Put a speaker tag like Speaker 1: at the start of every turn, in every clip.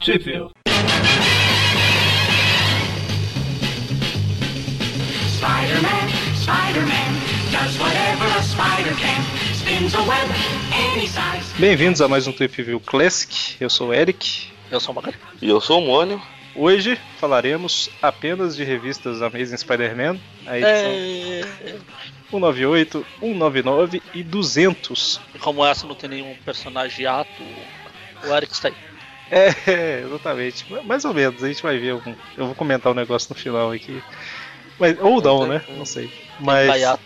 Speaker 1: Sheffield.
Speaker 2: Spider-Man, Spider-Man, does whatever a spider can. Spins a web any size.
Speaker 1: Bem-vindos a mais um Trip View Classic. Eu sou o Eric.
Speaker 3: Eu sou o Magari.
Speaker 4: E eu sou o Mônio.
Speaker 1: Hoje falaremos apenas de revistas Amazing Spider-Man, a edição
Speaker 3: É...
Speaker 1: 198, 199 e 200.
Speaker 3: e Como essa não tem nenhum personagem ato, o Eric está aí.
Speaker 1: É, exatamente. Mais ou menos, a gente vai ver. algum- Eu vou comentar um negócio no final aqui. Mas, ou não, né? Não sei.
Speaker 3: Vai
Speaker 1: Mas.
Speaker 3: ato.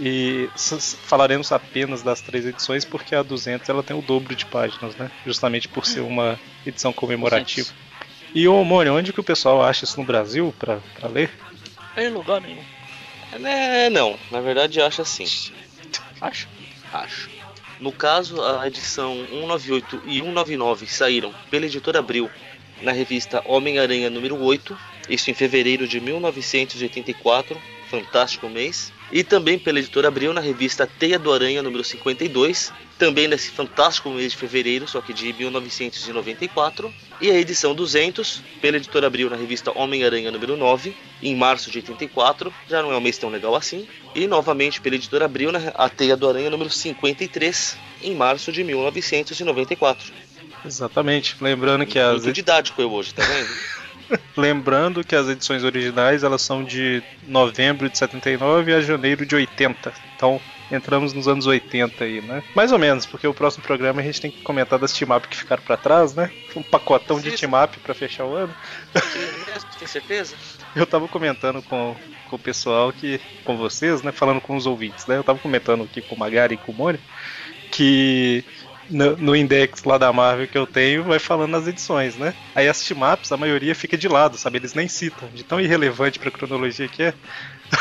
Speaker 1: E s- s- falaremos apenas das três edições, porque a 200 ela tem o dobro de páginas, né? Justamente por ser uma edição comemorativa. E o Mônio, onde que o pessoal acha isso no Brasil pra, pra ler?
Speaker 3: Em lugar nenhum.
Speaker 4: É, não. Na verdade, acho assim.
Speaker 3: Acho.
Speaker 4: Acho. No caso, a edição 198 e 199 saíram pela editora Abril na revista Homem-Aranha número 8, isso em fevereiro de 1984, fantástico mês. E também pela editora Abril na revista Teia do Aranha número 52, também nesse fantástico mês de fevereiro, só que de 1994. E a edição 200, pela editora Abril na revista Homem-Aranha número 9, em março de 84, já não é um mês tão legal assim. E novamente pela editora Abril na A Teia do Aranha número 53, em março de 1994.
Speaker 1: Exatamente. Lembrando é que as,
Speaker 4: Muito didático eu hoje, tá vendo?
Speaker 1: lembrando que as edições originais elas são de novembro de 79 a janeiro de 80. Então entramos nos anos 80 aí, né? Mais ou menos, porque o próximo programa a gente tem que comentar das team up que ficaram pra trás, né? Um pacotão de
Speaker 4: Sim, sim.
Speaker 1: team up pra fechar o ano.
Speaker 4: né, Tem certeza?
Speaker 1: Eu tava comentando com, com o pessoal que. com vocês, né? Falando com os ouvintes, né? Eu tava comentando aqui com o Magari e com o Mori que no, no index lá da Marvel que eu tenho vai falando as edições, né? Aí as team-ups, a maioria fica de lado, sabe? Eles nem citam, de tão irrelevante pra cronologia que é.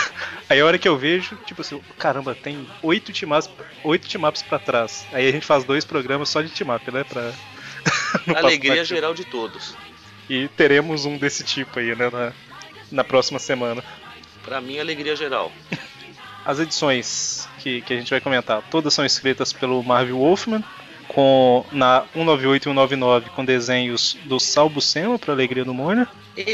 Speaker 1: Aí a hora que eu vejo, tipo assim, caramba, tem oito team-ups oito team pra trás. Aí a gente faz dois programas só de team-up, né? Pra... não passar
Speaker 4: Alegria
Speaker 1: batido.
Speaker 4: geral de todos.
Speaker 1: E teremos um desse tipo aí, né? Na, na próxima semana.
Speaker 4: Pra mim, alegria geral.
Speaker 1: As edições que, que a gente vai comentar, todas são escritas pelo Marvel Wolfman, com na 198 e 199 com desenhos do Sal Buscema, para alegria do Mônio,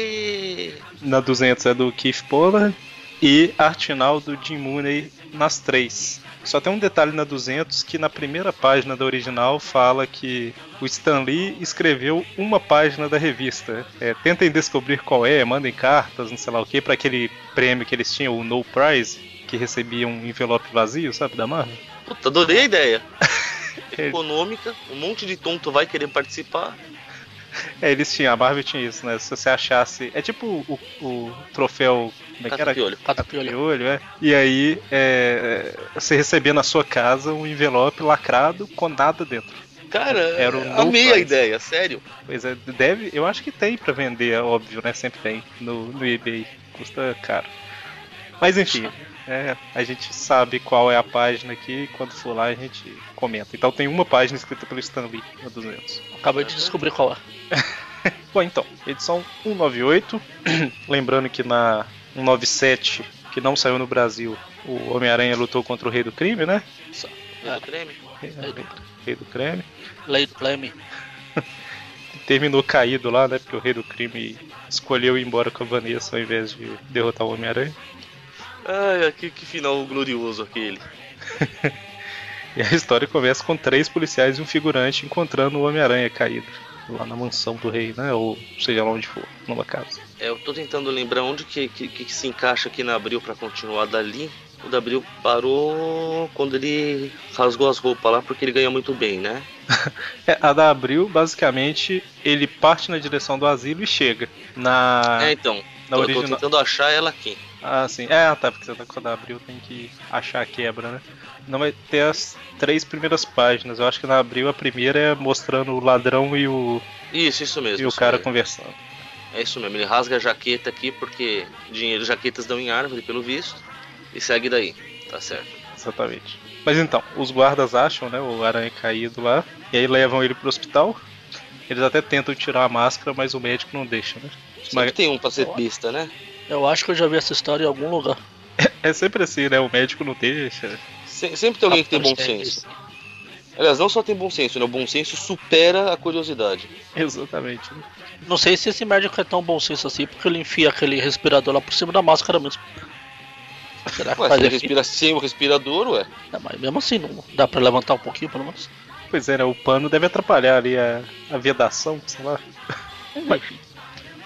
Speaker 4: E...
Speaker 1: na 200 é do Keith Pollard e arte final do Jim Mooney nas três. Só tem um detalhe na 200 que na primeira página da original fala que o Stan Lee escreveu uma página da revista. É, tentem descobrir qual é, mandem cartas, não sei lá o que, para aquele prêmio que eles tinham, o No Prize, que recebia um envelope vazio, sabe, da Marvel.
Speaker 4: Puta, adorei a ideia.
Speaker 1: É.
Speaker 4: Econômica, um monte de tonto vai querer participar.
Speaker 1: É, eles tinham, a Marvel tinha isso, né? Se você achasse. É tipo o, o troféu. Como é que era?
Speaker 4: Catapiolho.
Speaker 3: Catapiolho.
Speaker 1: olho, é. E aí, é, é, você recebia na sua casa um envelope lacrado com nada dentro.
Speaker 4: Cara,
Speaker 1: Era o
Speaker 4: amei
Speaker 1: Null
Speaker 4: a
Speaker 1: Prize.
Speaker 4: ideia, sério.
Speaker 1: Pois é, deve, eu acho que tem pra vender, é óbvio, né? Sempre tem no, no eBay. Custa caro. Mas enfim, é, a gente sabe qual é a página aqui, quando for lá a gente comenta. Então tem uma página escrita pelo Stanley, na 200.
Speaker 3: Acabei de descobrir qual é.
Speaker 1: Bom, então, edição 198. Lembrando que na 197, que não saiu no Brasil, o Homem-Aranha lutou contra o Rei do Crime, né?
Speaker 3: É.
Speaker 4: Do creme.
Speaker 1: Rei do Crime.
Speaker 3: Lei do Leme.
Speaker 1: Terminou caído lá, né? Porque o Rei do Crime escolheu ir embora com a Vanessa ao invés de derrotar o Homem-Aranha.
Speaker 4: Ai, que, que final glorioso aquele.
Speaker 1: E a história começa com três policiais e um figurante encontrando o Homem-Aranha caído. Lá na mansão do rei, né? Ou seja lá onde for, numa casa.
Speaker 4: É, eu tô tentando lembrar onde que, que, que se encaixa aqui na Abril pra continuar dali. O da Abril parou quando ele rasgou as roupas lá porque ele ganha muito bem, né?
Speaker 1: É, a da Abril, basicamente, ele parte na direção do asilo e chega. Na,
Speaker 4: É, então.
Speaker 1: Ah, na
Speaker 4: eu
Speaker 1: original.
Speaker 4: tô tentando achar ela aqui.
Speaker 1: Ah, sim. É, tá, porque você tá quando abriu tem que achar a quebra, né? Não vai ter as três primeiras páginas. Eu acho que na abril a primeira é mostrando o ladrão e o,
Speaker 4: Isso, isso mesmo.
Speaker 1: e o
Speaker 4: isso
Speaker 1: cara
Speaker 4: mesmo.
Speaker 1: conversando.
Speaker 4: É isso mesmo, ele rasga a jaqueta aqui porque dinheiro jaquetas dão em árvore, pelo visto, e segue daí, tá certo.
Speaker 1: Exatamente. Mas então, os guardas acham, né, o aranha caído lá, e aí levam ele pro hospital. Eles até tentam tirar a máscara, mas o médico não deixa, né?
Speaker 4: Sempre tem um pra ser besta, né?
Speaker 3: Eu acho que eu já vi essa história em algum lugar.
Speaker 1: É sempre assim, né? O médico não deixa.
Speaker 3: Tá é
Speaker 4: Se- sempre tem alguém que tem bom senso. Aliás, não só tem bom senso, né? O bom senso supera a curiosidade.
Speaker 1: Exatamente. né?
Speaker 3: Não sei se esse médico é tão bom senso assim, porque ele enfia aquele respirador lá por cima da máscara mesmo. Será que
Speaker 4: Ué,
Speaker 3: faz
Speaker 4: se ele
Speaker 3: efeito?
Speaker 4: respira sem o respirador, ué.
Speaker 3: É, mas mesmo assim, não dá pra levantar um pouquinho, pelo menos.
Speaker 1: Pois é, né? O pano deve atrapalhar ali a, a vedação, sei lá.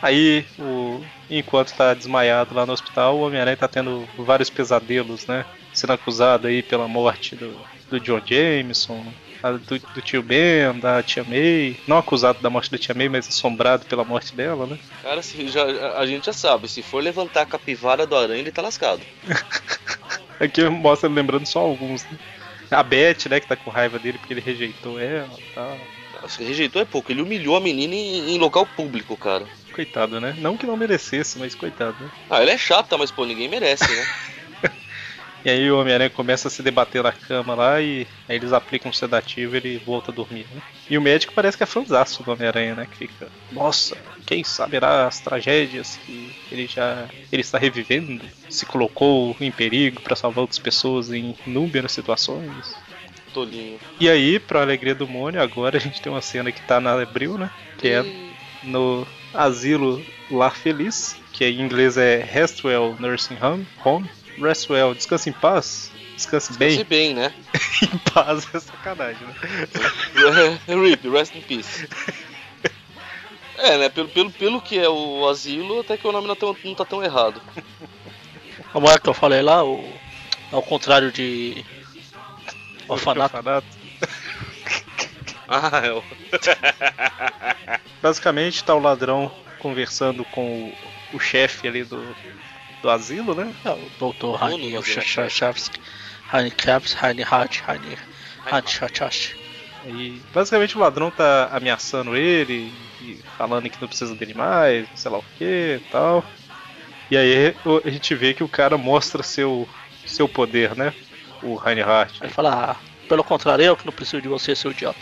Speaker 1: Aí, o- enquanto tá desmaiado lá no hospital, o Homem-Aranha tá tendo vários pesadelos, né? Sendo acusado aí pela morte do, do John Jameson, a do, do tio Ben, da tia May. Não acusado da morte da tia May, mas assombrado pela morte dela, né?
Speaker 4: Cara, se já, a- a gente já sabe, se for levantar a capivara do aranha, ele tá lascado.
Speaker 1: Aqui mostra ele lembrando só alguns, né? A Beth, né, que tá com raiva dele porque ele rejeitou ela e tal.
Speaker 4: Se rejeitou é pouco, ele humilhou a menina em, em local público, cara.
Speaker 1: Coitado, né? Não que não merecesse, mas coitado, né?
Speaker 4: Ah, ela é chata, mas pô, ninguém merece, né?
Speaker 1: E aí o Homem-Aranha começa a se debater na cama lá e aí eles aplicam um sedativo e ele volta a dormir, né? E o médico parece que é fanzaço do Homem-Aranha, né? Que fica, nossa, quem saberá as tragédias que ele já ele está revivendo? Se colocou em perigo para salvar outras pessoas em inúmeras situações.
Speaker 4: Tolinho.
Speaker 1: E aí, pra alegria do Mônio, agora a gente tem uma cena que tá na Abril, né? Que é no Asilo Lar Feliz, que em inglês é Restwell Nursing Home. Home. Restwell, descanse em paz. Descanse
Speaker 4: Bem. Se
Speaker 1: bem.
Speaker 4: bem, né?
Speaker 1: Em paz é sacanagem, né?
Speaker 4: Rip, rest in peace. É, né? Pelo, pelo, pelo que é o asilo, até que o nome não, tão- não tá tão errado.
Speaker 3: Como é que eu falei lá? O... Ao contrário de. Orfanato.
Speaker 4: Ah, é. o-
Speaker 1: Basicamente, tá o ladrão conversando com o, o chefe ali do, do asilo, né?
Speaker 3: É, o doutor
Speaker 4: Dono do
Speaker 3: Heine
Speaker 4: Asilo.
Speaker 3: Chachevsky. Heine Kaps, Heine Hart, Heine Hart Chachach.
Speaker 1: E basicamente o ladrão tá ameaçando ele e falando que não precisa dele mais, sei lá o que e tal. E aí o- a gente vê que o cara mostra seu, seu poder, né? O Reinhardt.
Speaker 3: Aí fala, ah, pelo contrário, eu que não preciso de você, seu idiota.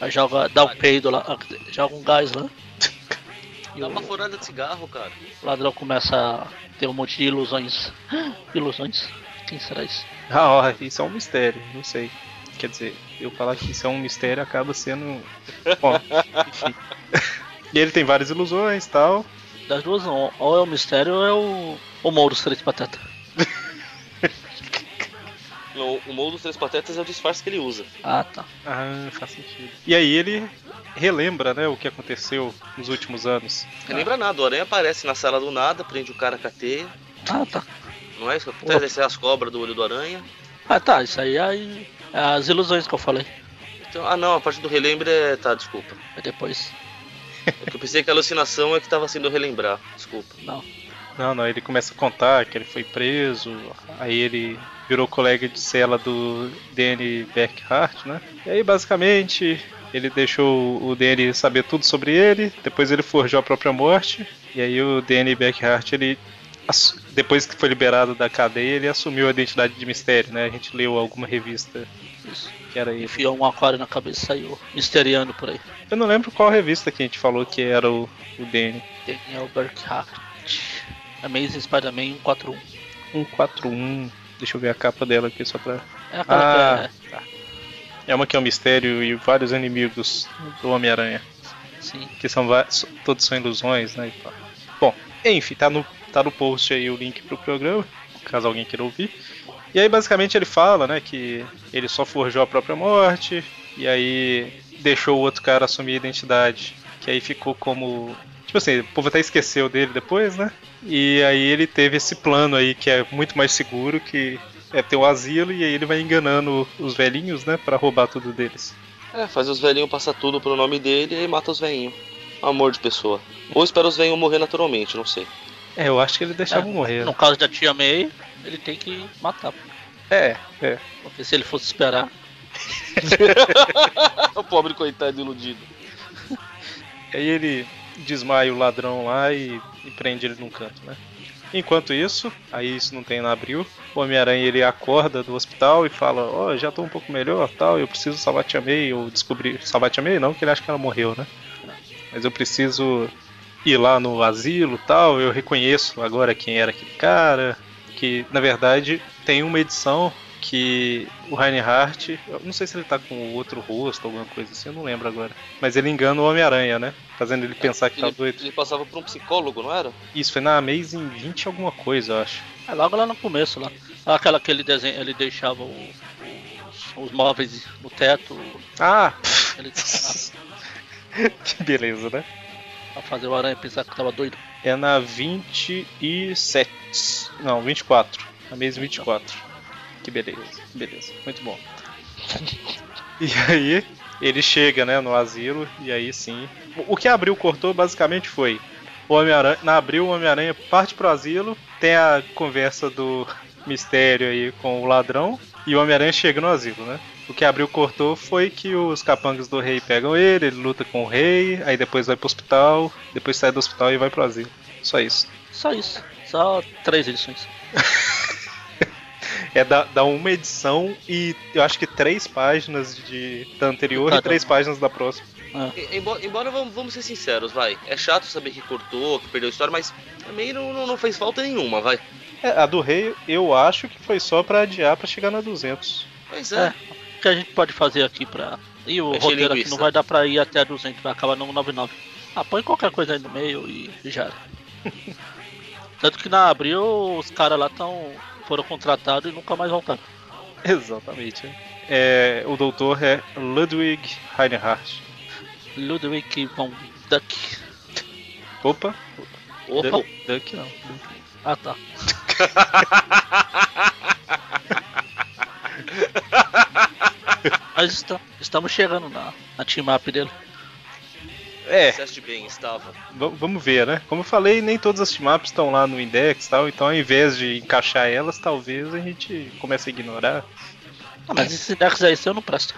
Speaker 3: Aí joga, dá um peido lá, ah, joga um gás lá. E
Speaker 4: Dá uma
Speaker 3: o
Speaker 4: furada de cigarro, cara.
Speaker 3: ladrão começa a ter um monte de ilusões. Ilusões? Quem será isso?
Speaker 1: Ah, ó, isso é um mistério, não sei. Quer dizer, eu falar que isso é um mistério acaba sendo. Bom, enfim. E ele tem várias ilusões e tal.
Speaker 3: Das duas, não. Ou é o mistério ou é o, o Moro dos Três Pateta.
Speaker 4: Não, o Mou dos Três Patetas é o disfarce que ele usa.
Speaker 3: Ah, tá.
Speaker 1: Ah, faz sentido. E aí ele relembra, né, o que aconteceu nos últimos anos.
Speaker 4: Não lembra nada, o aranha aparece na sala do nada, prende o cara com a teia.
Speaker 3: Ah, tá.
Speaker 4: Não é isso que acontece? Essa é as cobras do olho do aranha.
Speaker 3: Ah, tá. Isso aí, aí é as ilusões que eu falei.
Speaker 4: Então, ah não, a parte do relembro é. Tá, desculpa.
Speaker 3: Aí depois,
Speaker 4: É que eu pensei que a alucinação é que tava sendo relembrar. Desculpa.
Speaker 3: não.
Speaker 1: Não, não, ele começa a contar que ele foi preso, aí ele virou colega de cela do Danny Beckhart, né? E aí, basicamente, ele deixou o Danny saber tudo sobre ele, depois ele forjou a própria morte, e aí o Danny Beckhart, ele, ass- depois que foi liberado da cadeia, ele assumiu a identidade de mistério, né? A gente leu alguma revista
Speaker 3: Isso.
Speaker 1: que era ele.
Speaker 3: Enfiou um aquário na cabeça e saiu misteriando por aí.
Speaker 1: Eu não lembro qual revista que a gente falou que era o, o Danny.
Speaker 3: Daniel Burkhardt. Amazing Spider-Man 141.
Speaker 1: 141, deixa eu ver a capa dela aqui só pra...
Speaker 3: É aquela que
Speaker 1: É uma que é um mistério e vários inimigos do Homem-Aranha,
Speaker 3: é. Sim.
Speaker 1: que são va- so- todos são ilusões, né? e tal. Bom, enfim, tá no, tá no post aí o link pro programa, caso alguém queira ouvir. E aí basicamente ele fala, né, que ele só forjou a própria morte, e aí deixou o outro cara assumir a identidade, que aí ficou como. Tipo assim, o povo até esqueceu dele depois, né? E aí ele teve esse plano aí que é muito mais seguro, que é ter o asilo, e aí ele vai enganando os velhinhos, né, pra roubar tudo deles.
Speaker 4: É, fazer os velhinhos passar tudo pro nome dele e mata os velhinhos. Amor de pessoa. Ou espera os velhinhos morrer naturalmente, não sei.
Speaker 1: É, eu acho que ele deixava
Speaker 3: É,
Speaker 1: morrer. né?
Speaker 3: No caso da Tia May, ele tem que matar.
Speaker 1: É, é.
Speaker 3: Porque se ele fosse esperar,
Speaker 4: o pobre coitado iludido.
Speaker 1: Aí ele desmaia o ladrão lá e, e prende ele num canto, né? Enquanto isso, aí isso não tem na abril, o Homem-Aranha ele acorda do hospital e fala, ó, já tô um pouco melhor, tal, eu preciso salvar a Tia May, ou descobrir... Salvar a Tia May não, que ele acha que ela morreu, né? Mas eu preciso ir lá no asilo, tal, eu reconheço agora quem era aquele cara, que na verdade tem uma edição que o Reinhardt, eu não sei se ele tá com outro rosto, alguma coisa assim, eu não lembro agora. Mas ele engana o Homem-Aranha, né? Fazendo ele pensar que tá
Speaker 4: ele,
Speaker 1: doido.
Speaker 4: ele passava por um psicólogo, não era?
Speaker 1: Isso foi na Amazing 20 alguma coisa, eu acho.
Speaker 3: É logo lá no começo, lá. Aquela que ele desenha, ele deixava o- os, os móveis no teto,
Speaker 1: Ah!
Speaker 3: ele
Speaker 1: que beleza, né?
Speaker 3: pra fazer o aranha pensar que tava doido.
Speaker 1: É na 27. Não, 24. Na mesa 24. Que beleza, que beleza. Muito bom. E aí, ele chega, né, no asilo, e aí sim. O que a Abril cortou basicamente foi. O Homem-Aranha. Na Abril, o Homem-Aranha parte pro asilo, tem a conversa do mistério aí com o ladrão, e o Homem-Aranha chega no asilo, né? O que a Abril cortou foi que os capangas do rei pegam ele, ele luta com o rei, aí depois vai pro hospital, depois sai do hospital e vai pro asilo. Só isso.
Speaker 3: Só isso. Só três edições.
Speaker 1: É da, da uma edição e eu acho que três páginas de, da anterior e
Speaker 3: Cada
Speaker 1: três
Speaker 3: uma.
Speaker 1: páginas da próxima.
Speaker 4: E- Embora, embora vamos, vamos ser sinceros, vai. É chato saber que cortou, que perdeu a história, mas também não, não, não fez falta nenhuma, vai.
Speaker 1: É, a do rei eu acho que foi só pra adiar pra chegar na 200.
Speaker 4: Pois é.
Speaker 3: O que a gente pode fazer aqui pra. E o
Speaker 4: Encher
Speaker 3: roteiro aqui
Speaker 4: linguiça.
Speaker 3: não vai dar pra ir até 200, vai acabar no 99. Ah, põe qualquer coisa aí no meio e e já. era. Tanto que na abril os caras lá tão, foram contratados e nunca mais voltaram.
Speaker 1: Exatamente. né? É, o doutor é Ludwig Reinhardt.
Speaker 3: Ludwig von Duck.
Speaker 1: Opa,
Speaker 4: Opa,
Speaker 1: Du- Duck não. Duck.
Speaker 3: Ah tá. Mas está- estamos chegando na, na team up dele.
Speaker 1: É,
Speaker 4: Disseste bem, estava.
Speaker 1: v- vamos ver, né? Como eu falei, nem todas as timaps estão lá no index e tal, então ao invés de encaixar elas, talvez a gente comece a ignorar.
Speaker 3: Ah, mas esse Dex aí seu não presta.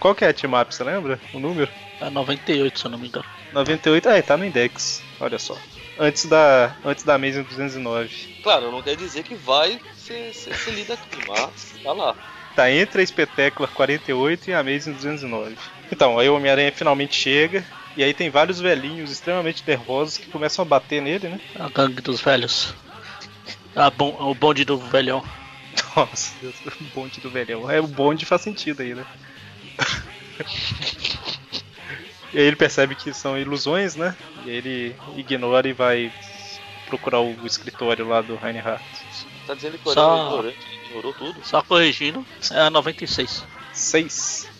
Speaker 1: Qual que é a timap, você lembra? O número?
Speaker 3: É 98, se eu não me engano.
Speaker 1: 98, ah, é, tá no index, olha só. Antes da, antes da Amazing 209.
Speaker 4: Claro, não quer dizer que vai ser, ser, ser lida aqui, mas tá lá.
Speaker 1: Tá entre a espetácula 48 e a Amazing 209. Então, aí o Homem-Aranha finalmente chega, e aí tem vários velhinhos extremamente nervosos que começam a bater nele, né?
Speaker 3: A gangue dos velhos. A bon- o bonde do velhão.
Speaker 1: Nossa, Deus, o bonde do velhão. É, o bonde faz sentido aí, né? e aí ele percebe que são ilusões, né? E aí ele ignora e vai procurar o escritório lá do Reinhardt.
Speaker 4: Tá dizendo que o
Speaker 3: Só-
Speaker 4: Aranha é ignorante, ele ignorou tudo.
Speaker 3: Só corrigindo, é a 96.
Speaker 1: 6.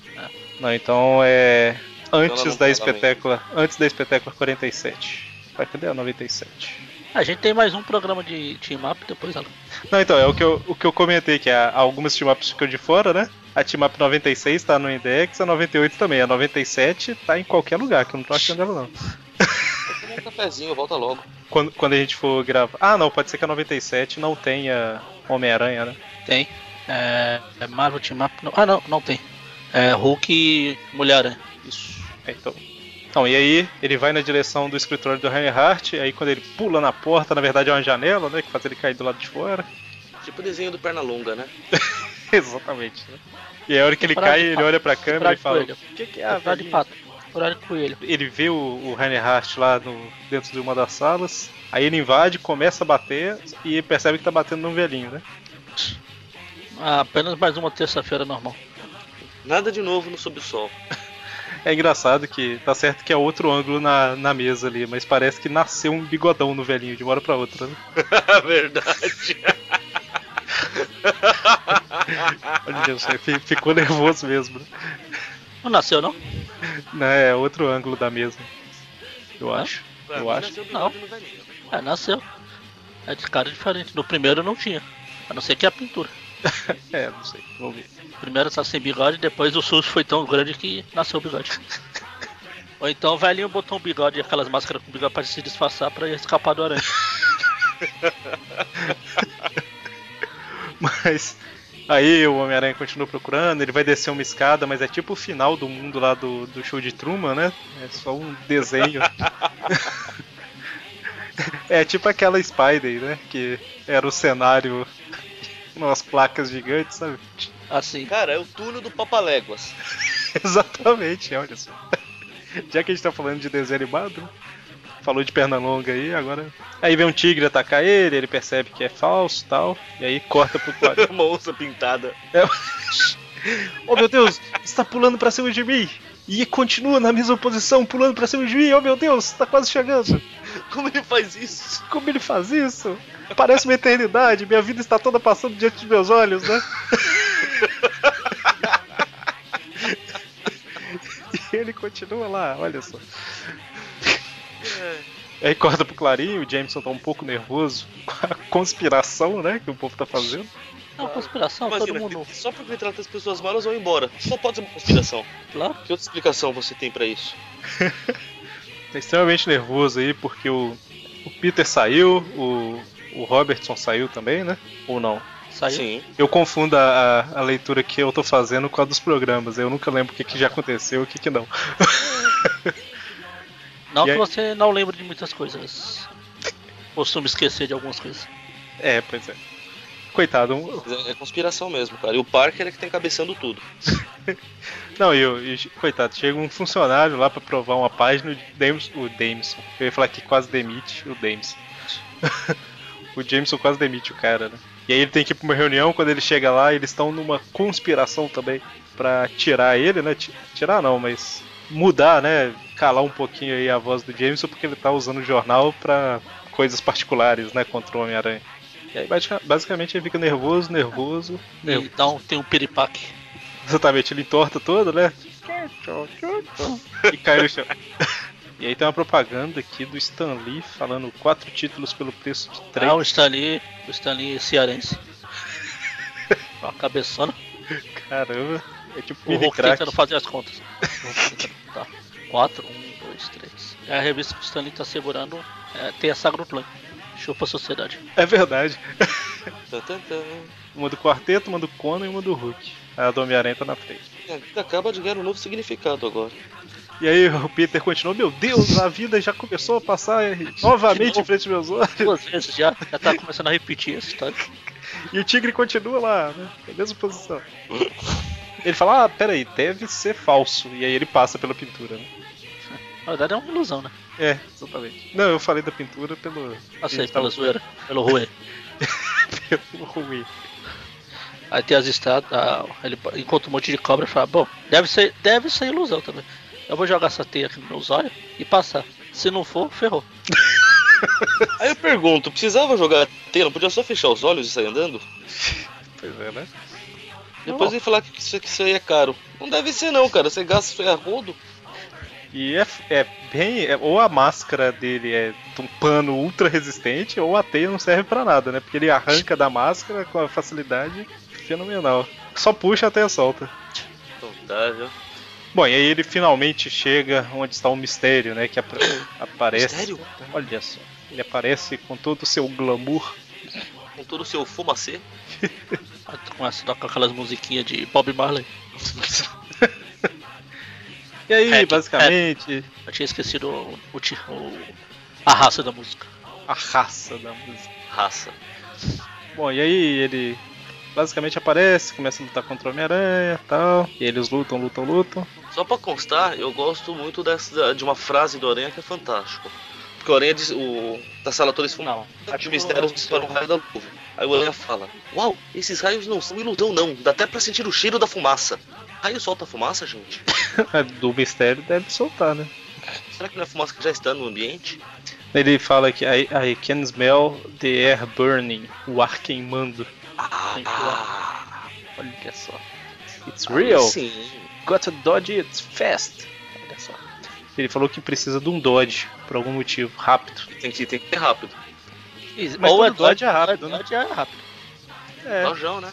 Speaker 1: Não, então é. Antes
Speaker 4: Então ela não
Speaker 1: da
Speaker 4: tá
Speaker 1: espetácula. Antes da espetácula 47. Vai, cadê a 97?
Speaker 3: A gente tem mais um programa de team up depois, Alan.
Speaker 1: Não, então, é o que eu, o que eu comentei, que a, algumas team-ups ficam de fora, né? A team-up 96 tá no index, a 98 também. A 97 tá em qualquer lugar, que eu não tô achando ela não.
Speaker 4: Vai tomar um cafezinho, volta logo.
Speaker 1: Quando, quando a gente for gravar. Ah, não, pode ser que a 97 não tenha Homem-Aranha, né?
Speaker 3: Tem. É, é Marvel Team Up. não- ah, não, não tem. É Hulk e Mulher.
Speaker 1: Isso. Então. Então, e aí ele vai na direção do escritório do Reinhardt, aí quando ele pula na porta, na verdade é uma janela, né? Que faz ele cair do lado de fora.
Speaker 4: Tipo o desenho do Pernalonga, né?
Speaker 1: Exatamente, né? E aí a hora que ele
Speaker 3: Temporada
Speaker 1: cai,
Speaker 3: É de
Speaker 1: ele
Speaker 3: pato.
Speaker 1: olha pra câmera
Speaker 3: Temporada
Speaker 1: e fala.
Speaker 3: de coelho.
Speaker 1: O que, que é,
Speaker 3: Ah, de
Speaker 1: velhinha?"
Speaker 3: pato. Horário coelho.
Speaker 1: Ele vê o, o Reinhardt lá no, dentro de uma das salas, aí ele invade, começa a bater e percebe que tá batendo num velhinho, né?
Speaker 3: Ah, apenas mais uma terça-feira normal.
Speaker 4: Nada de novo no subsol.
Speaker 1: É engraçado que tá certo que é outro ângulo na, na mesa ali, mas parece que nasceu um bigodão no velhinho de uma hora pra outra, né?
Speaker 4: É Verdade.
Speaker 1: Olha, isso aí, fi- ficou nervoso mesmo, né?
Speaker 3: Não nasceu, não?
Speaker 1: né? É outro ângulo da mesa, eu acho. Eu acho.
Speaker 3: Não.
Speaker 4: No velhinho.
Speaker 3: É, nasceu. É de cara diferente. No primeiro não tinha. A não ser que a pintura.
Speaker 1: É, não sei, vamos ver.
Speaker 3: Primeiro tá sem bigode, depois o susto foi tão grande que nasceu o bigode. Ou então o velhinho botou um bigode, aquelas máscaras com bigode pra se disfarçar pra escapar do aranha.
Speaker 1: Mas aí o Homem-Aranha continua procurando, ele vai descer uma escada, mas é tipo o final do mundo lá do, do show de Truman, né? É só um desenho. é tipo aquela Spider, né? Que era o cenário umas placas gigantes, sabe?
Speaker 3: Assim.
Speaker 4: Cara, é o túnel do Papaléguas.
Speaker 1: Exatamente, olha só. Já que a gente tá falando de desenho animado, falou de perna longa aí, agora. Aí vem um tigre atacar ele, ele percebe que é falso e tal, e aí corta pro Clarim.
Speaker 4: Uma onça pintada.
Speaker 1: oh meu Deus, está pulando pra cima de mim! E continua na mesma posição, pulando pra cima de mim, oh meu Deus, está quase chegando!
Speaker 4: Como ele faz isso?
Speaker 1: Como ele faz isso? Parece uma eternidade, minha vida está toda passando diante dos meus olhos, né? e ele continua lá, olha só.
Speaker 3: É.
Speaker 1: Aí corta pro Clarinho, o Jameson tá um pouco nervoso com a conspiração, né, que o povo tá fazendo.
Speaker 3: É uma conspiração, todo
Speaker 4: Imagina,
Speaker 3: mundo.
Speaker 4: só porque trata as pessoas mal, elas vão embora. Só pode ser uma conspiração.
Speaker 3: Claro.
Speaker 4: Que outra explicação você tem pra isso?
Speaker 1: Tá extremamente nervoso aí porque o, o Peter saiu, o, o Robertson saiu também, né? Ou não?
Speaker 3: Saiu.
Speaker 4: Sim.
Speaker 1: Eu confundo a, a- a leitura que eu tô fazendo com a dos programas, eu nunca lembro o que, que já aconteceu e o que, que não.
Speaker 3: Não
Speaker 1: E aí?
Speaker 3: que você não lembre de muitas coisas. Costumo esquecer de algumas coisas.
Speaker 1: É, pois é. Coitado, um-
Speaker 4: Mas É é conspiração mesmo, cara. E o Parker é que tá encabeçando tudo.
Speaker 1: Não, e eu, e, coitado, chega um funcionário lá pra provar uma página, o Jameson, o Jameson. Eu ia falar que quase demite o Jameson. o Jameson quase demite o cara, né? E aí ele tem que ir pra uma reunião, quando ele chega lá, eles estão numa conspiração também pra tirar ele, né? Ti- Tirar não, mas mudar, né? Calar um pouquinho aí a voz do Jameson, porque ele tá usando o jornal pra coisas particulares, né? Contra o Homem-Aranha. E aí basica- basicamente ele fica nervoso, nervoso, nervoso.
Speaker 3: Então tem um piripaque.
Speaker 1: Exatamente, ele entorta todo, né? E cai no chão. E aí tem uma propaganda aqui do Stan Lee falando quatro títulos pelo preço de três.
Speaker 3: Ah, o Stanley, o Stanley é cearense. Uma cabeçona.
Speaker 1: Caramba. É tipo
Speaker 3: O
Speaker 1: mini
Speaker 3: Hulk
Speaker 1: crack.
Speaker 3: tentando fazer as contas. O Hulk tentando- tá. 4, 1, 2, 3. É a revista que o Stanley tá segurando. É, tem a Sagra do Clã. Chupa a sociedade.
Speaker 1: É verdade.
Speaker 4: Tan, tan, tan.
Speaker 1: Uma do quarteto, uma do Conan e uma do Hulk. A do Homem-Aranha tá na frente.
Speaker 4: Minha vida acaba de ganhar um novo significado agora.
Speaker 1: E aí o Peter continuou, meu Deus, a vida já começou a passar eh, novamente em frente aos meus olhos.
Speaker 3: Duas vezes já. Já tá começando a repetir essa história.
Speaker 1: E o tigre continua lá, né? Na mesma posição. Ele fala, ah, peraí, deve ser falso. E aí ele passa pela pintura, né?
Speaker 3: Na verdade é uma ilusão, né?
Speaker 1: É, exatamente. Não, eu falei da pintura pelo.
Speaker 3: Assim,
Speaker 1: Ele tava-
Speaker 3: pela zoeira. Pelo ruê.
Speaker 1: pelo ruim.
Speaker 3: Aí tem as estátuas, ah, ele encontra um monte de cobra e fala, bom, deve ser, deve ser ilusão também. Eu vou jogar essa teia aqui nos meus olhos e passar. Se não for, ferrou.
Speaker 4: Aí eu pergunto, precisava jogar tela? Podia só fechar os olhos e sair andando?
Speaker 1: Pois é, né?
Speaker 4: Depois ele falar que isso, que isso aí é caro. Não deve ser não, cara. Você é gasta isso aí a rodo?
Speaker 1: E é, é bem. é- ou a máscara dele é de um pano ultra resistente, ou a teia não serve pra nada, né? Porque ele arranca da máscara com uma facilidade fenomenal. Só puxa até solta.
Speaker 4: Então tá, viu?
Speaker 1: Bom, e aí ele finalmente chega onde está o mistério, né? Que apa- aparece.
Speaker 4: Mistério?
Speaker 1: Olha só. Ele aparece com todo o seu glamour.
Speaker 4: Com todo o seu fumacê?
Speaker 3: Aí tu começa a tocar aquelas musiquinhas de Bob Marley.
Speaker 1: E aí,
Speaker 3: É,
Speaker 1: basicamente,
Speaker 3: Eu tinha esquecido o, o ti- o- a raça da música.
Speaker 1: a raça da música.
Speaker 4: Raça.
Speaker 1: Bom, e aí ele basicamente aparece, começa a lutar contra o Homem-Aranha e tal. E eles lutam, lutam, lutam.
Speaker 4: Só pra constar, eu gosto muito dessa, de uma frase do Aranha que é fantástico. Porque o Aranha diz, o, da sala toda esfumada.
Speaker 3: Não,
Speaker 4: De mistérios disparam um raio da luva. Aí o Aranha fala: Uau, esses raios não são ilusão, não. Dá até pra sentir o cheiro da fumaça. Raio solta fumaça, gente?
Speaker 1: É, Do mistério deve soltar, né?
Speaker 4: Será que não é fumaça que já está no ambiente?
Speaker 1: Ele fala que I, I can smell the air burning, o ar queimando.
Speaker 4: Ah,
Speaker 3: Olha só.
Speaker 1: It's real,
Speaker 4: Sim.
Speaker 1: gotta dodge it fast. Olha só. Ele falou que precisa de um dodge, por algum motivo, rápido.
Speaker 4: Tem que, tem que ser rápido.
Speaker 1: Mas
Speaker 3: Ou é
Speaker 1: todo dodge
Speaker 3: Dodge
Speaker 1: é rápido, né?
Speaker 3: Dodge é rápido.
Speaker 1: É,
Speaker 4: Lojão, né?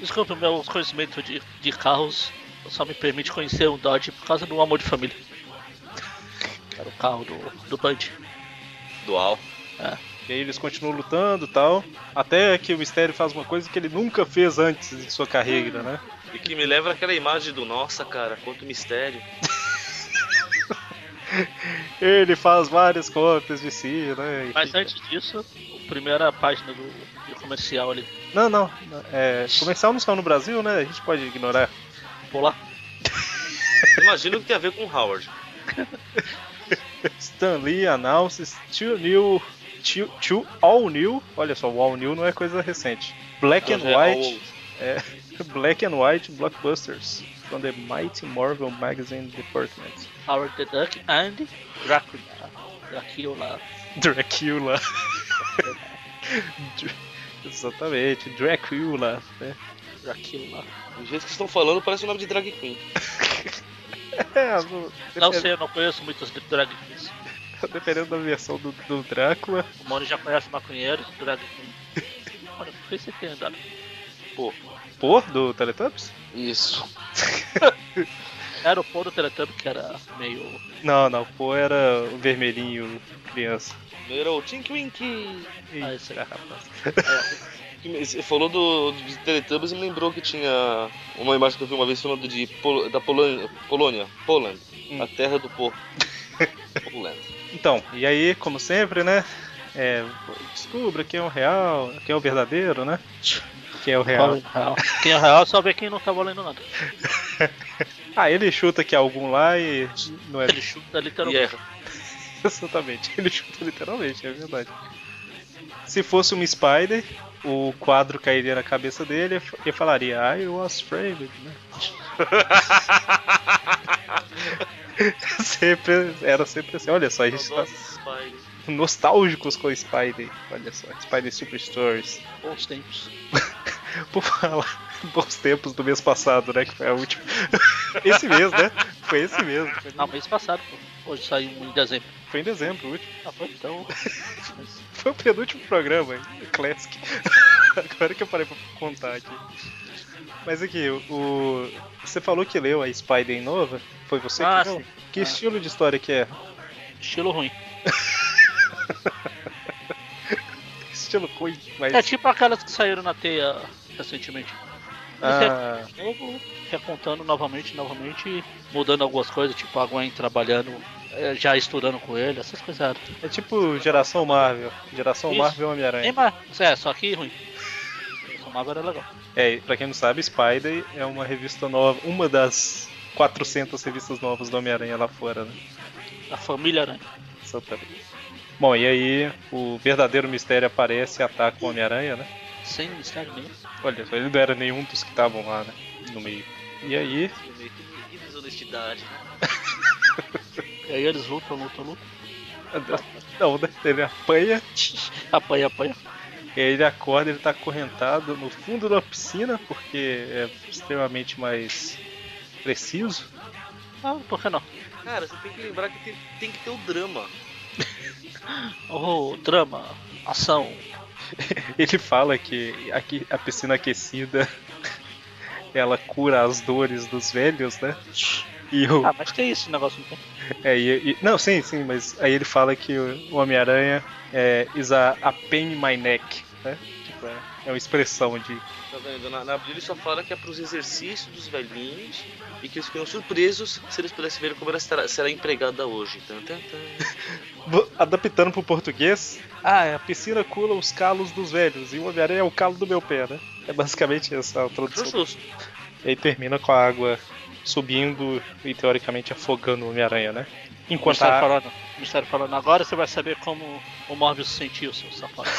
Speaker 3: Desculpa, meu conhecimento de, de carros só me permite conhecer um Dodge por causa do amor de família. Era o carro do, do Band.
Speaker 4: Dual.
Speaker 1: E aí eles continuam lutando e tal. Até que o mistério faz uma coisa que ele nunca fez antes em sua carreira, né?
Speaker 4: E que me leva aquela imagem do nossa, cara, quanto mistério.
Speaker 1: Ele faz várias cópias de si, né?
Speaker 3: Mas antes disso, a primeira página do, do comercial ali.
Speaker 1: Não, não. É, comercial não saiu no Brasil, né? A gente pode ignorar.
Speaker 3: Pô lá,
Speaker 4: Imagino que tem a ver com o Howard.
Speaker 1: Stan Lee announces two new. Two, two all new. Olha só, o all new não é coisa recente. Black and
Speaker 4: Já é ao-
Speaker 1: white. É, Black and White Blockbusters from the Mighty Marvel Magazine Department.
Speaker 3: Howard the Duck and Dracula. Dracula.
Speaker 1: Dracula. Dr- Exatamente, Dracula. Né?
Speaker 3: Dracula.
Speaker 4: Do jeito que vocês estão falando, parece o nome de drag queen.
Speaker 1: É, no-
Speaker 3: Não
Speaker 1: depend-
Speaker 3: sei, eu não conheço muitas drag queens.
Speaker 1: Dependendo da versão do, do Drácula.
Speaker 3: O Moni já conhece maconheiro, drag queen. Mano, por que você tem andado?
Speaker 4: Pô,
Speaker 1: Pô, do Teletubbies?
Speaker 4: isso.
Speaker 3: Era o pô do Teletubb que era meio.
Speaker 1: Não, não, pô era o vermelhinho criança.
Speaker 4: Primeiro é o Tink Wink.
Speaker 3: Ah, isso aí.
Speaker 1: Eita, rapaz.
Speaker 4: Que- Você falou do, dos Teletubbies e me lembrou que tinha uma imagem que eu vi uma vez falando de Pol- da Polônia, Polônia, Poland,
Speaker 1: Hum.
Speaker 4: a terra do porco. Poland.
Speaker 1: Então, e aí, como sempre, né? É, descubra quem é o real, quem é o verdadeiro, né? Quem é o real.
Speaker 3: Quem é real só vê quem não tá valendo nada.
Speaker 1: Ah, ele chuta que é algum lá e não é
Speaker 3: Ele chuta
Speaker 4: E é.
Speaker 3: literalmente.
Speaker 4: erra.
Speaker 1: Exatamente, ele chuta literalmente, é verdade. Se fosse um Spider, o quadro cairia na cabeça dele e falaria I was framed, né? sempre, era sempre assim, olha só, a gente tá nostálgicos com o Spider, olha só, Spider Super Stories.
Speaker 3: Bons tempos.
Speaker 1: Por falar, bons tempos do mês passado, né, que foi a última. esse mês, né? Foi esse mesmo,
Speaker 3: Ah, mês passado, pô. Hoje saiu um em dezembro.
Speaker 1: foi em dezembro, o último.
Speaker 3: Ah, foi então.
Speaker 1: Foi o penúltimo programa, hein? Classic. Agora que eu parei pra contar aqui. Mas aqui, o- o. Você falou que leu a Spider Nova? Foi você
Speaker 3: Ah,
Speaker 1: que leu?
Speaker 3: sim.
Speaker 1: Que
Speaker 3: Ah.
Speaker 1: estilo de história que é?
Speaker 3: Estilo ruim.
Speaker 1: Estilo ruim,
Speaker 3: É
Speaker 1: mas.
Speaker 3: tipo aquelas que saíram na teia recentemente.
Speaker 1: Ah,
Speaker 3: De novo, recontando novamente, novamente, mudando algumas coisas, tipo a Gwen trabalhando, eh, já estudando com ele, essas coisas. erradas.
Speaker 1: é tipo geração Marvel. Geração
Speaker 3: Isso.
Speaker 1: Marvel
Speaker 3: Nem
Speaker 1: Homem-Aranha.
Speaker 3: mais. É, só que ruim. Essa Marvel era legal.
Speaker 1: É, e pra quem não sabe, Spider é uma revista nova, uma das 400 revistas novas do Homem-Aranha lá fora, né?
Speaker 3: A família Aranha.
Speaker 1: Exatamente. Bom, e aí o verdadeiro mistério aparece e ataca o Homem-Aranha, né?
Speaker 3: Sem mistério nenhum.
Speaker 1: Olha só, ele não era nenhum dos que estavam lá, né? No meio. E aí,
Speaker 4: Que desonestidade, né?
Speaker 3: E aí eles lutam, lutam, lutam.
Speaker 1: não, né? Ele apanha,
Speaker 3: Apanha, apanha.
Speaker 1: e aí ele acorda, ele tá acorrentado no fundo da piscina, porque é extremamente mais preciso.
Speaker 3: Ah, por que não?
Speaker 4: Cara, você tem que lembrar que tem, tem que ter o drama.
Speaker 3: Oh, drama, ação.
Speaker 1: Ele fala que aqui, a piscina aquecida ela cura as dores dos velhos, né? E o.
Speaker 3: Ah, mas tem esse negócio, não tem?
Speaker 1: É, e- e- não, sim, sim, mas aí ele fala que o Homem-Aranha é is a, a pain in my neck, né? Tipo, é, é uma expressão de.
Speaker 4: Tá vendo? Na, na Abril ele só fala que é pros exercícios dos velhinhos e que eles ficam surpresos se eles pudessem ver como ela estará- será empregada hoje. Tan, tan, tan.
Speaker 1: Bo- Adaptando pro português, ah, é, a piscina cura os calos dos velhos e o Homem-Aranha é o calo do meu pé, né? É basicamente essa a
Speaker 4: Acho
Speaker 1: tradução.
Speaker 4: justo.
Speaker 1: E aí termina com a água subindo e teoricamente afogando o Homem-Aranha, né? Enquanto
Speaker 3: Mistério
Speaker 1: a...
Speaker 3: falando. Mistério falando. Agora você vai saber como o Morbius sentiu, seu safado.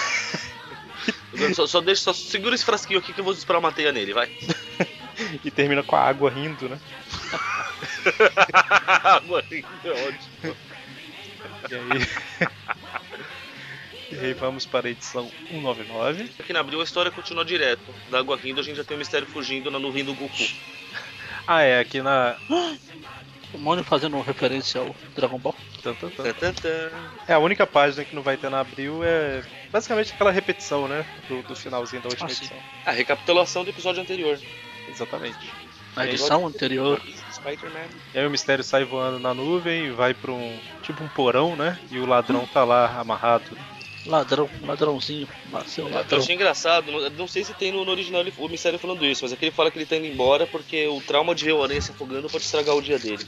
Speaker 4: Agora Só, só deixa, só segura esse frasquinho aqui que eu vou disparar uma teia nele, vai.
Speaker 1: e termina com a água rindo, né?
Speaker 4: Agora, é ótimo.
Speaker 1: E aí. e aí vamos para a edição 199.
Speaker 4: Aqui na Abril a história continua direto. Da água rindo a gente já tem o mistério fugindo na nuvem do Goku.
Speaker 1: Ah, é, aqui na.
Speaker 3: O Mônio fazendo referência ao Dragon Ball.
Speaker 1: Tan, tan, tan.
Speaker 4: Tan, tan, tan.
Speaker 1: É, a única página que não vai ter na abril é basicamente aquela repetição, né? Do, do finalzinho da última
Speaker 3: Ah, sim.
Speaker 1: edição.
Speaker 4: A recapitulação do episódio anterior.
Speaker 1: Exatamente.
Speaker 3: Na
Speaker 1: É
Speaker 3: edição anterior.
Speaker 4: Spider-Man.
Speaker 1: E aí o mistério sai voando na nuvem e vai pra um. tipo um porão, né? E o ladrão tá lá amarrado.
Speaker 3: Ladrão, ladrãozinho. lá, Seu
Speaker 4: Eu
Speaker 3: ladrão.
Speaker 4: achei engraçado, não, não sei se tem no, no original ele- o mistério falando isso, mas aqui ele fala que ele tá indo embora porque o trauma de ver o aranha se afogando pode estragar o dia dele.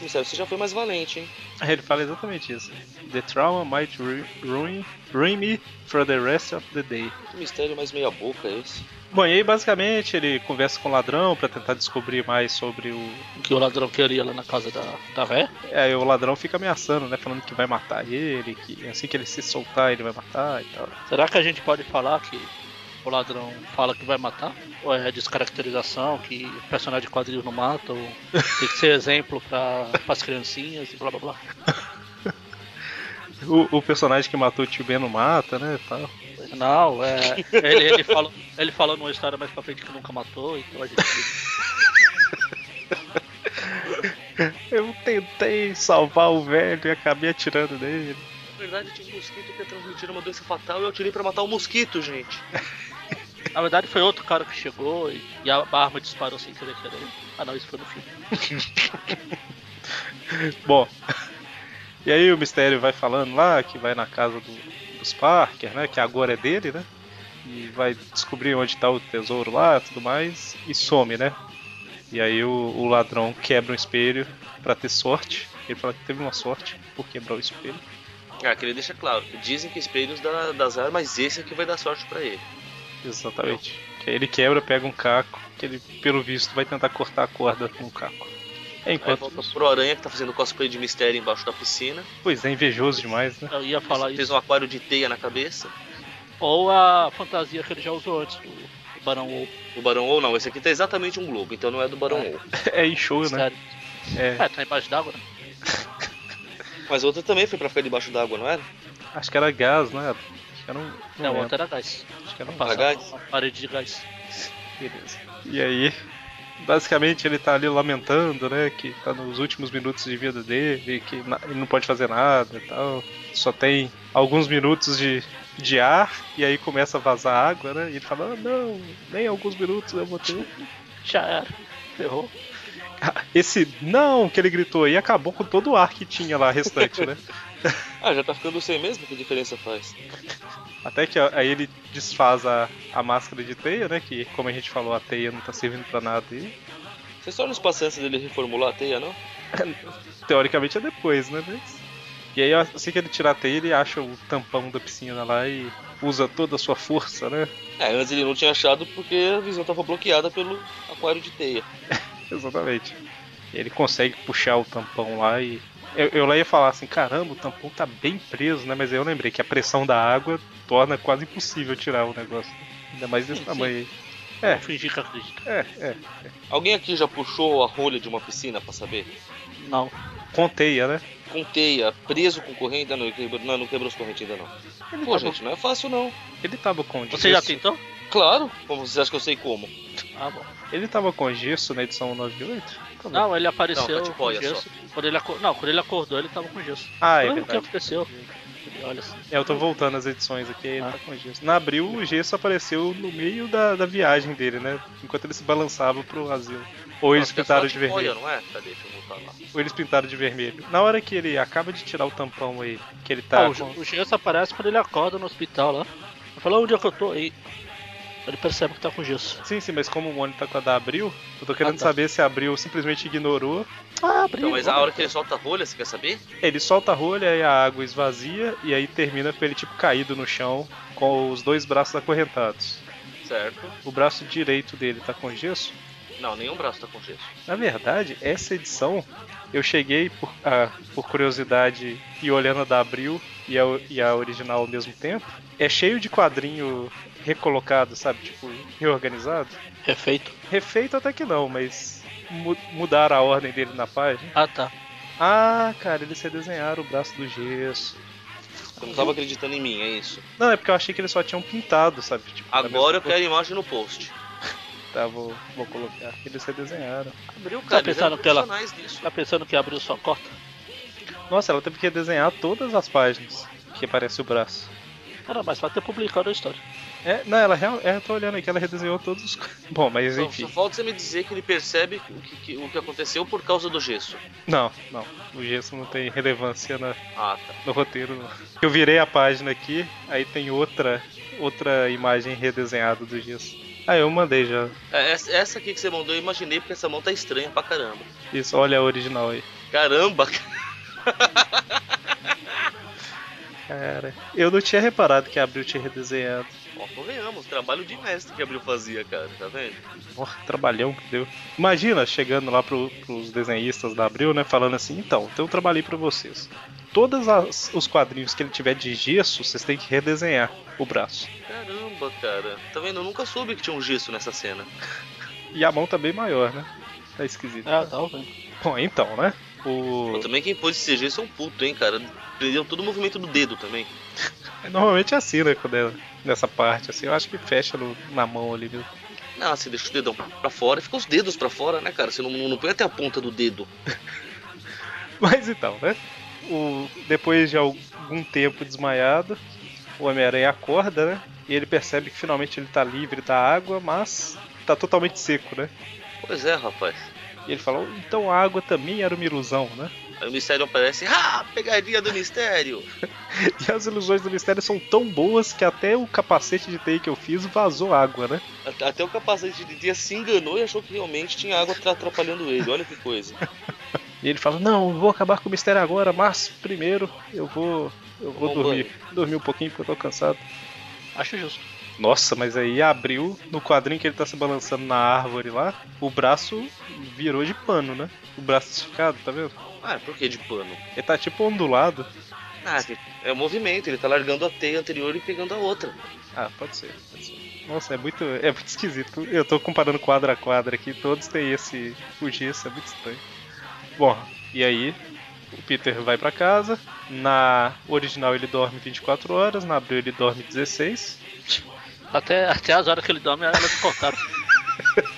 Speaker 4: Mistério, você já foi mais valente, hein?
Speaker 1: Aí ele fala exatamente isso. The trauma might ru- ruin, ruin me for the rest of the day.
Speaker 4: Que mistério mais meia boca é esse?
Speaker 1: Bom, e aí basicamente ele conversa com o ladrão pra tentar descobrir mais sobre o. é,
Speaker 3: Que o ladrão queria lá na casa da, da véia.
Speaker 1: Aí o ladrão fica ameaçando, né? Falando que vai matar ele, que assim que ele se soltar ele vai matar e tal.
Speaker 3: Será que a gente pode falar que o ladrão fala que vai matar? Ou é descaracterização, que personagem de quadrinhos não mata? Ou tem que ser exemplo pra, pras criancinhas e blá blá blá?
Speaker 1: O, o personagem que matou o tio Ben não mata, né? e Tal.
Speaker 3: Não, é. Ele, ele, falou, ele falou numa história mais pra frente que nunca matou, então a gente.
Speaker 1: Eu tentei salvar o velho e acabei atirando nele.
Speaker 4: Na verdade, tinha um mosquito que ia transmitir uma doença fatal e eu tirei pra matar o mosquito, gente.
Speaker 3: Na verdade foi outro cara que chegou e, e a arma disparou sem querer querer. Ah não, isso foi no filme.
Speaker 1: Bom. E aí o mistério vai falando lá que vai na casa do- dos Parker, né? Que agora é dele, né? E vai descobrir onde tá o tesouro lá e tudo mais. E some, né? E aí o, o ladrão quebra um espelho pra ter sorte. Ele fala que teve uma sorte por quebrar o espelho.
Speaker 4: Ah, que ele deixa claro. Dizem que espelhos dá, dá azar, mas esse aqui vai dar sorte pra ele.
Speaker 1: Exatamente. Que aí ele quebra, pega um caco, que ele, pelo visto, vai tentar cortar a corda com o caco. É,
Speaker 4: Aí
Speaker 1: Enquanto.
Speaker 4: volta pro Aranha, que tá fazendo cosplay de mistério embaixo da piscina.
Speaker 1: Pois é, invejoso demais, né?
Speaker 3: Eu ia falar
Speaker 4: Fez
Speaker 3: isso.
Speaker 4: um aquário de teia na cabeça.
Speaker 3: Ou a fantasia que ele já usou antes, do do Barão ou
Speaker 4: Do Barão ou não, esse aqui tá exatamente um globo, então não é do Barão ou.
Speaker 1: É em show, né?
Speaker 3: Mistério.
Speaker 1: É,
Speaker 3: É, tá embaixo d'água, né?
Speaker 4: Mas outra também foi pra ficar debaixo d'água, não era?
Speaker 1: acho que era gás, né? Acho que era um.
Speaker 3: Não,
Speaker 1: lembro.
Speaker 3: outra era gás.
Speaker 1: Acho que era um
Speaker 4: Pra
Speaker 3: Passava
Speaker 4: gás?
Speaker 3: uma parede de gás.
Speaker 1: Beleza. E aí, basicamente ele tá ali lamentando, né? Que tá nos últimos minutos de vida dele, que na- ele não pode fazer nada e tal. Só tem alguns minutos de, de ar, e aí começa a vazar água, né? E ele fala, ah, não, nem alguns minutos eu vou ter.
Speaker 3: Já era. Ferrou.
Speaker 1: Esse não que ele gritou aí acabou com todo o ar que tinha lá restante, né?
Speaker 4: Ah, já tá ficando sem mesmo? Que diferença faz?
Speaker 1: Até que a- aí ele desfaz a, a máscara de teia, né? Que como a gente falou, a teia não tá servindo pra nada aí.
Speaker 4: Vocês só nos passam dele reformular a teia, não?
Speaker 1: Teoricamente é depois, né? Mas... E aí, assim que ele tirar a teia, ele acha o tampão da piscina lá e usa toda a sua força, né?
Speaker 4: É, antes ele não tinha achado porque a visão tava bloqueada pelo aquário de teia.
Speaker 1: Exatamente. E ele consegue puxar o tampão lá e. Eu, eu lá ia falar assim: caramba, o tampão tá bem preso, né? Mas aí eu lembrei que a pressão da água torna quase impossível tirar o negócio. né? Ainda mais desse
Speaker 3: Sim,
Speaker 1: tamanho aí. É.
Speaker 3: É. Vou fingir que acredita.
Speaker 1: É, é.
Speaker 4: Alguém aqui já puxou a rolha de uma piscina pra saber?
Speaker 3: Não.
Speaker 1: Com teia, né?
Speaker 4: Com teia, preso com corrente? Ah, Não, ele quebrou- não, não quebrou as correntes ainda não.
Speaker 1: Ele
Speaker 4: Pô,
Speaker 1: tava,
Speaker 4: gente, não é fácil não.
Speaker 1: ele tava com
Speaker 3: Você já
Speaker 1: gesso-
Speaker 3: tentou?
Speaker 4: Claro, como vocês acham que eu sei como?
Speaker 3: Ah, bom.
Speaker 1: Ele tava com gesso na edição 98? Tá bom.
Speaker 3: Não, ele apareceu
Speaker 4: Não, tá de
Speaker 3: com
Speaker 4: boia
Speaker 3: gesso. Quando ele acor- Não, quando ele acordou, ele tava com gesso.
Speaker 1: Ah, é
Speaker 3: Foi o que
Speaker 1: verdade.
Speaker 3: aconteceu. Ele olha assim.
Speaker 1: É, eu tô voltando as edições aqui, ele
Speaker 3: Ah.
Speaker 1: tá com gesso. Na abril, o gesso apareceu no meio da, da viagem dele, né? Enquanto ele se balançava pro asilo. Ou eles
Speaker 4: Acho que é
Speaker 1: pintaram
Speaker 4: só
Speaker 1: de vermelho.
Speaker 4: boia, não é? Cadê? Deixa eu voltar lá.
Speaker 1: Ou eles pintaram de vermelho. Na hora que ele acaba de tirar o tampão aí, que ele tá.
Speaker 3: Ah, o,
Speaker 1: com-
Speaker 3: Ge- o gesso aparece quando ele acorda no hospital lá. Ele fala, onde é que eu tô? Aí ele percebe que tá com gesso.
Speaker 1: Sim, sim, mas como o Mônio tá com a da Abril, eu tô querendo
Speaker 3: tá.
Speaker 1: saber se a Abril simplesmente ignorou.
Speaker 3: Ah, abriu.
Speaker 4: Então, mas a hora que ele solta a rolha, você quer saber?
Speaker 1: Ele solta a rolha e a água esvazia, e aí termina com ele tipo caído no chão, com os dois braços acorrentados.
Speaker 4: Certo.
Speaker 1: O braço direito dele tá com gesso,
Speaker 4: Não, nenhum braço tá com gesso.
Speaker 1: Na verdade, essa edição eu cheguei por, ah, por curiosidade e olhando a da Abril e a, e a original ao mesmo tempo. É cheio de quadrinho recolocado, sabe? Tipo, reorganizado.
Speaker 3: Refeito.
Speaker 1: Refeito até que não, mas mu mudaram a ordem dele na página.
Speaker 3: Ah, tá.
Speaker 1: Ah, cara, eles redesenharam o braço do gesso.
Speaker 4: Você não tava acreditando em mim, é isso.
Speaker 1: Não, é porque eu achei que eles só tinham pintado, sabe? Tipo, da
Speaker 4: Agora eu
Speaker 1: mesma
Speaker 4: quero imagem no post.
Speaker 1: cor. Tá, vou, vou colocar. Eles redesenharam.
Speaker 4: Abriu, cara.
Speaker 3: Tá
Speaker 4: eles
Speaker 3: pensando
Speaker 4: eram
Speaker 3: que ela-
Speaker 4: profissionais nisso.
Speaker 3: Tá pensando que abriu só corta?
Speaker 1: Nossa, ela teve que redesenhar todas as páginas que aparece o braço.
Speaker 3: Era mais fácil ter publicado a história.
Speaker 1: É, não, ela real, é, eu tô olhando aqui, ela redesenhou todos os. co- Bom, mas
Speaker 4: Só, só
Speaker 1: enfim.
Speaker 4: falta você me dizer que ele percebe o que, que- o que aconteceu por causa do gesso.
Speaker 1: Não, não. O gesso não tem relevância na-
Speaker 4: Ah, tá.
Speaker 1: no roteiro. não. Eu virei a página aqui, aí tem outra outra imagem redesenhada do gesso. Ah, eu mandei já.
Speaker 4: É, essa, essa aqui que você mandou, eu imaginei, porque essa mão tá estranha pra caramba.
Speaker 1: Isso, olha a original aí.
Speaker 4: Caramba, cara.
Speaker 1: Cara, eu não tinha reparado que a Abril tinha redesenhado.
Speaker 4: Ó, convenhamos, trabalho de mestre que Abril fazia, cara, tá vendo?
Speaker 1: Ó, que trabalhão que deu. Imagina chegando lá pro, pros desenhistas da Abril, né? Falando assim: então, tem um trabalho aí pra vocês. Todos os quadrinhos que ele tiver de gesso, vocês têm que redesenhar o braço.
Speaker 4: Caramba, cara. Tá vendo? Eu nunca soube que tinha um gesso nessa cena.
Speaker 1: E a mão tá bem maior, né? Tá esquisito.
Speaker 3: Ah, tá ouvindo.
Speaker 1: Bom, então, né?
Speaker 4: Pô,
Speaker 1: O...
Speaker 4: também quem pôs esse gesso é um puto, hein, cara. Prendeu todo o movimento do dedo também.
Speaker 1: Normalmente é assim, né? Quando é nessa parte, assim, eu acho que fecha no- na mão ali, viu?
Speaker 4: Ah, você deixa o dedão pra fora, fica os dedos pra fora, né, cara? Você não, não põe até a ponta do dedo.
Speaker 1: Mas então, né? O, depois de algum tempo desmaiado, o Homem-Aranha acorda, né? E ele percebe que finalmente ele tá livre da água, mas tá totalmente seco, né?
Speaker 4: Pois é, rapaz.
Speaker 1: E ele fala, então a água também era uma ilusão, né?
Speaker 4: Aí o mistério aparece, ah, pegadinha do mistério.
Speaker 1: E as ilusões do mistério são tão boas que até o capacete de TI que eu fiz vazou água, né?
Speaker 4: At- Até o capacete de dia se enganou e achou que realmente tinha água tra- atrapalhando ele. Olha que coisa.
Speaker 1: E ele fala, não, eu vou acabar com o mistério agora, mas primeiro eu vou. Eu vou
Speaker 4: Bom
Speaker 1: dormir. Dormir um pouquinho porque eu tô cansado.
Speaker 3: Acho justo.
Speaker 1: Nossa, mas aí abriu no quadrinho que ele tá se balançando na árvore lá, o braço virou de pano, né? O braço esticado, tá vendo?
Speaker 4: Ah, por que de pano?
Speaker 1: Ele tá tipo ondulado.
Speaker 4: Ah, que- é o movimento, ele tá largando a teia anterior e pegando a outra.
Speaker 1: Ah, pode ser, pode ser. Nossa, é muito, é muito esquisito. Eu tô comparando quadra a quadra aqui, todos têm esse o gesso, é muito estranho. Bom, e aí o Peter vai pra casa. Na original ele dorme 24 horas, na abril ele dorme 16.
Speaker 3: Até, até as horas que ele dorme, elas cortaram.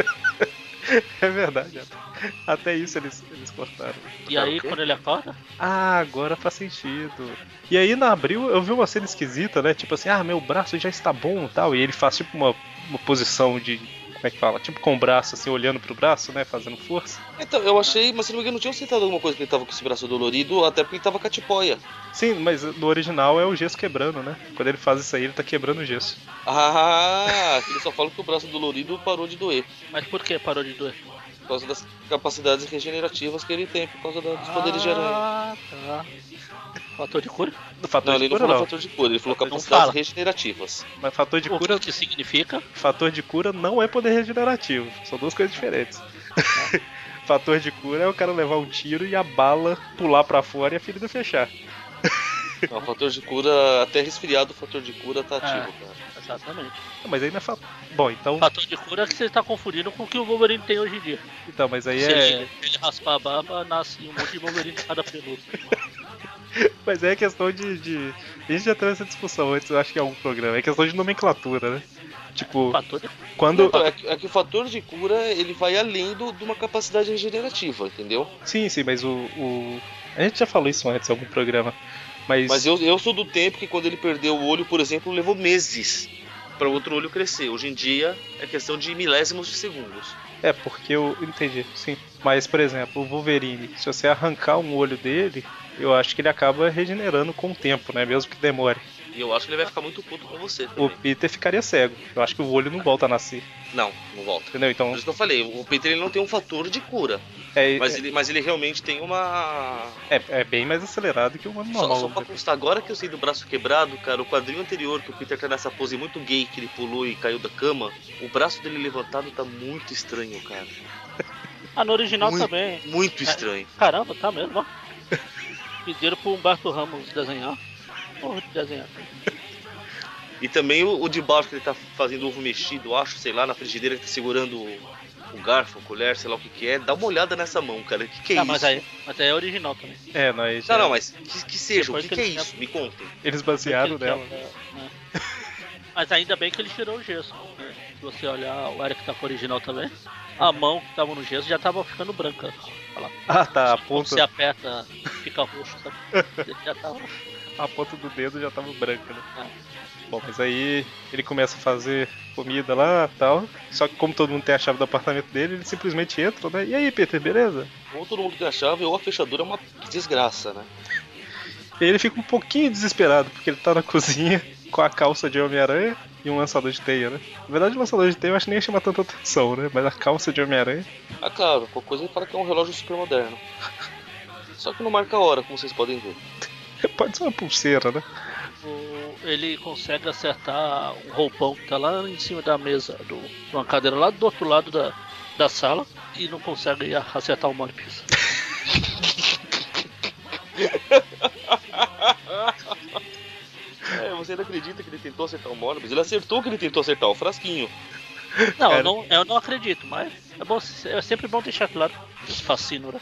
Speaker 1: É verdade, até, até isso eles, eles cortaram.
Speaker 3: E aí,
Speaker 4: o quê?
Speaker 3: quando ele acorda,
Speaker 1: Ah, agora faz sentido. E aí na abril eu vi uma cena esquisita, né? Tipo assim, ah, meu braço já está bom e tal. E ele faz tipo uma, uma posição de. Como é que fala? Tipo com o braço, assim, olhando pro braço, né? Fazendo força.
Speaker 4: Então, eu achei, mas se não me engano, tinham citado alguma coisa que ele tava com esse braço dolorido, até porque ele tava com a tipóia.
Speaker 1: Sim, mas no original é o gesso quebrando, né? Quando ele faz isso aí, ele tá quebrando o gesso.
Speaker 4: Ah, ele só fala que o braço dolorido parou de doer.
Speaker 3: mas por que parou de doer?
Speaker 4: Por causa das capacidades regenerativas que ele tem, por causa da- dos poderes de aranha.
Speaker 3: Ah, tá. Fator de cura?
Speaker 1: No fator
Speaker 4: Não,
Speaker 1: de
Speaker 4: ele não
Speaker 1: cura,
Speaker 4: falou
Speaker 1: não.
Speaker 4: fator de cura, ele falou
Speaker 3: Não
Speaker 4: capacidades
Speaker 3: fala.
Speaker 4: regenerativas.
Speaker 1: Mas fator de
Speaker 3: O
Speaker 1: cura.
Speaker 3: que que significa?
Speaker 1: Fator de cura não é poder regenerativo. São duas coisas diferentes. fator de cura é o cara levar um tiro e a bala pular pra fora e a ferida fechar.
Speaker 4: Não, o fator de cura, até resfriado, o fator de cura tá
Speaker 3: Ah.
Speaker 4: ativo, cara.
Speaker 3: Exatamente.
Speaker 1: Mas aí não é fator. Bom, então.
Speaker 3: Fator de cura é que você está confundindo com o que o Wolverine tem hoje em dia.
Speaker 1: Então, mas aí
Speaker 3: Se
Speaker 1: é.
Speaker 3: ele, se ele raspar a barba, nasce um monte de Wolverine de cada peludo.
Speaker 1: Mas aí é questão de, de- A gente já teve essa discussão antes, eu acho que em algum programa. É questão de nomenclatura, né? Tipo,
Speaker 4: Ah,
Speaker 3: Fator de
Speaker 1: quando.
Speaker 4: Então, é, que, é que o fator de cura, ele vai além do- de uma capacidade regenerativa, entendeu?
Speaker 1: Sim, sim, mas o, o- A gente já falou isso antes em algum programa. Mas.
Speaker 4: Mas eu, eu sou do tempo que quando ele perdeu o olho, por exemplo, levou meses para outro olho crescer. Hoje em dia é questão de milésimos de segundos.
Speaker 1: É, porque eu. Entendi, sim. Mas, por exemplo, o Wolverine, se você arrancar um olho dele, eu acho que ele acaba regenerando com o tempo, né? Mesmo que demore.
Speaker 4: E eu acho que ele vai ficar muito puto com você
Speaker 1: O
Speaker 4: também.
Speaker 1: Peter ficaria cego. Eu acho que o olho não volta a nascer.
Speaker 4: Não, não volta.
Speaker 1: Entendeu? Então.
Speaker 4: Por isso que eu falei, o Peter ele não tem um fator de cura,
Speaker 1: É,
Speaker 4: mas,
Speaker 1: é,
Speaker 4: ele, mas ele realmente tem uma.
Speaker 1: é bem mais acelerado que o humano
Speaker 4: Só, um só
Speaker 1: normal.
Speaker 4: pra constar, agora que eu sei do braço quebrado, cara, o quadrinho anterior que o Peter tá nessa pose muito gay que ele pulou e caiu da cama, o braço dele levantado tá muito estranho, cara.
Speaker 3: Ah, no original
Speaker 4: Muito.
Speaker 3: também.
Speaker 4: Muito estranho.
Speaker 3: Caramba, tá mesmo, ó. Pediram pro Humberto Ramos desenhar. Porra de desenhar.
Speaker 4: E também o, o de baixo que ele tá fazendo ovo mexido, acho, sei lá, na frigideira que tá segurando o, o garfo, a colher, sei lá o que que é. Dá uma olhada nessa mão, cara. O que que é
Speaker 3: ah,
Speaker 4: isso?
Speaker 3: mas aí, mas aí é original também.
Speaker 1: É, nós.
Speaker 4: Não, não, mas que, que seja, o
Speaker 3: Depois
Speaker 4: que,
Speaker 3: que
Speaker 4: que é
Speaker 3: ele-
Speaker 4: isso? Me contem.
Speaker 1: Eles basearam
Speaker 3: Aquele
Speaker 1: nela.
Speaker 3: que é o- é. Mas ainda bem que ele tirou o gesso. porque Se você olhar o Eric tá com o original também, a mão que tava no gesso já tava ficando branca. Olha lá.
Speaker 1: Ah, tá. A
Speaker 3: Quando Você
Speaker 1: ponta,
Speaker 3: aperta, fica roxo, sabe? Já tava.
Speaker 1: a ponta do dedo já tava branca, né?
Speaker 3: Ah.
Speaker 1: Bom, mas aí ele começa a fazer comida lá tal. Só que como todo mundo tem a chave do apartamento dele, ele simplesmente entra, né? E aí, Peter, beleza?
Speaker 4: Ou todo mundo que achava, ou a fechadura é uma desgraça, né?
Speaker 1: E aí ele fica um pouquinho desesperado, porque ele tá na cozinha com a calça de Homem-Aranha e um lançador de teia, né? Na verdade, o lançador de teia eu acho que nem ia chamar tanta atenção, né? Mas a calça de Homem-Aranha.
Speaker 4: Ah, claro, qualquer coisa ele fala que é um relógio super moderno. Só que não marca a hora, como vocês podem ver.
Speaker 1: Pode ser uma pulseira, né?
Speaker 3: o- tipo, ele consegue acertar um roupão que tá lá em cima da mesa, do, de uma cadeira lá do outro lado da, da sala, e não consegue a- acertar o One Piece.
Speaker 4: É, você não acredita que ele tentou acertar o Morbius? Ele acertou que ele tentou acertar o frasquinho.
Speaker 3: Não,
Speaker 1: Cara.
Speaker 3: eu não, eu não acredito, mas é, bom, é sempre bom deixar claro esse fascínio, né?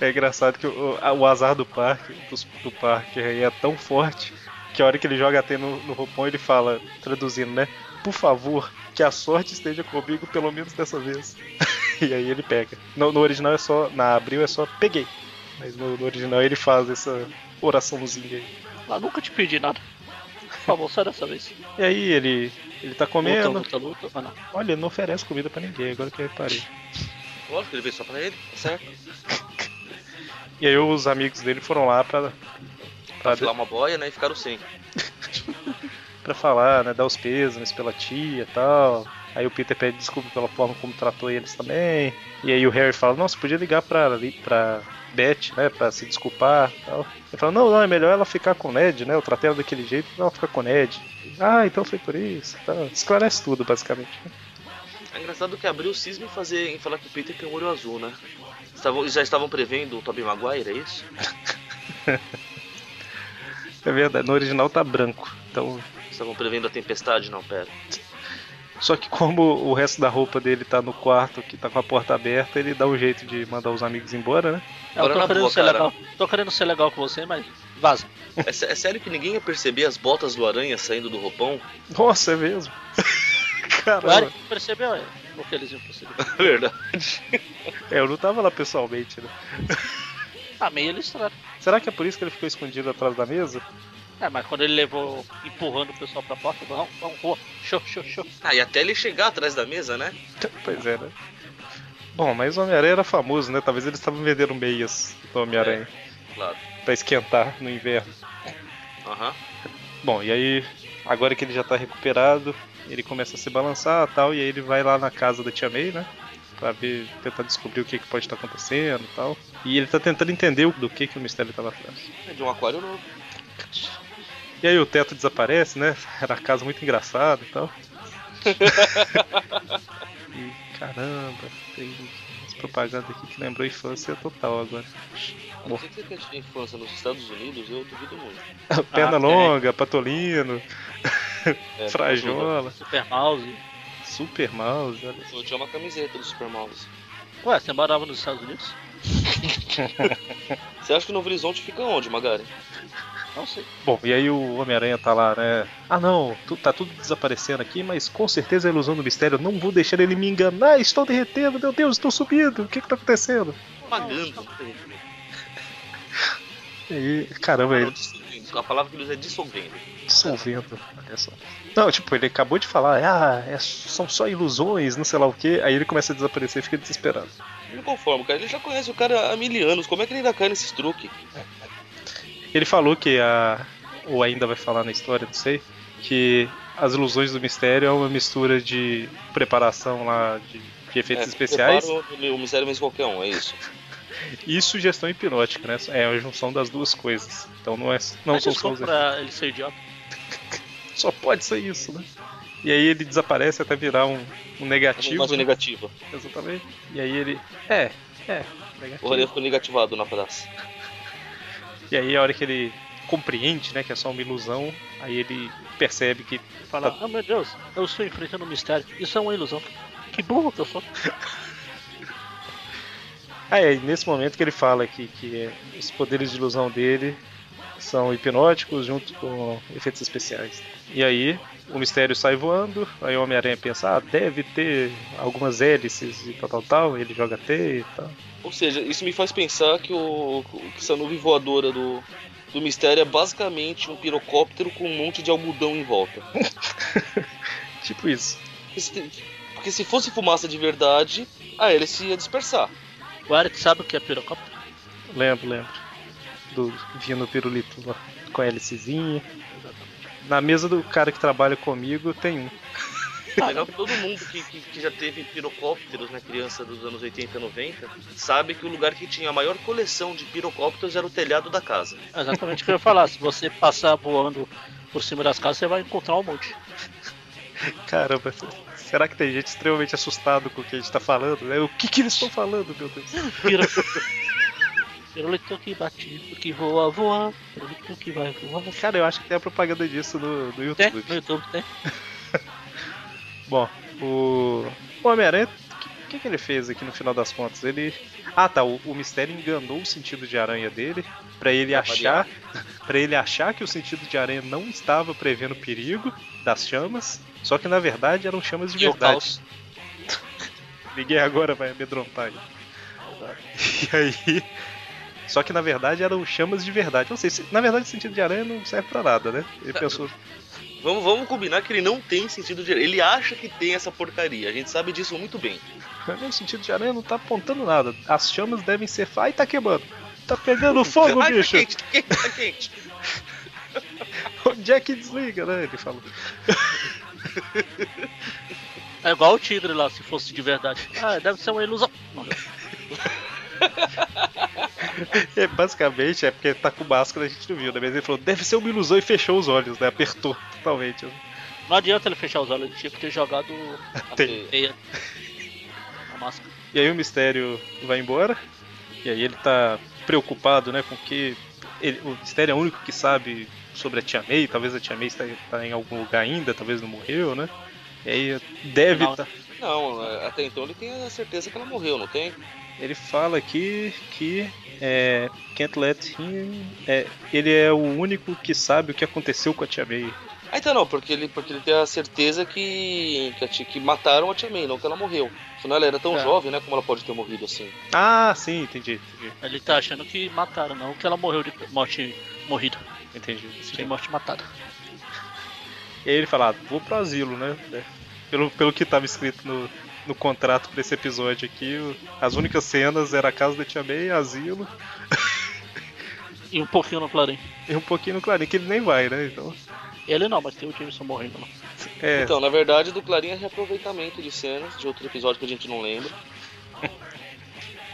Speaker 1: É engraçado que o, a- o azar do parque, dos- do parque aí é tão forte que a hora que ele joga AT no, no roupão ele fala, traduzindo, né? Por favor, que a sorte esteja comigo pelo menos dessa vez. e aí ele pega. No, no original é só. Na abril é só peguei. Mas no, no original ele faz essa oraçãozinha aí.
Speaker 3: Lá nunca te pedi nada. Por favor, sai dessa vez.
Speaker 1: E aí ele. ele tá
Speaker 3: Luta,
Speaker 1: comendo.
Speaker 3: luta, luta, mas não.
Speaker 1: Olha, ele não oferece comida pra ninguém, agora que eu reparei.
Speaker 4: Lógico que ele veio só pra ele, tá certo?
Speaker 1: E aí os amigos dele foram lá pra.
Speaker 4: Pra filar uma boia, né? E ficaram sem.
Speaker 1: Pra falar, né, dar os pêsames pela tia e tal. Aí o Peter pede desculpa pela forma como tratou eles também. E aí o Harry fala, nossa, podia ligar pra, Li- pra Beth, né, pra se desculpar e tal. Ele fala, não, não, é melhor ela ficar com o Ned, né, eu tratei ela daquele jeito, ela fica com o Ned. Ah, então foi por isso e tal. Esclarece tudo, basicamente. né.
Speaker 4: É engraçado que abriu o cisma em, fazer, em falar que o Peter tem um olho azul, né? Estavam, já estavam prevendo o Tobey Maguire, é isso?
Speaker 1: É verdade, no original tá branco. Então,
Speaker 4: Estavam prevendo a tempestade, não, pera.
Speaker 1: só que como o resto da roupa dele tá no quarto, que tá com a porta aberta, ele dá um jeito de mandar os amigos embora, né?
Speaker 3: Eu
Speaker 4: Bora na
Speaker 3: tô querendo
Speaker 4: boa,
Speaker 3: ser
Speaker 4: cara.
Speaker 3: legal. Tô querendo ser legal com você, mas vaza.
Speaker 4: É, sé- é sério que ninguém ia perceber as botas do aranha saindo do roupão?
Speaker 1: Nossa, é mesmo.
Speaker 3: Claro,
Speaker 4: Tá
Speaker 1: Caramba.
Speaker 3: percebeu? É, porque eles iam perceber.
Speaker 4: Verdade.
Speaker 1: É, eu não tava lá pessoalmente, né?
Speaker 3: Ah, meio listrado.
Speaker 1: Será que é por isso que ele ficou escondido atrás da mesa?
Speaker 3: É, mas quando ele levou empurrando o pessoal pra porta, vamos, vamos, rua, show, show, show.
Speaker 4: Ah, e até ele chegar atrás da mesa, né?
Speaker 1: Pois é, né? Bom, mas o Homem-Aranha era famoso, né? Talvez eles estavam vendendo meias do Homem-Aranha
Speaker 4: Claro.
Speaker 1: pra esquentar no inverno.
Speaker 4: Aham.
Speaker 1: Bom, e aí, agora que ele já tá recuperado, ele começa a se balançar e tal, e aí ele vai lá na casa da Tia May, né? Pra ver, tentar descobrir o que, que pode estar acontecendo e tal. E ele tá tentando entender o- do que, que o mistério tava atrás.
Speaker 4: É de um aquário novo.
Speaker 1: E aí o teto desaparece, né? Era a casa muito engraçada e tal. e caramba, tem umas propagandas aqui que lembrou a infância total agora.
Speaker 4: A não ser que você tenha tido infância nos Estados Unidos, eu duvido muito.
Speaker 1: Perna
Speaker 3: tem.
Speaker 1: longa, patolino,
Speaker 4: É,
Speaker 1: frajola,
Speaker 3: Super mouse.
Speaker 1: super mouse, olha.
Speaker 4: Eu tinha uma camiseta do Super Mouse.
Speaker 3: Ué, você morava nos Estados Unidos?
Speaker 4: Você acha que Novo Horizonte fica onde, Magari?
Speaker 3: Não sei.
Speaker 1: Bom, e aí o Homem-Aranha tá lá, né? Ah não, tu- tá tudo desaparecendo aqui, mas com certeza é ilusão do mistério. Eu Não vou deixar ele me enganar, estou derretendo, meu Deus, estou subindo, o que que tá acontecendo?
Speaker 4: Pagando.
Speaker 1: E aí, caramba, ele
Speaker 4: A palavra que ele usa é dissolvendo.
Speaker 1: dissolvendo. Olha só. Não, tipo, ele acabou de falar, ah, é- são só ilusões, não sei lá o que. Aí ele começa a desaparecer e fica desesperado.
Speaker 4: Não me conformo, cara. Ele já conhece o cara há mil anos. Como é que ele ainda cai nesses truques?
Speaker 1: Ele falou que a. Ou ainda vai falar na história, não sei. Que as ilusões do mistério é uma mistura de preparação lá de, de efeitos
Speaker 4: É,
Speaker 1: especiais
Speaker 4: prepara O, o mistério vence qualquer um, é isso.
Speaker 1: e sugestão hipnótica, né? É a junção das duas coisas. Então não é. Não
Speaker 3: Mas
Speaker 1: são só
Speaker 3: desculpa
Speaker 1: os
Speaker 3: pra ele ser idiota.
Speaker 1: efeitos. Só pode ser isso, né? E aí ele desaparece até virar um, um negativo.
Speaker 4: Mas o
Speaker 1: né?
Speaker 4: negativa.
Speaker 1: Exatamente. E aí ele. É, é. negativo.
Speaker 4: O Aranha ficou negativado na praça.
Speaker 1: E aí a hora que ele compreende, né, que é só uma ilusão, aí ele percebe que
Speaker 3: Falar,
Speaker 1: Tá.
Speaker 3: ah, meu Deus, eu estou enfrentando um mistério. Isso é uma ilusão. Que burro que eu sou.
Speaker 1: ah, é nesse momento que ele fala que que é, os poderes de ilusão dele são hipnóticos junto com efeitos especiais. E aí o mistério sai voando, aí o Homem-Aranha pensa, ah, deve ter algumas hélices e tal, tal, tal, ele joga T e tal.
Speaker 4: Ou seja, isso me faz pensar que, o, que essa nuvem voadora do, do mistério é basicamente um pirocóptero com um monte de algodão em volta.
Speaker 1: Tipo isso.
Speaker 4: Porque se- Porque se fosse fumaça de verdade, a hélice ia dispersar.
Speaker 3: O Eric sabe o que é pirocóptero?
Speaker 1: Lembro, lembro. Do vinha no pirulito lá, com a hélicezinha. Na mesa do cara que trabalha comigo tem um.
Speaker 4: Legal que todo mundo que, que, que já teve pirocópteros na criança dos anos 80 e 90 sabe que o lugar que tinha a maior coleção de pirocópteros era o telhado da casa.
Speaker 3: É exatamente o que eu ia falar. Se você passar voando por cima das casas, você vai encontrar um monte.
Speaker 1: Caramba, se- será que tem gente extremamente assustada com o que a gente tá falando? né? O que que eles estão falando, meu Deus?
Speaker 3: Piro... Pirulito que bate, que voa, voa. Pirulito que vai voar.
Speaker 1: Cara, eu acho que tem a propaganda disso no, no
Speaker 3: Tem?
Speaker 1: YouTube.
Speaker 3: No YouTube tem.
Speaker 1: Bom, o, o Homem-Aranha, o que, que, que ele fez aqui no final das contas? Ele. Ah tá, o, o mistério enganou o sentido de aranha dele pra ele achar. para ele achar que o sentido de aranha não estava prevendo o perigo das chamas, só que na verdade eram chamas de
Speaker 3: E o
Speaker 1: verdade.
Speaker 3: caos.
Speaker 1: Ninguém agora vai amedrontar ele. E aí. Só que na verdade eram chamas de verdade. Ou seja, se- na verdade o sentido de aranha não serve pra nada, né? Ele pensou.
Speaker 4: Vamos, vamos combinar que ele não tem sentido de. Ele acha que tem essa porcaria. A gente sabe disso muito bem.
Speaker 1: Meu sentido de aranha não tá apontando nada. As chamas devem ser. Ai, tá queimando. Tá pegando fogo,
Speaker 4: Ai,
Speaker 1: bicho.
Speaker 4: Tá quente, tá quente, tá quente.
Speaker 1: Onde é que desliga, né? Ele falou.
Speaker 3: É igual o tigre lá, se fosse de verdade. Ah, deve ser uma ilusão.
Speaker 1: É, basicamente é porque tá com máscara, a gente não viu, né? Mas ele falou, deve ser uma ilusão e fechou os olhos, né? Apertou totalmente.
Speaker 3: Não adianta ele fechar os olhos, ele tinha que ter jogado a
Speaker 1: Tem.
Speaker 3: teia. A máscara.
Speaker 1: E aí o mistério vai embora. E aí ele tá preocupado, né? Com que. ele- o mistério é o único que sabe sobre a Tia May. Talvez a Tia May está, tá em algum lugar ainda, talvez não morreu, né? E aí deve
Speaker 3: Não.
Speaker 1: tá-
Speaker 4: Não, até então ele tem a certeza que ela morreu, não tem?
Speaker 1: Ele fala aqui que é, Can't Let Him. é, ele é o único que sabe o que aconteceu com a Tia May.
Speaker 4: Ah, então não, porque ele, porque ele tem a certeza que, que, a tia- que mataram a Tia May, não que ela morreu. Afinal, ela era tão
Speaker 1: É.
Speaker 3: Tá.
Speaker 4: jovem, né? Como ela pode ter morrido assim?
Speaker 1: Ah, sim, entendi, entendi.
Speaker 3: Ele tá achando que mataram, não que ela morreu de morte morrida.
Speaker 1: entendi.
Speaker 3: De
Speaker 1: Sim.
Speaker 3: morte matada.
Speaker 1: E aí ele fala, ah, vou pro asilo, né? Pelo, pelo que tava escrito no, no contrato pra esse episódio aqui, o- as únicas cenas era a casa da Tia May, asilo
Speaker 3: E um pouquinho no Clarim.
Speaker 1: e um pouquinho no Clarim, que ele nem vai, né? Então,
Speaker 3: Ele não, mas tem o Jameson morrendo lá.
Speaker 1: é,
Speaker 4: Então, na verdade, do Clarim é reaproveitamento de cenas de outro episódio que a gente não lembra.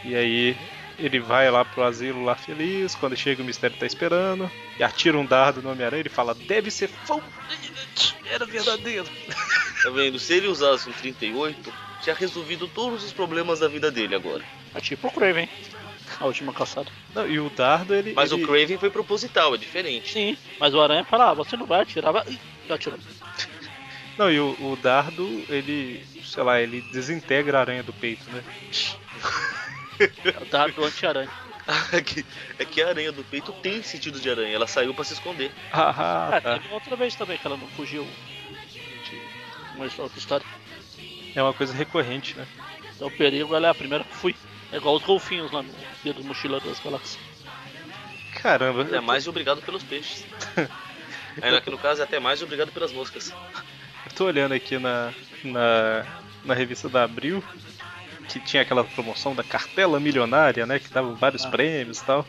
Speaker 1: E aí ele vai lá pro asilo lá feliz, quando chega o mistério tá esperando, e atira um dardo no Homem-Aranha, ele fala, deve ser fogo.
Speaker 3: Era verdadeiro.
Speaker 4: Tá vendo? Se ele usasse um 38, tinha resolvido todos os problemas da vida dele agora.
Speaker 3: É tipo o Craven. A última caçada.
Speaker 1: Não, e o dardo ele.
Speaker 4: Mas
Speaker 1: ele-
Speaker 4: o Craven foi proposital, é diferente.
Speaker 3: Sim, mas o Aranha fala, ah, você não vai atirar, vai. Ih, Já atirou.
Speaker 1: Não, e o, o dardo, ele. sei lá, ele desintegra a aranha do peito, né?
Speaker 3: É o dado do anti-aranha.
Speaker 4: É que- é que a aranha do peito tem sentido de aranha, ela saiu pra se esconder.
Speaker 1: Ah,
Speaker 3: Ah,
Speaker 1: tá.
Speaker 3: teve outra vez também que ela não fugiu. Uma histó- outra história.
Speaker 1: É uma coisa recorrente, né?
Speaker 3: Então o perigo ela é a primeira que fui. É igual os golfinhos lá no Dia do Mochila das Galáxias.
Speaker 1: Caramba,
Speaker 4: É mais obrigado pelos peixes. Ainda que no caso é até mais obrigado pelas moscas.
Speaker 1: eu tô olhando aqui na, na, na revista da Abril, que tinha aquela promoção da cartela milionária, né? Que dava vários
Speaker 3: Ah.
Speaker 1: prêmios e tal.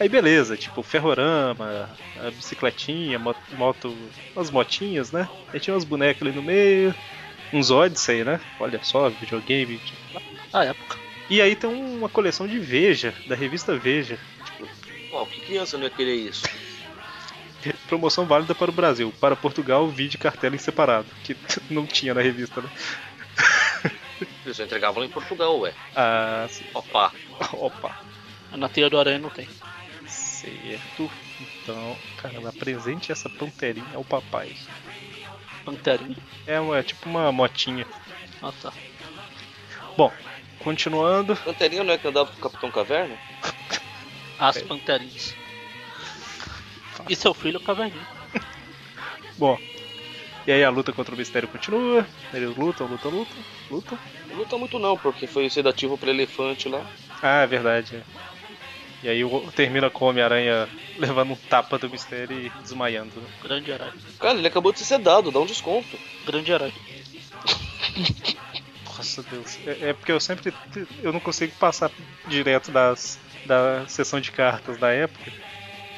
Speaker 1: Aí beleza, tipo ferrorama, a bicicletinha, mo- moto, umas motinhas, né? Aí tinha umas bonecas ali no meio, uns Odyssey, né? Olha só, videogame de
Speaker 3: Na época.
Speaker 1: E aí tem um, uma coleção de Veja, da revista Veja.
Speaker 4: Uau, que criança não ia querer isso?
Speaker 1: Promoção válida para o Brasil. Para Portugal, vídeo e cartela em separado. Que não tinha na revista, né?
Speaker 4: Eles só entregavam lá em Portugal, ué.
Speaker 1: Ah, sim.
Speaker 4: Opa.
Speaker 1: opa.
Speaker 3: Na teia do aranha não tem.
Speaker 1: Certo. Então, caramba, apresente essa panterinha ao papai.
Speaker 3: Panterinha.
Speaker 1: É, uma, é tipo uma motinha.
Speaker 3: Ah tá.
Speaker 1: Bom, continuando.
Speaker 4: Lanterninha não é que andava com o Capitão Caverna?
Speaker 3: As
Speaker 1: Ok.
Speaker 3: panterinhas. E seu filho caverninho.
Speaker 1: Bom. E aí a luta contra o mistério continua. Eles lutam, lutam, lutam, lutam.
Speaker 4: Não luta muito não, porque foi o sedativo pra elefante lá.
Speaker 1: Ah, é verdade. é. E aí o- termina com o Homem-Aranha levando um tapa do mistério e desmaiando. né?
Speaker 3: Grande aranha.
Speaker 4: Cara, ele acabou de ser sedado, dá um desconto.
Speaker 3: Grande aranha.
Speaker 1: Nossa Deus. É, é porque eu sempre. Eu não consigo passar direto das, da sessão de cartas da época.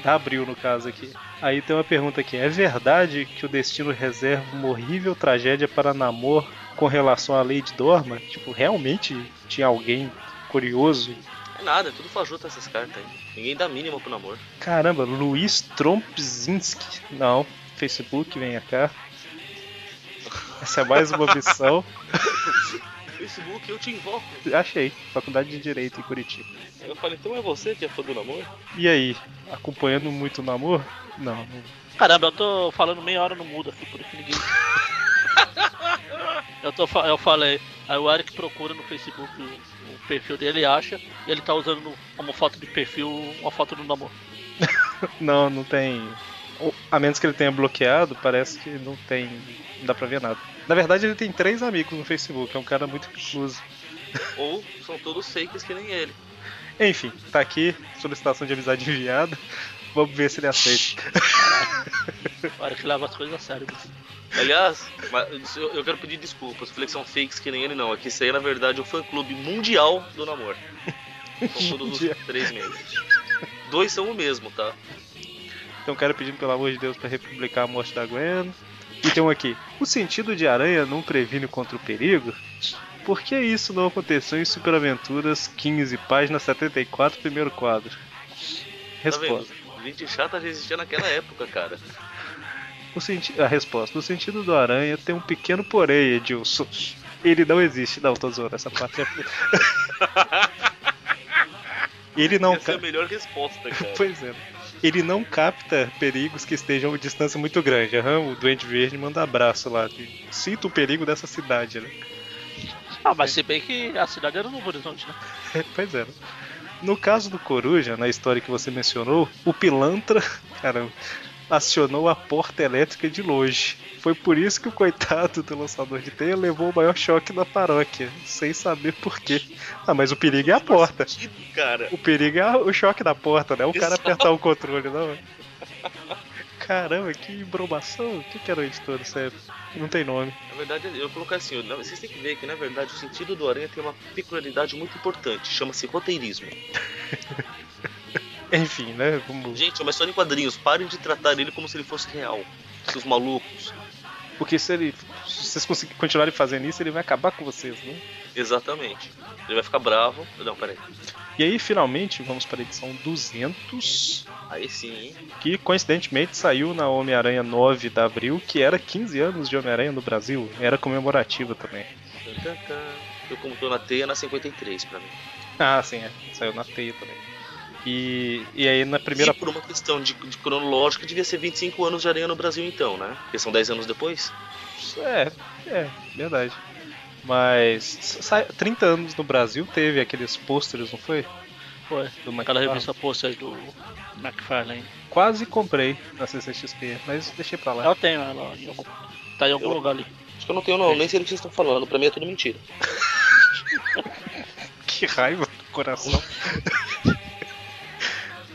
Speaker 1: da Abril, no caso aqui. Aí tem uma pergunta aqui: é verdade que o destino reserva uma horrível tragédia para Namor com relação à Lady Dorma? Tipo, realmente tinha alguém curioso?
Speaker 4: É nada, é tudo fajuta essas cartas aí. Ninguém dá mínima pro namoro.
Speaker 1: Caramba, Luiz Trompzinski. Não, Facebook, venha cá. Essa é mais uma missão.
Speaker 4: Facebook, eu te invoco.
Speaker 1: Achei, Faculdade de Direito em Curitiba.
Speaker 4: Eu falei, então é você que é fã do namoro?
Speaker 1: E aí, acompanhando muito o namoro? Não, não.
Speaker 3: Caramba, eu tô falando meia hora no mudo aqui, por isso que ninguém. eu, tô, fa- eu falei, aí o Eric procura no Facebook o, o perfil dele, acha, e ele tá usando no- como foto de perfil uma foto do namoro.
Speaker 1: Não, não tem. Ou, A menos que ele tenha bloqueado, parece que não tem. Não dá pra ver nada. Na verdade, ele tem três amigos no Facebook, é um cara muito recluso.
Speaker 4: Ou são todos fakes que nem ele.
Speaker 1: Enfim, tá aqui, solicitação de amizade enviada. Vamos ver se ele aceita.
Speaker 3: O Eric leva as coisas a sério. bicho.
Speaker 4: Aliás, mas eu eu quero pedir desculpas. Eu falei que são fakes que nem ele, não. É que isso aí é, na verdade, o fã-clube mundial do namoro. São todos
Speaker 1: Mundial.
Speaker 4: os três membros. Dois são o mesmo, tá?
Speaker 1: Tem um cara pedindo, pelo amor de Deus, pra republicar a morte da Gwen. E tem um aqui. O sentido de aranha não previne contra o perigo? Por que isso não aconteceu em Super Aventuras 15, página 74, primeiro quadro? Resposta.
Speaker 4: Tá vendo? Gente chata já existia naquela época, cara.
Speaker 1: O senti- A resposta. O sentido do aranha tem um pequeno porém, Edilson. Ele não existe. Não, tô zoando. Essa parte é... Ele não...
Speaker 4: Essa é a
Speaker 1: Ca...
Speaker 4: melhor resposta, cara.
Speaker 1: Pois é. Ele não capta perigos que estejam a distância muito grande. Aham, o Duende Verde manda abraço lá. de- Sinta o perigo dessa cidade, né?
Speaker 3: Ah, mas se bem que a cidade era no Novo Horizonte, né?
Speaker 1: Pois é. No caso do Coruja, na história que você mencionou, o pilantra, caramba, acionou a porta elétrica de longe. Foi por isso que o coitado do lançador de teia levou o maior choque na paróquia, sem saber porquê. Ah, mas o perigo é a porta.
Speaker 4: Sentido, cara.
Speaker 1: O perigo é a- o choque da porta, né? O cara apertar o controle, não. Caramba, que embromação. O que que era o editor dessa época? Não tem nome.
Speaker 4: Na verdade, eu vou colocar assim, na- vocês têm que ver que, na verdade, o sentido do aranha tem uma peculiaridade muito importante, chama-se roteirismo.
Speaker 1: Enfim, né? Vamos...
Speaker 4: Gente, é uma história em quadrinhos, parem de tratar ele como se ele fosse real. Seus malucos.
Speaker 1: Porque se ele. Se vocês consegui- continuarem fazendo isso, ele vai acabar com vocês, né?
Speaker 4: Exatamente. Ele vai ficar bravo. Não, peraí.
Speaker 1: E aí, finalmente, vamos para a edição 200,
Speaker 4: Aí sim, hein?
Speaker 1: que coincidentemente saiu na Homem-Aranha 9 de abril, que era 15 anos de Homem-Aranha no Brasil. Era comemorativa também.
Speaker 4: Tantantã. Eu como tô na teia na 53 pra mim.
Speaker 1: Ah, sim, é. saiu na teia também. E, e aí, na primeira.
Speaker 4: E por uma questão de, de cronológica, devia ser 25 anos de aranha no Brasil então, né? Porque são 10 anos depois.
Speaker 1: É, é, verdade. Mas. sa- 30 anos no Brasil teve aqueles pôsteres, não foi?
Speaker 3: Foi.
Speaker 1: Do
Speaker 3: Aquela
Speaker 1: McFarlane.
Speaker 3: revista posta do McFarlane.
Speaker 1: Ah, Quase comprei na CCXP, mas deixei pra lá.
Speaker 3: Eu tenho ela em algum. Tá em algum
Speaker 4: Eu-
Speaker 3: lugar ali.
Speaker 4: Acho que eu não tenho, não. Nem sei do que vocês estão falando. Pra mim é tudo mentira.
Speaker 1: Que raiva do coração.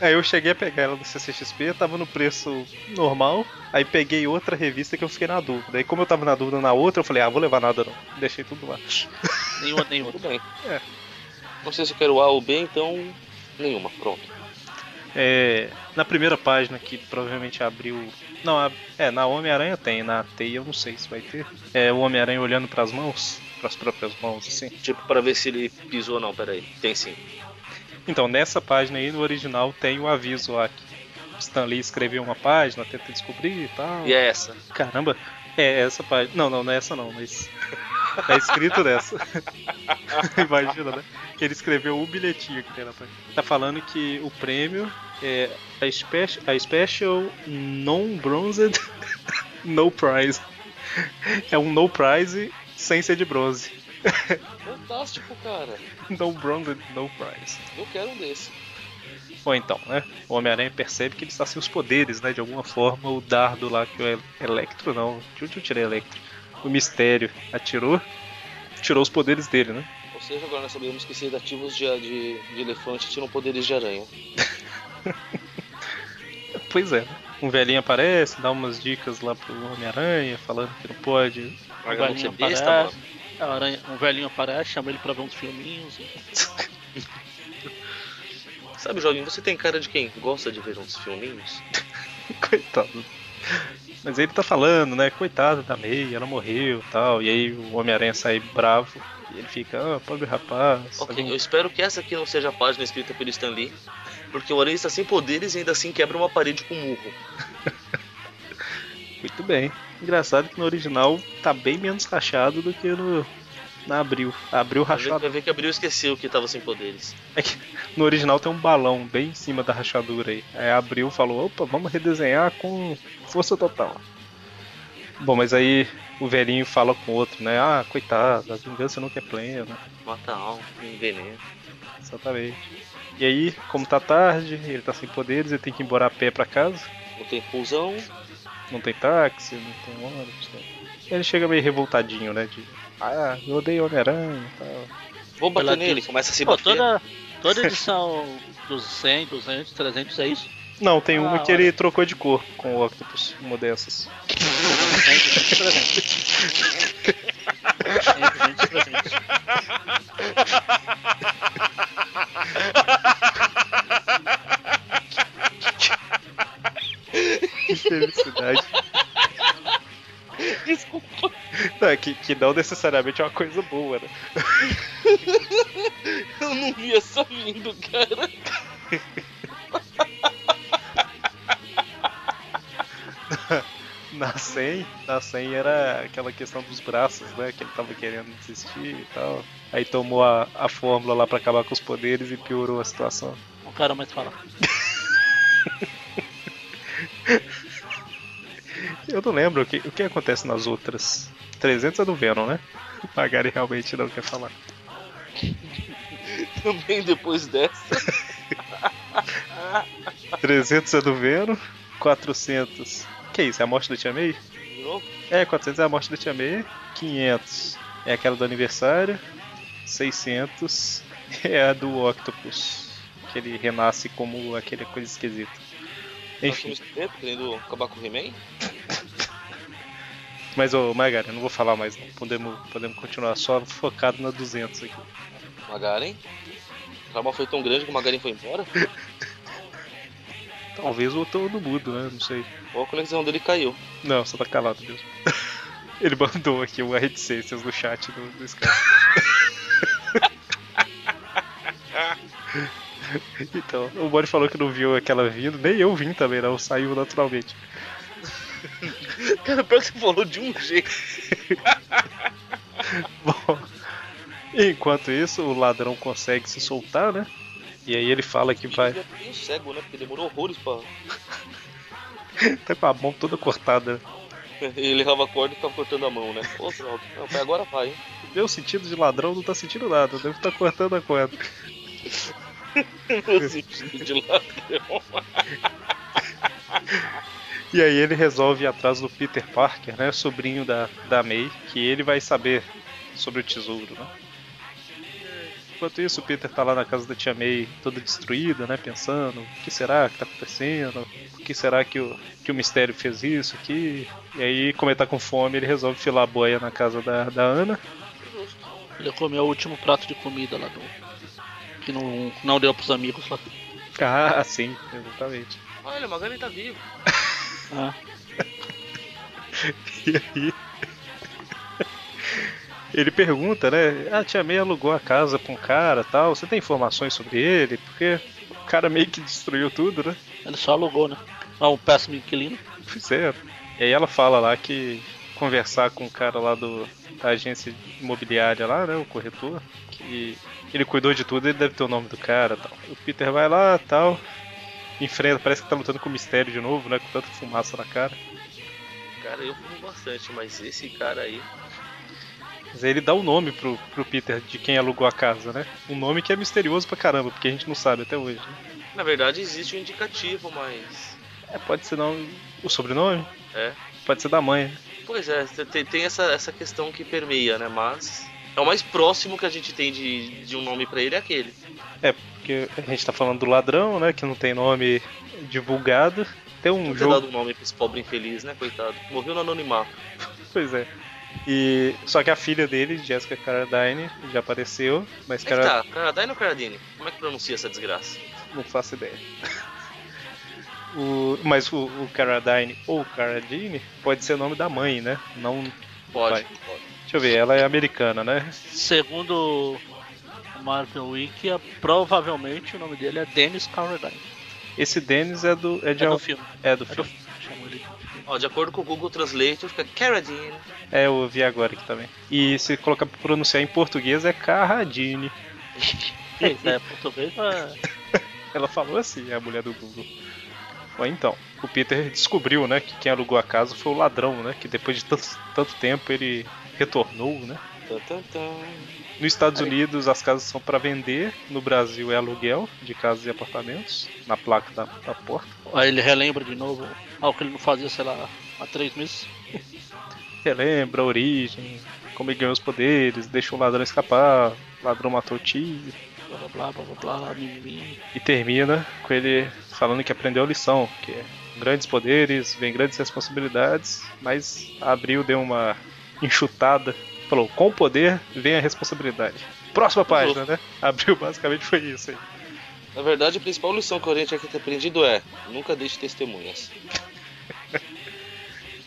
Speaker 1: Aí É, eu cheguei a pegar ela do CCXP, tava no preço normal, aí peguei outra revista que eu fiquei na dúvida. Aí como eu tava na dúvida na outra, eu falei, ah, vou levar nada não. Deixei tudo lá.
Speaker 3: Nenhuma, nem outra.
Speaker 4: Tudo bem.
Speaker 1: É.
Speaker 4: Não sei se eu quero A ou B, então. Nenhuma, pronto.
Speaker 1: É, na primeira página que provavelmente abriu. Não, a- é, na Homem-Aranha tem, na Teia eu não sei se vai ter. É o Homem-Aranha olhando pras mãos, pras próprias mãos, assim.
Speaker 4: Tipo, pra ver se ele pisou ou não, peraí. Tem sim.
Speaker 1: Então, nessa página aí, no original, tem o aviso lá que Stan Lee escreveu uma página, tenta descobrir e tal.
Speaker 4: E é essa.
Speaker 1: Caramba, é essa página. Não, não, não é essa não, mas. Tá escrito nessa. Imagina, né? Ele escreveu o bilhetinho que tem na página. Tá falando que o prêmio é a, spe- a Special Non-Bronzed No Prize. É um No Prize sem ser de bronze.
Speaker 4: Fantástico, cara.
Speaker 1: No Bronzed No Prize.
Speaker 4: Eu quero um desse.
Speaker 1: Ou então, né? O Homem-Aranha percebe que ele está sem os poderes, né? De alguma forma, o dardo lá que o El- Electro, não. De onde eu tirei Electro? O Mistério atirou. Tirou os poderes dele, né?
Speaker 4: Ou seja, agora nós sabemos que sedativos de, de, de elefante tiram poderes de aranha.
Speaker 1: Pois é. Um velhinho aparece, dá umas dicas lá pro Homem-Aranha, falando que não pode.
Speaker 3: Um
Speaker 4: Agora você é
Speaker 3: velhinho
Speaker 4: besta,
Speaker 3: aparece,
Speaker 4: mano.
Speaker 3: a aranha, um velhinho aparece, chama ele pra ver uns filminhos.
Speaker 4: Sabe, jovem, você tem cara de quem gosta de ver uns filminhos?
Speaker 1: Coitado. Mas ele tá falando, né? Coitada da May, ela morreu e tal. E aí o Homem-Aranha sai bravo. E ele fica, ah, pobre rapaz. tá
Speaker 4: Ok,
Speaker 1: algum-
Speaker 4: eu espero que essa aqui não seja a página escrita pelo Stan Lee, porque o Aranha está sem poderes e ainda assim quebra uma parede com um murro.
Speaker 1: Muito bem. Engraçado que no original tá bem menos rachado do que no. Na abril. Abril
Speaker 4: Vai ver,
Speaker 1: rachado.
Speaker 4: vai ver que abriu e esqueceu que estava sem poderes.
Speaker 1: É que no original tem um balão bem em cima da rachadura aí. Aí abriu e falou, opa, vamos redesenhar com força total. Bom, mas aí o velhinho fala com o outro, né? Ah, coitado, a vingança nunca é plena.
Speaker 4: Mata a alma, envenena.
Speaker 1: Exatamente. E aí, como tá tarde, ele tá sem poderes, ele tem que ir embora a pé pra casa.
Speaker 4: Não tem pulsão,
Speaker 1: Não tem táxi, não tem ônibus. Tá? Ele chega meio revoltadinho, né? De, ah, eu odeio Homem-Aranha e tal.
Speaker 4: vou bater
Speaker 3: Pela
Speaker 4: nele,
Speaker 3: Deus.
Speaker 4: começa a se
Speaker 3: Pô,
Speaker 4: bater.
Speaker 3: toda, toda edição dos 100, 200, 300 é isso?
Speaker 1: Não, tem uma
Speaker 3: Ah,
Speaker 1: que
Speaker 3: olha.
Speaker 1: ele trocou de cor com o Octopus, uma dessas.
Speaker 3: 100, 200, 300. 100, 200, 300.
Speaker 1: Que felicidade. Desculpa. Não, é que, que não necessariamente é uma coisa boa, né?
Speaker 4: Eu não vi essa vindo, cara.
Speaker 1: Na 100, na 100 era aquela questão dos braços, né? Que ele tava querendo desistir e tal. Aí tomou a, a fórmula lá pra acabar com os poderes e piorou a situação.
Speaker 3: Não quero Um mais falar.
Speaker 1: Eu não lembro o que, o que acontece nas outras. 300 é do Venom, né? O Magari realmente não quer falar.
Speaker 4: Também depois dessa.
Speaker 1: 300 é do Venom, 400. Que isso? É a morte do Tia May?
Speaker 4: De novo?
Speaker 1: É, 400 é a morte da Tia May, 500 é aquela do aniversário, 600 é a do Octopus, que ele renasce como aquele coisa esquisita.
Speaker 4: Nós
Speaker 1: Enfim,
Speaker 4: somos espertos, querendo acabar com o He-Man?
Speaker 1: mas ô Magari, eu não vou falar mais, não. podemos, podemos continuar só focado na 200 aqui.
Speaker 4: Magaren? O trabalho foi tão grande que o Magaren foi embora?
Speaker 1: Talvez o todo mudo, né? Não sei.
Speaker 4: Ou a conexão dele caiu.
Speaker 1: Não, só tá calado mesmo. Ele mandou aqui um uma reticências no chat do, do Skype. então, o Bonnie falou que não viu aquela vindo, nem eu vim também, não, saiu naturalmente.
Speaker 4: Cara, pior que você falou de um jeito.
Speaker 1: Bom, enquanto isso, o ladrão consegue se soltar, né? E aí ele fala que vai.
Speaker 4: Ele é meio cego, né? Porque demorou horrores pra.
Speaker 1: Tá com a mão toda cortada.
Speaker 4: Ele errava a corda e ficava cortando a mão, né? Ô, droga. Não, mas agora vai, hein?
Speaker 1: Meu sentido de ladrão não tá sentindo nada, deve estar cortando a corda.
Speaker 4: Meu sentido de ladrão.
Speaker 1: E aí ele resolve ir atrás do Peter Parker, né? Sobrinho da, da May, que ele vai saber sobre o tesouro, né? Enquanto isso, o Peter tá lá na casa da tia May, toda destruída, né? Pensando, o que será que tá acontecendo? Por que será que o, que o mistério fez isso aqui? E aí, como ele tá com fome, ele resolve filar a boia na casa da, da Ana.
Speaker 3: Ele comeu o último prato de comida lá do. Que não, não deu pros amigos lá.
Speaker 1: Ah, sim, exatamente.
Speaker 4: Olha, o Magaren tá vivo.
Speaker 3: Ah,
Speaker 1: E aí. Ele pergunta, né? Ah, tia May alugou a casa pra um cara tal. Você tem informações sobre ele? Porque o cara meio que destruiu tudo, né?
Speaker 3: ele só alugou, né? É um péssimo inquilino.
Speaker 1: Pois é. E aí ela fala lá que conversar com o cara lá do, da agência imobiliária lá, né? O corretor, que ele cuidou de tudo, ele deve ter o nome do cara tal. O Peter vai lá tal. Enfrenta, parece que tá lutando com o mistério de novo, né? Com tanta fumaça na cara.
Speaker 4: Cara, eu fumo bastante, mas esse cara aí.
Speaker 1: Mas aí ele dá o nome pro, pro Peter de quem alugou a casa, né? Um nome que é misterioso pra caramba, porque a gente não sabe até hoje. Né?
Speaker 4: Na verdade, existe um indicativo, mas.
Speaker 1: É, pode ser não o sobrenome?
Speaker 4: É.
Speaker 1: Pode ser da mãe. né?
Speaker 4: Pois é, te- te- tem essa, essa questão que permeia, né? Mas. É o mais próximo que a gente tem de, de um nome pra ele é aquele.
Speaker 1: É, porque a gente tá falando do ladrão, né? Que não tem nome divulgado. Tem um
Speaker 4: Não ter
Speaker 1: jogo.
Speaker 4: dado um nome pra esse pobre infeliz, né, coitado? Morreu no anonimato.
Speaker 1: Pois é. E, só que a filha dele, Jessica Carradine, já apareceu, mas
Speaker 4: Como é que
Speaker 1: cara,
Speaker 4: tá? Caradine ou Caradine? Como é que pronuncia essa desgraça?
Speaker 1: não faço ideia. O, mas o, o Carradine ou Carradine pode ser o nome da mãe, né? Não,
Speaker 4: Pode.
Speaker 1: Vai.
Speaker 4: pode.
Speaker 1: deixa eu ver, ela é americana, né?
Speaker 3: Segundo o Marvel Wiki, é- provavelmente o nome dele é Dennis Carradine.
Speaker 1: Esse Dennis é do é de
Speaker 3: É
Speaker 1: al-
Speaker 3: do filme.
Speaker 1: é do
Speaker 3: É do
Speaker 1: filme.
Speaker 3: filme. Chamou ele.
Speaker 4: Ó, de acordo com o Google Translate, fica Caradine.
Speaker 1: É, eu vi agora aqui também. E se colocar pra pronunciar em português é Carradine.
Speaker 3: Eita, é português, mas...
Speaker 1: Ela falou assim, a mulher do Google. Ou então, o Peter descobriu, né, que quem alugou a casa foi o ladrão, né? Que depois de tanto, tanto tempo ele retornou, né?
Speaker 4: Tan, tan, tan.
Speaker 1: Nos Estados Unidos as casas são para vender, no Brasil é aluguel de casas e apartamentos, na placa da, da porta.
Speaker 3: Aí ele relembra de novo algo que ele não fazia, sei lá, há três meses.
Speaker 1: Relembra a origem, como ele ganhou os poderes, deixou o ladrão escapar, o ladrão matou o tio.
Speaker 3: Blá blá blá blá blá, blá mimimi.
Speaker 1: E termina com ele falando que aprendeu a lição, que é grandes poderes, vem grandes responsabilidades, mas abriu, deu uma enxutada, falou, com o poder vem a responsabilidade. Próxima página, né? Abriu basicamente foi isso aí.
Speaker 4: Na verdade, a principal lição que o Oriente aqui tem aprendido é: nunca deixe testemunhas.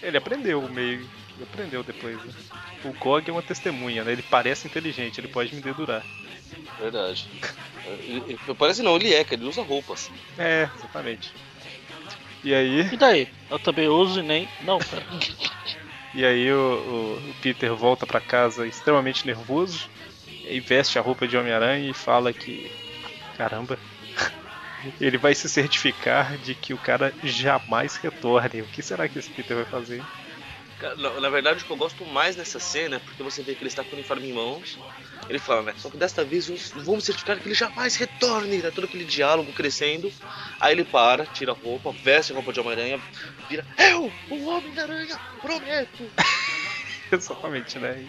Speaker 1: Ele aprendeu o meio. Ele aprendeu depois. Né? O Gog é uma testemunha, né? Ele parece inteligente, ele pode me dedurar.
Speaker 4: Verdade. Ele- ele- parece não, ele é, cara, ele usa roupas.
Speaker 1: É, exatamente. E aí,
Speaker 3: E daí? Eu também uso e nem. Não, cara.
Speaker 1: e aí o, o- o Peter volta pra casa extremamente nervoso e veste a roupa de Homem-Aranha e fala que. Caramba! Ele vai se certificar de que o cara jamais retorne. O que será que esse Peter vai fazer?
Speaker 4: Cara, Na, na verdade, o que eu gosto mais nessa cena é porque você vê que ele está com o uniforme em mãos. Ele fala, né? Só que desta vez vamos- vamos certificar que ele jamais retorne. Tá todo aquele diálogo crescendo. Aí ele para, tira a roupa, veste a roupa de Homem-Aranha, vira: Eu, o Homem-Aranha, prometo.
Speaker 1: Exatamente, né?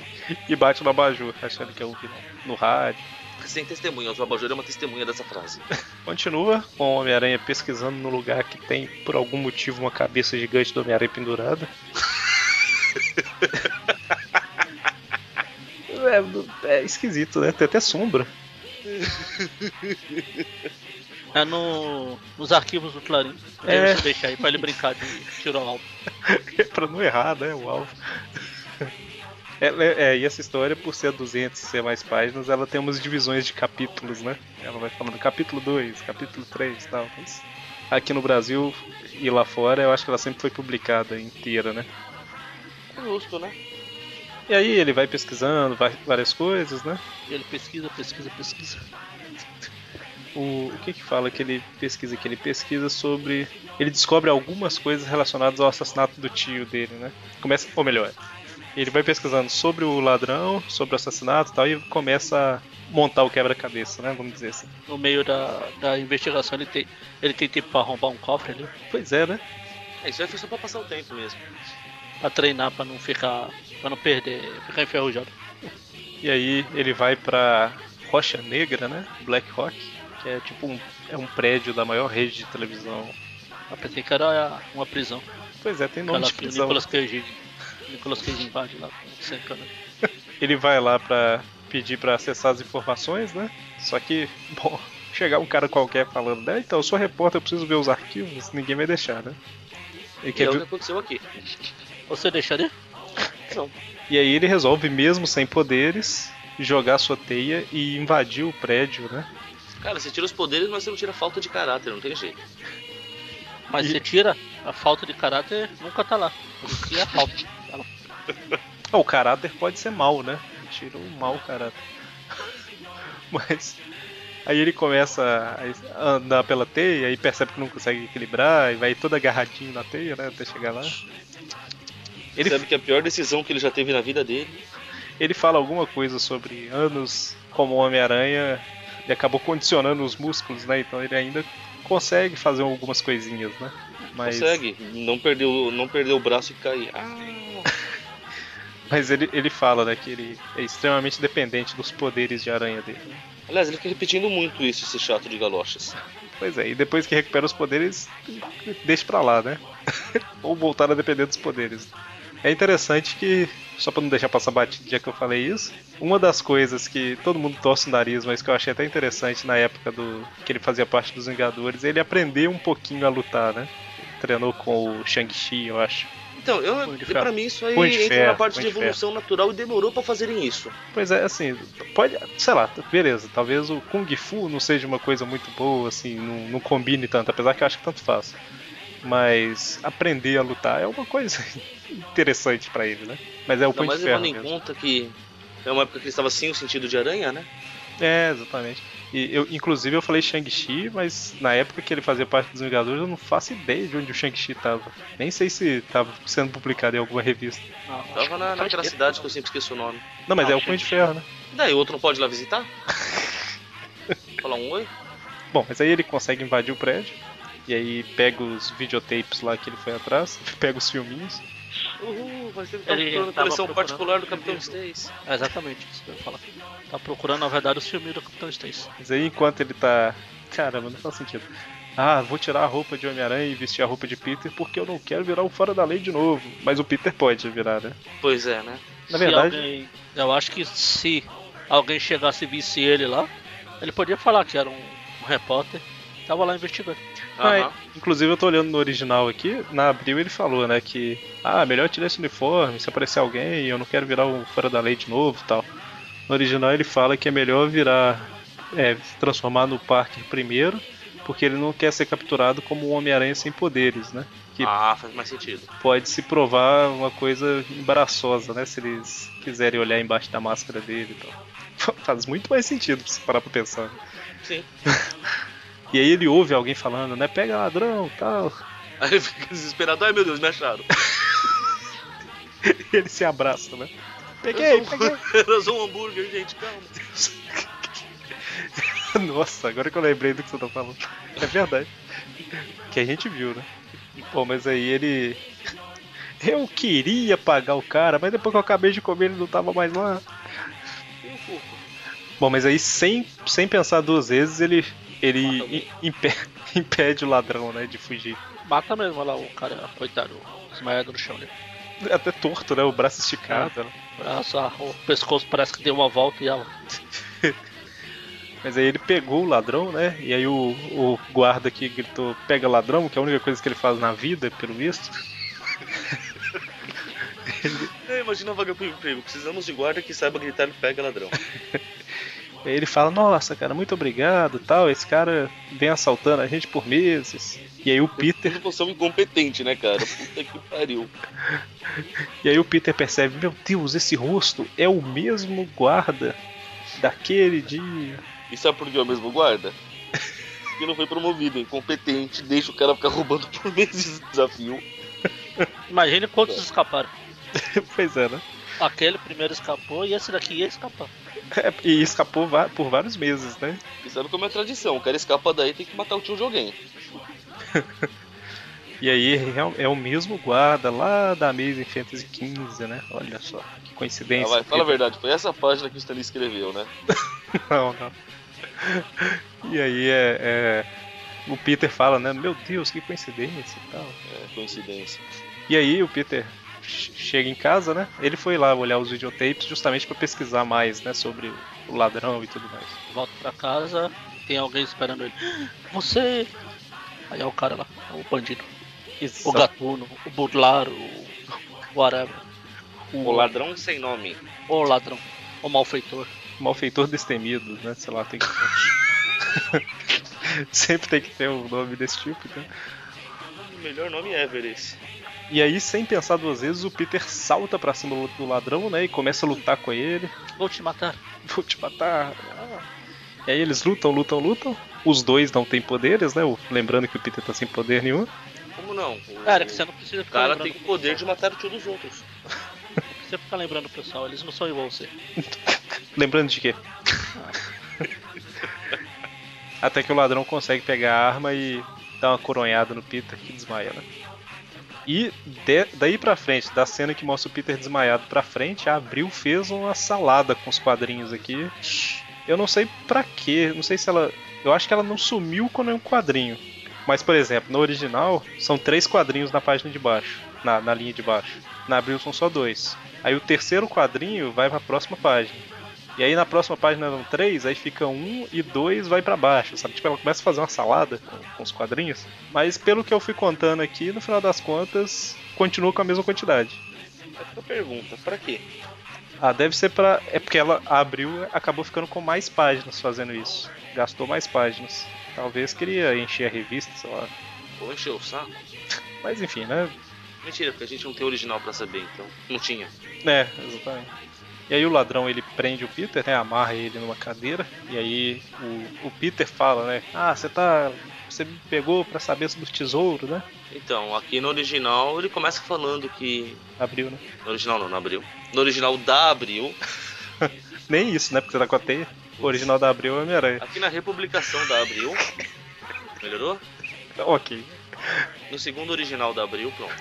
Speaker 1: E, e bate no abajur, achando que é um vilão. No rádio.
Speaker 4: Sem testemunhas, o Abajur é uma testemunha dessa frase.
Speaker 1: Continua com o Homem-Aranha pesquisando no lugar que tem, por algum motivo, uma cabeça gigante do Homem-Aranha pendurada. é, é esquisito, né? Tem até sombra.
Speaker 3: É no, nos arquivos do Clarim.
Speaker 1: É.
Speaker 3: É. Você deixa aí pra ele brincar de tiro ao alvo.
Speaker 1: pra não errar, né? O alvo. É, é, é, e essa história, por ser 200 e ser mais páginas, ela tem umas divisões de capítulos, né? Ela vai falando capítulo 2, capítulo 3 e tal. Mas aqui no Brasil e lá fora, eu acho que ela sempre foi publicada inteira, né?
Speaker 4: É justo, né?
Speaker 1: E aí ele vai pesquisando vai- várias coisas, né?
Speaker 3: E ele pesquisa, pesquisa, pesquisa.
Speaker 1: O, o que que fala que ele pesquisa? Que ele pesquisa sobre. Ele descobre algumas coisas relacionadas ao assassinato do tio dele, né? Começa, ou melhor, ele vai pesquisando sobre o ladrão, sobre o assassinato e tal, e começa a montar o quebra-cabeça, né? Vamos dizer assim.
Speaker 3: No meio da, da investigação ele tem, ele tem tempo pra arrombar um cofre ali,
Speaker 1: Pois é, né?
Speaker 4: É, isso aí foi só pra passar o tempo mesmo.
Speaker 3: pra treinar, pra não ficar. pra não perder, ficar enferrujado.
Speaker 1: E aí ele vai pra Rocha Negra, né? Black Rock, que é tipo um, é um prédio da maior rede de televisão.
Speaker 3: Eu pensei que era uma prisão.
Speaker 1: Pois é, tem nome
Speaker 3: Aquela
Speaker 1: de
Speaker 3: que o
Speaker 1: prisão.
Speaker 3: Nicolas Cage. Nicolas Cage invade lá, cercando.
Speaker 1: Ele vai lá pra pedir pra acessar as informações, né? Só que, bom, chegar um cara qualquer falando, né? Então, eu sou repórter, eu preciso ver os arquivos, ninguém vai deixar, né? Ele
Speaker 4: Que é
Speaker 1: quer
Speaker 4: o que
Speaker 1: ver-
Speaker 4: aconteceu aqui.
Speaker 3: Você deixaria?
Speaker 1: E aí ele resolve, mesmo sem poderes, jogar sua teia e invadir o prédio, né?
Speaker 4: Cara, você tira os poderes, mas você não tira a falta de caráter, não tem jeito.
Speaker 3: Mas
Speaker 1: E-
Speaker 3: você tira, a falta de caráter nunca tá lá. E a falta. Tá lá.
Speaker 1: Ah, o caráter pode ser mal, né? Tira o mau caráter. Mas. Aí ele começa a andar pela teia e percebe que não consegue equilibrar e vai todo agarradinho na teia, né? Até chegar lá.
Speaker 4: Ele
Speaker 1: Ele
Speaker 4: sabe que a pior decisão que ele já teve na vida dele
Speaker 1: ele fala alguma coisa sobre anos como Homem-Aranha e acabou condicionando os músculos, né? Então ele ainda consegue fazer algumas coisinhas, né? Mas,
Speaker 4: Consegue, não perdeu, não perdeu o braço e cair. Ah,
Speaker 1: mas ele, ele fala, né, que ele é extremamente dependente dos poderes de aranha dele. né?
Speaker 4: aliás, ele fica repetindo muito isso, esse chato de galochas.
Speaker 1: Pois é, e depois que recupera os poderes, deixa pra lá, né? Ou voltar a depender dos poderes. É interessante que, só pra não deixar passar batido já que eu falei isso, uma das coisas que todo mundo torce o nariz, mas que eu achei até interessante na época do que ele fazia parte dos Vingadores, ele aprendeu um pouquinho a lutar, né? Treinou com o Shang-Chi, eu acho.
Speaker 4: Então, eu,
Speaker 1: Punho de ferro.
Speaker 4: pra mim isso aí
Speaker 1: Punho de
Speaker 4: entra na
Speaker 1: ferro,
Speaker 4: parte de
Speaker 1: punho de
Speaker 4: evolução natural e demorou pra fazerem isso.
Speaker 1: Pois é, assim, pode, sei lá, beleza, talvez o Kung Fu não seja uma coisa muito boa, assim, não, não combine tanto, apesar que eu acho que tanto faz. Mas aprender a lutar é uma coisa interessante pra ele, né? Mas é o
Speaker 4: Ainda
Speaker 1: punho de
Speaker 4: mais
Speaker 1: ferro
Speaker 4: levando em
Speaker 1: mesmo.
Speaker 4: conta que é uma época que ele estava sem o sentido de aranha, né?
Speaker 1: É, exatamente. E eu, inclusive eu falei Shang-Chi, mas na época que ele fazia parte dos Vingadores eu não faço ideia de onde o Shang-Chi tava. Nem sei se tava sendo publicado em alguma revista.
Speaker 3: Não, acho que
Speaker 4: Tava na,
Speaker 3: não
Speaker 4: naquela
Speaker 3: faz
Speaker 4: cidade
Speaker 3: tempo,
Speaker 4: que eu sempre esqueço o nome.
Speaker 1: Não, mas
Speaker 3: Ah,
Speaker 1: é
Speaker 3: o
Speaker 1: o Punho de
Speaker 3: Shang-Chi.
Speaker 4: tá,
Speaker 1: Ferro, né?
Speaker 4: E daí, o outro não pode ir lá visitar? Falar um oi?
Speaker 1: Bom, mas aí ele consegue invadir o prédio. E aí pega os videotapes lá que ele foi atrás, pega os filminhos.
Speaker 4: Uhul, mas ele tá
Speaker 3: Ele
Speaker 4: procurando a
Speaker 3: tava
Speaker 4: coleção
Speaker 3: procurando
Speaker 4: particular do
Speaker 3: o
Speaker 4: Capitão
Speaker 3: mesmo.
Speaker 4: Stace.
Speaker 3: não. É exatamente isso que eu ia falar. Tá procurando, na verdade, os filmes do Capitão Stacy.
Speaker 1: Mas aí enquanto ele tá. Caramba, não faz sentido. Ah, vou tirar a roupa de Homem-Aranha e vestir a roupa de Peter porque eu não quero virar o fora da lei de novo. Mas o Peter pode virar, né?
Speaker 4: Pois é, né?
Speaker 1: Na verdade.
Speaker 3: Se alguém, eu acho que se alguém chegasse e visse ele lá, ele podia falar que era um, um repórter. Tava lá investigando.
Speaker 1: Ah,
Speaker 4: Aham.
Speaker 1: Inclusive eu tô olhando no original aqui, na abril ele falou, né, que ah, melhor tirar esse uniforme, se aparecer alguém, eu não quero virar o fora da lei de novo e tal. No original ele fala que é melhor virar é, se transformar no Parker primeiro, porque ele não quer ser capturado como um Homem-Aranha sem poderes, né? Que
Speaker 4: Ah, faz mais sentido.
Speaker 1: pode se provar uma coisa embaraçosa, né? Se eles quiserem olhar embaixo da máscara dele e tal. Faz muito mais sentido se parar pra pensar. né?
Speaker 4: Sim.
Speaker 1: E aí ele ouve alguém falando, né? Pega ladrão tal.
Speaker 4: Aí ele fica desesperado. Ai meu Deus, me acharam.
Speaker 1: Ele se abraça, né? Peguei,
Speaker 4: Eu sou
Speaker 1: peguei.
Speaker 4: um, eu sou um hambúrguer, gente, calma.
Speaker 1: Nossa, agora que eu lembrei do que você tá falando. É verdade. Que a gente viu, né? Pô, mas aí ele. Eu queria pagar o cara, mas depois que eu acabei de comer ele não tava mais lá.
Speaker 4: E o corpo?
Speaker 1: Bom, mas aí sem, sem pensar duas vezes ele, ele i- impe- impede, o ladrão, né, de fugir.
Speaker 3: Mata mesmo olha lá o cara, coitado, desmaiado no chão ali.
Speaker 1: É Até torto, né? O braço esticado. né?
Speaker 3: Braço, ah, o pescoço parece que deu uma volta e ela.
Speaker 1: Mas aí ele pegou o ladrão, né? E aí o, o guarda aqui gritou: pega ladrão, que é a única coisa que ele faz na vida, pelo visto.
Speaker 4: É, imagina a vaga pro emprego. Precisamos de guarda que saiba gritar pega ladrão.
Speaker 1: Aí ele fala, nossa, cara, muito obrigado tal. Esse cara vem assaltando a gente por meses. E aí o Peter,
Speaker 4: Eles não são incompetente, né, cara? Puta que pariu.
Speaker 1: e aí o Peter percebe, meu Deus, esse rosto é o mesmo guarda daquele dia.
Speaker 4: E sabe por que é o mesmo guarda? Que não foi promovido, é incompetente, deixa o cara ficar roubando por meses de desafio.
Speaker 3: Imagine quantos escaparam.
Speaker 1: pois é, né?
Speaker 3: Aquele primeiro escapou e esse daqui ia escapar.
Speaker 1: É, e escapou va- por vários meses, né?
Speaker 4: E sabe como é a tradição? O cara escapa daí tem que matar o tio de alguém.
Speaker 1: E aí real- é o mesmo guarda lá da Amazing Fantasy 15, né? Olha só, que
Speaker 4: Ah,
Speaker 1: coincidência.
Speaker 4: vai, fala a verdade, foi essa página que o Stanley escreveu, né?
Speaker 1: Não, não. E aí é, é, o Peter fala, né? Meu Deus, que coincidência e tal.
Speaker 4: É, coincidência.
Speaker 1: E aí o Peter che- chega em casa, né? Ele foi lá olhar os videotapes justamente pra pesquisar mais, né, sobre o ladrão e tudo mais.
Speaker 3: Volta pra casa, tem alguém esperando ele. Você! Aí é o cara lá, o bandido.
Speaker 1: Isso.
Speaker 3: O gatuno, o burlar, o. o whatever.
Speaker 4: O ladrão sem nome.
Speaker 3: O ladrão, o malfeitor.
Speaker 1: Malfeitor destemido, né? Sei lá, tem que Sempre tem que ter um nome desse tipo, né?
Speaker 4: O melhor nome ever esse.
Speaker 1: E aí, sem pensar duas vezes, o Peter salta pra cima do ladrão, né? E começa a lutar com ele.
Speaker 3: Vou te matar.
Speaker 1: Vou te matar. Ah. E aí eles lutam, lutam, lutam. Os dois não têm poderes, né? o- Lembrando que o Peter tá sem poder nenhum.
Speaker 4: Como não? O
Speaker 3: Cara, que você é um não precisa
Speaker 4: o
Speaker 3: ficar
Speaker 4: cara
Speaker 3: lembrando
Speaker 4: tem o poder de matar o tio dos outros.
Speaker 3: Não precisa ficar lembrando o pessoal, eles não são igual a você.
Speaker 1: Lembrando de quê? Até que o ladrão consegue pegar a arma e dar uma coronhada no Peter que desmaia, né? E de- daí pra frente, da cena que mostra o Peter desmaiado pra frente, a Abril fez uma salada com os quadrinhos aqui. Eu não sei pra quê, não sei se ela. Eu acho que ela não sumiu com nenhum quadrinho. Mas, por exemplo, no original, são três quadrinhos na página de baixo. na, na linha de baixo. Na Abril são só dois. Aí o terceiro quadrinho vai pra próxima página. E aí na próxima página eram três, aí fica um e dois vai pra baixo, sabe? Tipo, ela começa a fazer uma salada com, com os quadrinhos. Mas pelo que eu fui contando aqui, no final das contas, continua com a mesma quantidade.
Speaker 4: Essa É pergunta, pra quê?
Speaker 1: Ah, deve ser pra. É porque ela abriu, acabou ficando com mais páginas fazendo isso. Gastou mais páginas. Talvez queria encher a revista, sei lá.
Speaker 4: Vou encher o saco?
Speaker 1: Mas enfim, né?
Speaker 4: Mentira, porque a gente não tem original pra saber, então. Não tinha.
Speaker 1: É, exatamente. E aí o ladrão ele prende o Peter, né? Amarra ele numa cadeira. E aí o, o Peter fala, né? Ah, você tá. Você me pegou pra saber sobre o tesouro, né?
Speaker 4: Então, aqui no original ele começa falando que.
Speaker 1: Abriu, né?
Speaker 4: No original não, no abril. No original da abril.
Speaker 1: Nem isso, né? Porque você tá com a teia. O original da Abril é Homem-Aranha.
Speaker 4: Aqui na republicação da abril. Melhorou?
Speaker 1: Ok.
Speaker 4: No segundo original da abril, pronto.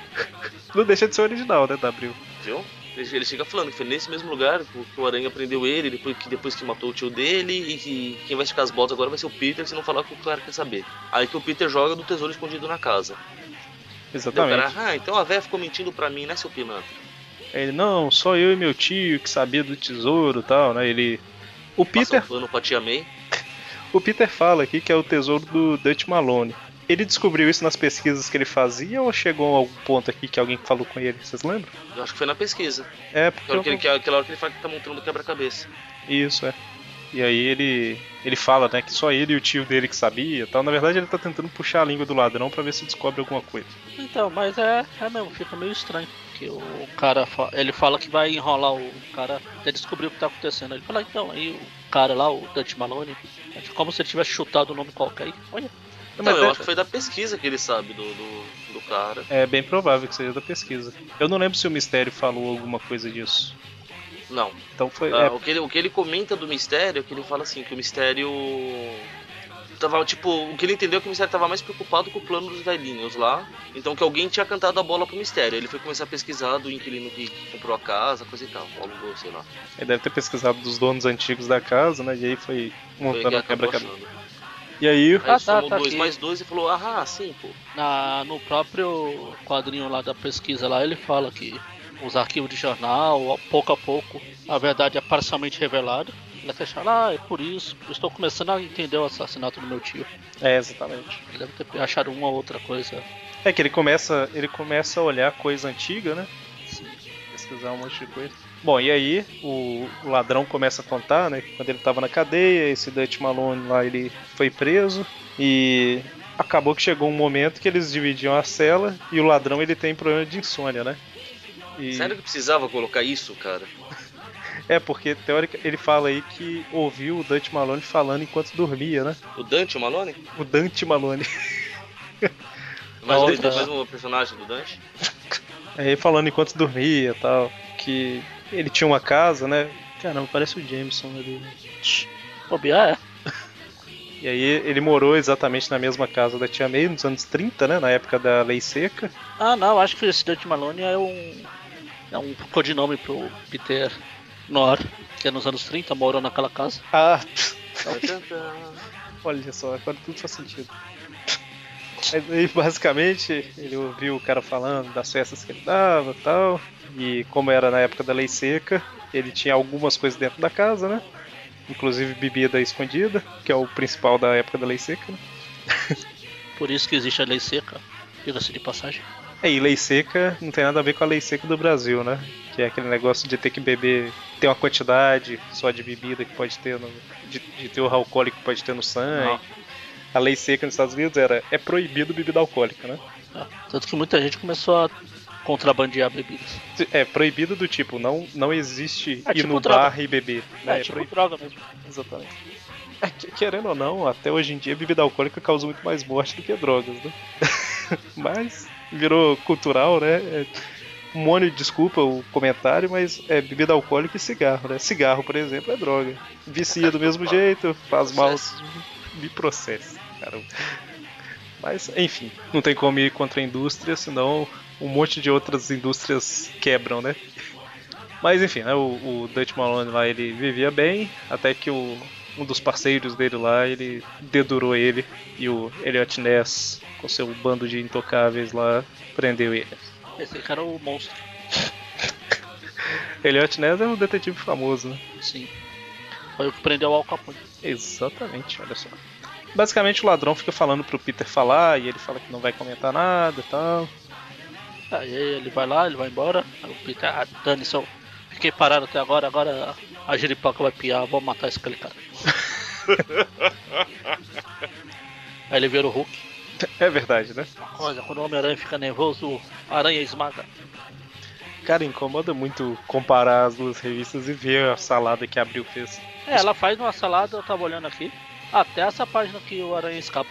Speaker 1: Não deixa de ser original, né? Da Abril.
Speaker 4: Viu? Ele ele chega falando que foi nesse mesmo lugar que o- que o Aranha prendeu ele, depois que, depois que matou o tio dele, e que quem vai ficar as botas agora vai ser o Peter, se não falar o que o Clark quer saber. Aí que o Peter joga do tesouro escondido na casa. Daí o cara,
Speaker 1: Exatamente.
Speaker 4: ah, então a véia ficou mentindo pra mim, né, seu pilantra?
Speaker 1: Ele, não, só eu e meu tio que sabia do tesouro e tal, né? Ele. O
Speaker 4: Passa
Speaker 1: Peter
Speaker 4: um pano pra tia May.
Speaker 1: O Peter fala aqui que é o tesouro do Dutch Malone. Ele descobriu isso nas pesquisas que ele fazia ou chegou a algum ponto aqui que alguém falou com ele? Vocês lembram?
Speaker 4: Eu acho que foi na pesquisa.
Speaker 1: É, porque.
Speaker 4: Aquela hora que ele,
Speaker 1: eu-
Speaker 4: que- aquela hora que ele fala que tá montando o quebra-cabeça.
Speaker 1: Isso, é. E aí ele. Ele fala, né, que só ele e o tio dele que sabia e tal. Na verdade, ele tá tentando puxar a língua do ladrão pra ver se descobre alguma coisa.
Speaker 3: Então, mas é, é mesmo, fica meio estranho. Que o cara fa- ele fala que vai enrolar o cara até descobrir o que tá acontecendo. Ele fala, então, aí o cara lá, o Dante Malone, é como se ele tivesse chutado o nome qualquer. aí. Olha,
Speaker 4: Então,
Speaker 1: mas
Speaker 4: eu
Speaker 1: é-
Speaker 4: acho que foi da pesquisa que ele sabe do, do, do cara.
Speaker 1: É bem provável que seja da pesquisa. Eu não lembro se o mistério falou alguma coisa disso.
Speaker 4: Não.
Speaker 1: Então foi.
Speaker 4: Ah,
Speaker 1: é,
Speaker 4: o, que ele, o que ele comenta do mistério é que ele fala assim, que o mistério. Tava, tipo, o que ele entendeu é que o mistério tava mais preocupado com o plano dos velhinhos lá. Então que alguém tinha cantado a bola pro mistério. Ele foi começar a pesquisar do inquilino que comprou a casa, coisa e tal. Ou alugou, sei lá.
Speaker 1: ele deve ter pesquisado dos donos antigos da casa, né? E aí foi
Speaker 4: Foi que
Speaker 1: montando um
Speaker 4: acabou
Speaker 1: quebra-cabeça.
Speaker 4: achando.
Speaker 1: E aí.
Speaker 4: Aí
Speaker 3: Ah, tá,
Speaker 4: somou
Speaker 3: tá
Speaker 4: dois
Speaker 3: aqui.
Speaker 4: mais dois e falou, ah, sim, pô.
Speaker 3: na, no próprio quadrinho lá da pesquisa lá, ele fala que os arquivos de jornal, a- pouco a pouco, a verdade é parcialmente revelada. Ele até fala, ah, é por isso, eu estou começando a entender o assassinato do meu tio.
Speaker 1: É, exatamente.
Speaker 3: Ele deve ter achado uma ou outra coisa.
Speaker 1: É que ele começa, ele começa a olhar coisa antiga, né?
Speaker 3: Assim.
Speaker 1: Pesquisar um monte de coisa. Bom, e aí o o ladrão começa a contar, né? que Quando ele tava na cadeia, esse Dutch Malone lá, ele foi preso e acabou que chegou um momento que eles dividiam a cela e o ladrão ele tem problema de insônia, né? E
Speaker 4: Sério que precisava colocar isso, cara?
Speaker 1: é porque teórica ele fala aí que ouviu o Dutch Malone falando enquanto dormia, né?
Speaker 4: O Dante, o Malone?
Speaker 1: O Dante Malone.
Speaker 4: Mais,
Speaker 3: Não,
Speaker 4: dois,
Speaker 3: cara.
Speaker 4: mais um personagem do Dante?
Speaker 1: É, falando enquanto dormia e tal. Que ele tinha uma casa, né? Caramba, parece o Jameson ali. Né?
Speaker 3: Bobear, é.
Speaker 1: E aí ele morou exatamente na mesma casa da Tia May nos anos 30, né? Na época da Lei Seca.
Speaker 3: Ah, não, acho que esse Dante Malone é um. É um codinome pro Peter Nor, que é nos anos 30, morou naquela casa.
Speaker 1: Ah,
Speaker 4: Tantantã.
Speaker 1: olha só, agora tudo faz sentido. Mas aí basicamente ele ouviu o cara falando das festas que ele dava e tal. E como era na época da Lei Seca, ele tinha algumas coisas dentro da casa, né? Inclusive bebida escondida, que é o principal da época da Lei Seca, né?
Speaker 3: Por isso que existe a lei seca, diga-se de passagem.
Speaker 1: É, e lei seca não tem nada a ver com a lei seca do Brasil, né? Que é aquele negócio de ter que beber, ter uma quantidade só de bebida que pode ter, no, de, de ter o alcoólico que pode ter no sangue.
Speaker 3: Não.
Speaker 1: A lei seca nos Estados Unidos era, é proibido bebida alcoólica, né?
Speaker 3: Ah, Tanto que muita gente começou a contrabandear bebidas.
Speaker 1: É proibido do tipo, não, não existe
Speaker 3: É
Speaker 1: ir
Speaker 3: tipo
Speaker 1: no
Speaker 3: droga.
Speaker 1: bar e beber. Né?
Speaker 3: É, tipo
Speaker 1: proibido,
Speaker 3: droga mesmo.
Speaker 1: exatamente. É, que- querendo ou não, até hoje em dia, bebida alcoólica causa muito mais morte do que drogas, né? mas virou cultural, né? É, Mônio, desculpa o comentário, mas é bebida alcoólica e cigarro, né? Cigarro, por exemplo, é droga. Vicia do mesmo jeito, faz mal, me processa, caramba. Mas, enfim, não tem como ir contra a indústria, senão um monte de outras indústrias quebram, né? Mas, enfim, né? O, o Dutch Malone lá, ele vivia bem, até que o, um dos parceiros dele lá, ele dedurou ele e o Elliot Ness, com seu bando de intocáveis lá, prendeu ele.
Speaker 3: Pensei que era o monstro,
Speaker 1: Elliot Ness é um detetive famoso, né?
Speaker 3: sim. Foi o que prendeu o Al Capone.
Speaker 1: Exatamente, olha só. Basicamente o ladrão fica falando pro Peter falar e ele fala que não vai comentar nada e tal.
Speaker 3: Ah, Aí ele vai lá, ele vai embora. Aí o Peter, ah, dane-se, eu fiquei parado até agora, agora a giripoca vai piar, vou matar esse cara. Aí ele vira o Hulk.
Speaker 1: É verdade, né?
Speaker 3: Olha, quando o Homem-Aranha fica nervoso, a aranha esmaga.
Speaker 1: Cara, incomoda muito comparar as duas revistas e ver a salada que abriu fez.
Speaker 3: É, ela faz uma salada, eu tava olhando aqui, até essa página que o aranha escapa.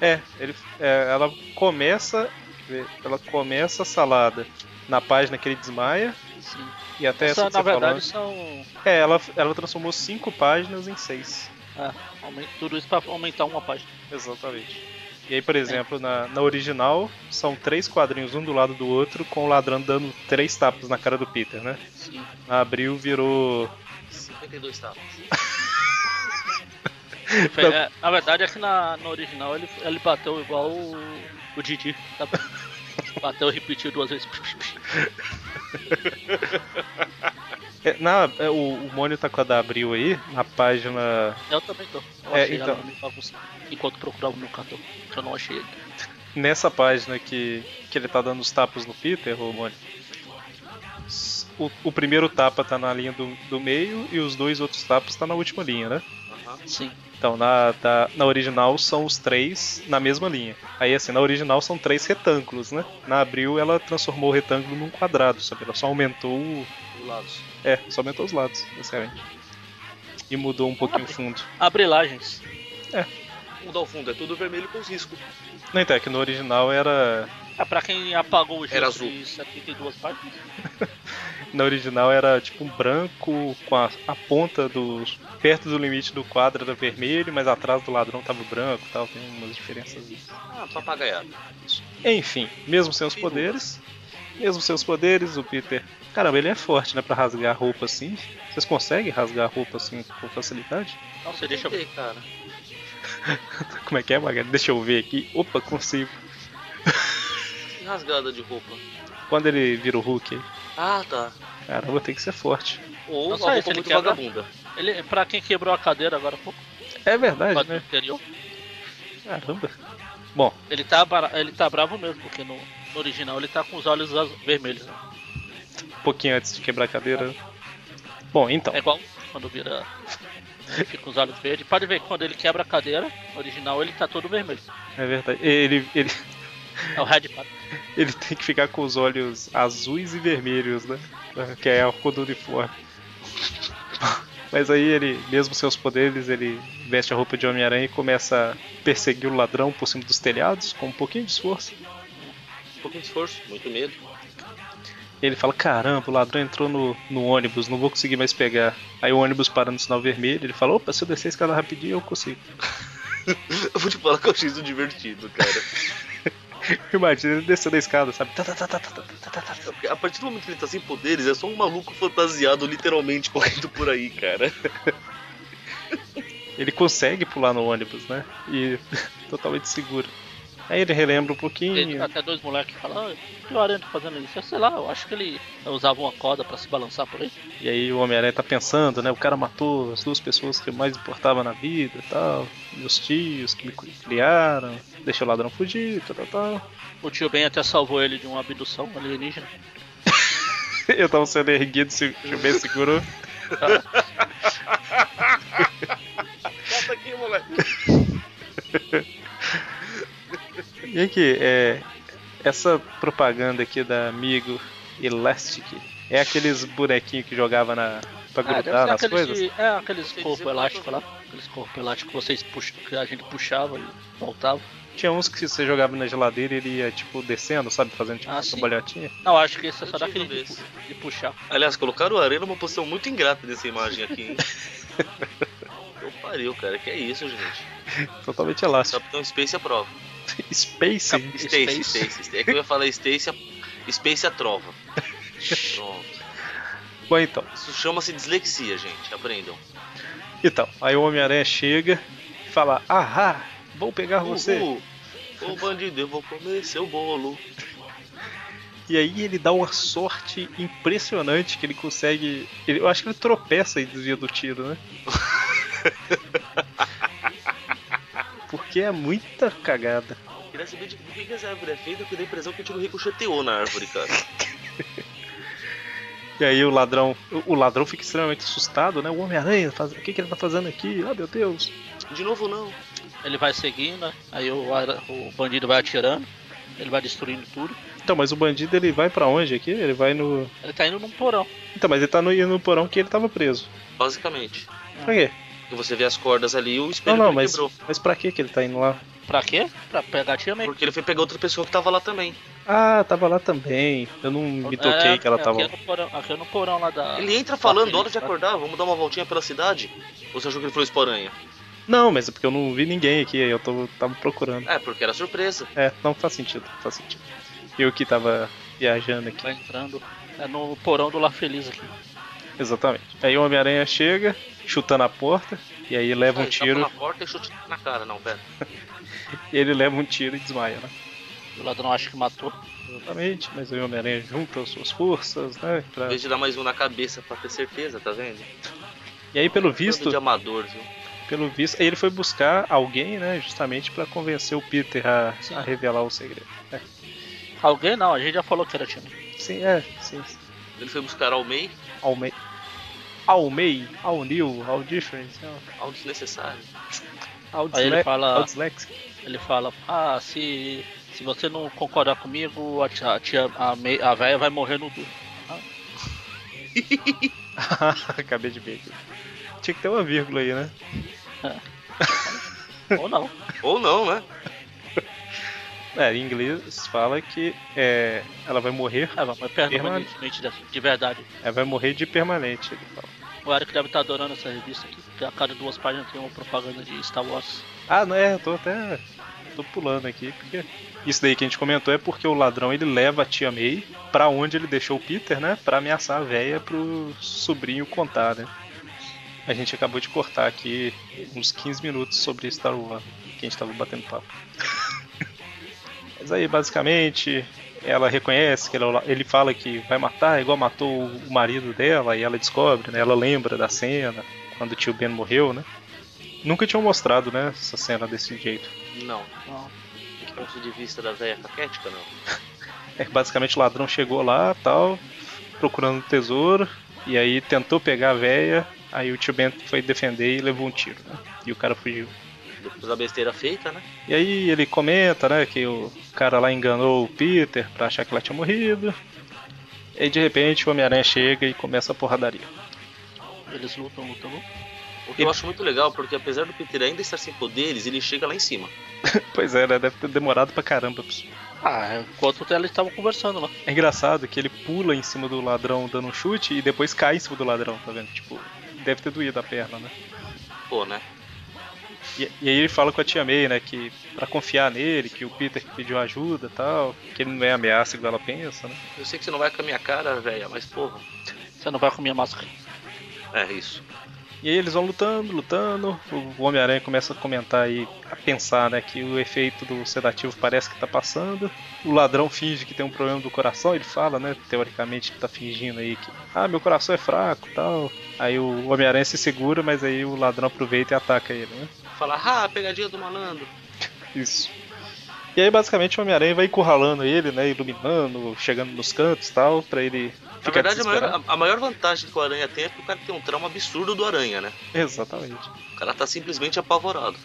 Speaker 1: É, ele, é, ela começa, vê, ela começa a salada na página que ele desmaia
Speaker 3: Sim.
Speaker 1: e até essa,
Speaker 3: Essa,
Speaker 1: que
Speaker 3: é na
Speaker 1: você falou
Speaker 3: verdade,
Speaker 1: antes.
Speaker 3: são
Speaker 1: É, ela, ela transformou cinco páginas em seis.
Speaker 3: É, aumen- tudo isso pra aumentar uma página.
Speaker 1: Exatamente. E aí, por exemplo, na, na original, são três quadrinhos, um do lado do outro, com o ladrão dando três tapas na cara do Peter, né?
Speaker 3: Sim.
Speaker 1: Na abril virou.
Speaker 4: 52 tapas.
Speaker 3: Ele fez- é, na verdade é que na, no original ele, ele bateu igual o, o Didi. tá? Bateu e repetiu duas vezes.
Speaker 1: É, na, é, o, o Mônio tá com a da abril aí, na página.
Speaker 3: Eu também tô. Eu
Speaker 1: É,
Speaker 3: achei
Speaker 1: então.
Speaker 3: ela meio bagunçada enquanto procurava no cartão. que Eu não achei ele.
Speaker 1: Nessa página que, que ele tá dando os tapas no Peter, ô Mônio. s- O, o primeiro tapa tá na linha do, do meio e os dois outros tapas tá na última linha, né?
Speaker 4: Aham.
Speaker 3: Sim.
Speaker 1: Então, na, da- na original são os três na mesma linha. Aí, assim, na original são três retângulos, né? Na Abril, ela transformou o retângulo num quadrado, sabe? Ela só aumentou. o-
Speaker 4: Do lado.
Speaker 1: É, só aumentou os lados, basicamente. E mudou um pouquinho o fundo.
Speaker 3: Abrilagens.
Speaker 4: Mudar o fundo, é tudo vermelho com os riscos.
Speaker 1: Não, então, é que no original era.
Speaker 3: É pra quem apagou o
Speaker 4: Era
Speaker 3: gesso
Speaker 4: azul.
Speaker 3: de 72 páginas.
Speaker 1: Na original era tipo um branco com a, a ponta do. perto do limite do quadro era vermelho, mas atrás do ladrão tava o branco e tal. Tem umas diferenças.
Speaker 4: Ah, papagaiado.
Speaker 1: Enfim, mesmo sem os poderes, mesmo sem os poderes, o Peter. Caramba, ele é forte, né? Pra rasgar a roupa assim. Vocês conseguem rasgar a roupa assim com facilidade?
Speaker 3: Nossa, deixa eu ver.
Speaker 4: cara.
Speaker 1: Como é que é, Magali? Deixa eu ver aqui. Opa, consigo.
Speaker 4: Que rasgada de roupa.
Speaker 1: Quando ele vira o Hulk,
Speaker 4: Ah, tá.
Speaker 1: caramba, tem que ser forte.
Speaker 4: Ou
Speaker 3: Não
Speaker 4: uma
Speaker 3: só
Speaker 4: roupa
Speaker 3: isso, ele
Speaker 4: muito
Speaker 3: quebra.
Speaker 4: vagabunda.
Speaker 3: Ele, pra quem quebrou a cadeira agora há pouco,
Speaker 1: É verdade,
Speaker 3: quadro
Speaker 1: né?
Speaker 3: anterior,
Speaker 1: Caramba. Bom,
Speaker 3: ele tá, bara- ele tá bravo mesmo, porque no, no original ele tá com os olhos azu- vermelhos. né?
Speaker 1: um pouquinho antes de quebrar a cadeira. Bom, então.
Speaker 3: É igual quando vira. Ele fica com os olhos verdes. Pode ver que quando ele quebra a cadeira, no original ele tá todo vermelho.
Speaker 1: É verdade. Ele, ele,
Speaker 3: É o Red Pack.
Speaker 1: ele tem que ficar com os olhos azuis e vermelhos, né? Que é a cor do uniforme. Mas aí ele, mesmo seus poderes, ele veste a roupa de Homem-Aranha e começa a perseguir o ladrão por cima dos telhados com um pouquinho de esforço.
Speaker 4: Um pouquinho de esforço, muito medo.
Speaker 1: Ele fala: Caramba, o ladrão entrou no, no ônibus, não vou conseguir mais pegar. Aí o ônibus para no sinal vermelho, ele fala: Opa, se eu descer a escada rapidinho eu consigo.
Speaker 4: Eu vou te falar que eu achei isso divertido, cara.
Speaker 1: Imagina ele descendo a escada, sabe? Tá, tá, tá, tá, tá, tá, tá, tá, tá.
Speaker 4: Porque A partir do momento que ele tá sem poderes, é só um maluco fantasiado literalmente correndo por aí, cara.
Speaker 1: ele consegue pular no ônibus, né? E totalmente seguro. Aí ele relembra um
Speaker 3: Tem
Speaker 1: pouquinho.
Speaker 3: tá até dois moleques que falam, "Ah, por que o Aranha tá fazendo isso? Eu sei lá, eu acho que ele usava uma corda pra se balançar por aí.
Speaker 1: E aí o Homem-Aranha tá pensando, né? O cara matou as duas pessoas que eu mais importava na vida e tal. Meus tios que me cri- criaram. Deixou o ladrão fugir, tal, tal, tal.
Speaker 3: O tio Ben até salvou ele de uma abdução alienígena.
Speaker 1: Eu tava sendo erguido, se se bem seguro.
Speaker 4: Volta aqui, moleque.
Speaker 1: E aqui, é. Essa propaganda aqui da Amigo Elastic é aqueles bonequinhos que jogava na. pra
Speaker 3: Ah, deve
Speaker 1: grudar
Speaker 3: ser
Speaker 1: nas
Speaker 3: aqueles
Speaker 1: coisas?
Speaker 3: de- é, aqueles
Speaker 4: Tem
Speaker 3: corpo
Speaker 4: sempre
Speaker 3: elástico lá.
Speaker 4: uma
Speaker 3: Aqueles corpo elástico que vocês puxam, que a gente puxava e voltava.
Speaker 1: Tinha uns que você jogava na geladeira e ele ia, tipo, descendo, sabe? Fazendo tipo
Speaker 3: Ah,
Speaker 1: uma
Speaker 3: sim.
Speaker 1: cambalhotinha.
Speaker 3: Não, acho que esse é
Speaker 4: Eu
Speaker 3: só
Speaker 4: tive
Speaker 3: daquele
Speaker 4: um
Speaker 3: de,
Speaker 4: desse.
Speaker 3: pu- de puxar.
Speaker 4: Aliás, colocaram o Aranha numa posição muito ingrata dessa imagem aqui, hein? Eu pariu, cara. Que é isso, gente?
Speaker 1: Totalmente elástico.
Speaker 4: Capitão um Space aprova.
Speaker 1: Space.
Speaker 4: Stacy,
Speaker 3: Space.
Speaker 4: Stacy, Stacy. É que eu ia falar Stacy, a- Space a trova. Pronto.
Speaker 1: Bom, então.
Speaker 4: Isso chama-se dislexia, gente. Aprendam.
Speaker 1: Então, aí o Homem-Aranha chega e fala: Ahá, vou pegar você.
Speaker 4: Uhul. Ô bandido, eu vou comer seu bolo.
Speaker 1: E aí ele dá uma sorte impressionante que ele consegue. ele- eu acho que ele tropeça e desvia do tiro, né? Porque é muita cagada.
Speaker 4: Queria saber de por que que essa árvore é feita, porque dá a impressão que o tiro ricocheteou na árvore, cara.
Speaker 1: E aí o ladrão. o- O ladrão fica extremamente assustado, né? O Homem-Aranha, faz- o que, que ele tá fazendo aqui? Ah, meu Deus!
Speaker 4: De novo, não.
Speaker 3: Ele vai seguindo, né? aí o, ara- o bandido vai atirando, ele vai destruindo tudo.
Speaker 1: Então, mas o bandido ele vai pra onde aqui? Ele vai no.
Speaker 3: Ele tá indo num porão.
Speaker 1: Então, mas ele tá no, no porão que ele tava preso.
Speaker 4: Basicamente.
Speaker 1: Pra quê?
Speaker 4: E Você vê as cordas ali e o
Speaker 1: Não,
Speaker 4: espelho
Speaker 1: não,
Speaker 4: dele
Speaker 1: mas,
Speaker 4: quebrou.
Speaker 1: mas pra que que ele tá indo lá?
Speaker 3: Pra quê? Pra pegar tia
Speaker 1: é
Speaker 3: May.
Speaker 4: Porque ele foi pegar outra pessoa que tava lá também.
Speaker 1: Ah, tava lá também. Eu não me toquei
Speaker 3: É,
Speaker 1: que ela
Speaker 3: é,
Speaker 1: tava
Speaker 3: Aqui é, no porão, aqui é no porão lá da.
Speaker 1: Ah,
Speaker 4: Ele entra
Speaker 1: tá,
Speaker 4: falando, hora de acordar, vamos dar uma voltinha pela cidade. Ou Você achou que ele falou isso pra aranha?
Speaker 1: Não, mas é porque eu não vi ninguém aqui, aí eu tô, tava procurando.
Speaker 4: É, porque era surpresa.
Speaker 1: É, não faz sentido, faz sentido. Eu que tava viajando aqui.
Speaker 3: Vai entrando. É no porão do Lar Feliz aqui.
Speaker 1: Exatamente. Aí o Homem-Aranha chega, chutando a porta, e aí leva
Speaker 4: Ah,
Speaker 1: um
Speaker 4: ele tapa
Speaker 1: tiro,
Speaker 4: na porta e chute na cara, não, pera.
Speaker 1: e ele leva um tiro e desmaia, né?
Speaker 3: O ladrão acha que matou.
Speaker 1: Exatamente, mas aí o Homem-Aranha junta as suas forças, né? pra-
Speaker 4: Em vez de dar mais um na cabeça pra ter certeza, tá vendo?
Speaker 1: E aí, pelo
Speaker 4: Bando de
Speaker 1: visto,
Speaker 4: amador, viu?
Speaker 1: pelo visto, ele foi buscar alguém, né? Justamente pra convencer o Peter a,
Speaker 3: Sim.
Speaker 1: a revelar o segredo. É.
Speaker 3: Alguém não, a gente já falou que era tia May.
Speaker 1: Sim, é, sim. sim.
Speaker 4: Ele foi buscar ao MEI,
Speaker 1: Ao mei. Ao mei, ao new, ao different,
Speaker 4: ao desnecessário.
Speaker 1: ao,
Speaker 3: Aí ele
Speaker 1: disle-
Speaker 3: fala-
Speaker 1: ao dyslexic.
Speaker 3: Ele fala, ah, se. Se você não concordar comigo, a tia, a tia a, May, a véia vai morrer no duro.
Speaker 1: Acabei de ver aqui. Tinha que ter uma vírgula aí, né?
Speaker 3: Ou não.
Speaker 4: Ou não, né?
Speaker 1: É, em inglês fala que é, ela vai morrer,
Speaker 3: Ela vai é permanentemente dessa- de verdade.
Speaker 1: ela vai morrer de permanente. Ele fala.
Speaker 3: O Eric deve estar adorando essa revista aqui, porque a cada duas páginas tem uma propaganda de Star Wars.
Speaker 1: Ah, não é, eu tô até. eu tô pulando aqui, porque. Isso daí que a gente comentou é porque o ladrão ele leva a tia May pra onde ele deixou o Peter, né? Pra ameaçar a véia pro sobrinho contar, né? A gente acabou de cortar aqui uns 15 minutos sobre Star Wars, que a gente tava batendo papo. Mas aí, basicamente, ela reconhece que ele, é o la- ele fala que vai matar, igual matou o marido dela, e ela descobre, né? Ela lembra da cena, quando o tio Ben morreu, né? Nunca tinham mostrado, né, essa cena desse jeito.
Speaker 4: Não.
Speaker 3: Não.
Speaker 4: Do ponto de vista da velha caquética, não.
Speaker 1: É que basicamente o ladrão chegou lá, tal, procurando o tesouro, e aí tentou pegar a véia, aí o tio Ben foi defender e levou um tiro, né? E o cara fugiu.
Speaker 4: Depois da besteira feita, né?
Speaker 1: E aí ele comenta, né, que o cara lá enganou o Peter pra achar que ela tinha morrido. E aí, de repente o Homem-Aranha chega e começa a porradaria.
Speaker 3: Eles lutam, lutam, lutam.
Speaker 4: O que eu acho muito legal, porque apesar do Peter ainda estar sem poderes, ele chega lá em cima.
Speaker 1: Pois é, né? Deve ter demorado pra caramba. pra isso.
Speaker 3: Ah, enquanto eles estavam conversando lá.
Speaker 1: É engraçado que ele pula em cima do ladrão dando um chute e depois cai em cima do ladrão, tá vendo? Tipo, deve ter doído a perna, né?
Speaker 4: Pô, né?
Speaker 1: E, e aí ele fala com a tia May, né, que pra confiar nele, que o Peter que pediu ajuda e tal, que ele não é ameaça igual ela pensa, né?
Speaker 4: Eu sei que você não vai com a minha cara, velha, mas porra.
Speaker 3: Você não vai com minha máscara.
Speaker 4: É isso.
Speaker 1: E aí eles vão lutando, lutando, o Homem-Aranha começa a comentar e a pensar, né, que o efeito do sedativo parece que tá passando, o ladrão finge que tem um problema do coração, ele fala, né, teoricamente que tá fingindo aí que, ah, meu coração é fraco e tal. Aí o Homem-Aranha se segura, mas aí o ladrão aproveita e ataca ele, né?
Speaker 4: Fala, ah, pegadinha do malandro.
Speaker 1: Isso. E aí basicamente o Homem-Aranha vai encurralando ele, né? Iluminando, chegando nos cantos e tal, pra ele
Speaker 4: Na
Speaker 1: ficar
Speaker 4: verdade, a maior,
Speaker 1: desesperado.
Speaker 4: a- a maior vantagem que o Aranha tem é que o cara tem um trauma absurdo do Aranha, né?
Speaker 1: Exatamente.
Speaker 4: O cara tá simplesmente apavorado.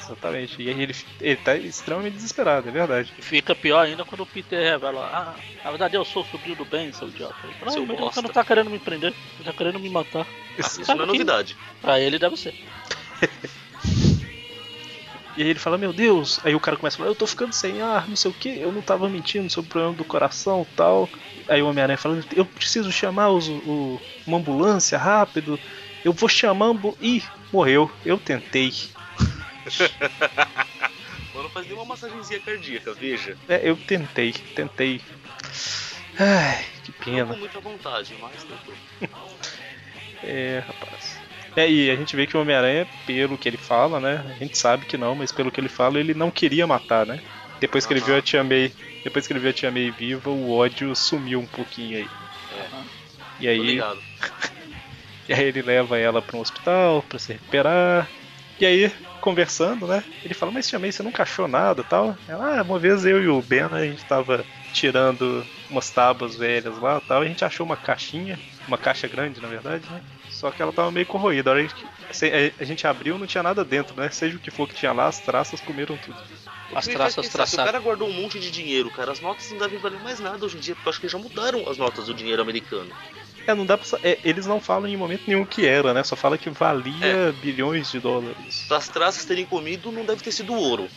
Speaker 1: Exatamente. E aí ele, ele tá extremamente desesperado, é verdade.
Speaker 3: E fica pior ainda quando o Peter revela, ah, na verdade eu sou o sobrinho do Ben, seu idiota. Ele fala,
Speaker 4: Seu
Speaker 3: ah, mas
Speaker 4: bosta.
Speaker 3: você não tá querendo me prender, você tá querendo me matar.
Speaker 1: Isso.
Speaker 4: Isso não é
Speaker 3: Sabe que-
Speaker 4: novidade.
Speaker 3: Pra ele deve ser.
Speaker 1: E aí ele fala, meu Deus, aí o cara começa a falar, eu tô ficando sem ar, não sei o que, eu não tava mentindo sobre o problema do coração tal. Aí o Homem-Aranha fala, eu preciso chamar os- o, uma ambulância rápido, eu vou chamar a ambu... Ih, morreu, eu tentei.
Speaker 4: Mas não faz nenhuma massagenzinha cardíaca, veja.
Speaker 1: É, eu tentei, tentei. Ai, que
Speaker 4: Não com
Speaker 1: pena.
Speaker 4: muita vontade, mas tentou.
Speaker 1: É, rapaz. É, e a gente vê que o Homem-Aranha, pelo que ele fala, né? A gente sabe que não, mas pelo que ele fala, ele não queria matar, né? Depois que ele viu a Tia May, depois que ele viu a Tia May viva, o ódio sumiu um pouquinho aí. E
Speaker 4: Tô
Speaker 1: aí,
Speaker 4: ligado.
Speaker 1: e aí ele leva ela pra um hospital pra se recuperar. E aí, conversando, né? Ele fala, mas Tia May, você nunca achou nada e tal? Ela, ah, uma vez eu e o Ben, né, a gente tava tirando umas tábuas velhas lá e tal, e a gente achou uma caixinha, uma caixa grande, na verdade, né? Só que ela tava meio corroída. A hora que se- eh, a gente abriu, não tinha nada dentro, né? Seja o que for que tinha lá, as traças comeram tudo.
Speaker 3: As
Speaker 4: Me faz
Speaker 3: traças
Speaker 4: pensar, se O
Speaker 3: traçadas.
Speaker 4: cara guardou um monte de dinheiro, cara. As notas não devem valer mais nada hoje em dia, porque eu acho que já mudaram as notas do dinheiro americano.
Speaker 1: É, não dá pra. sa- é, eles não falam em momento nenhum o que era, né? Só fala que valia bilhões de dólares.
Speaker 4: As traças terem comido não deve ter sido ouro.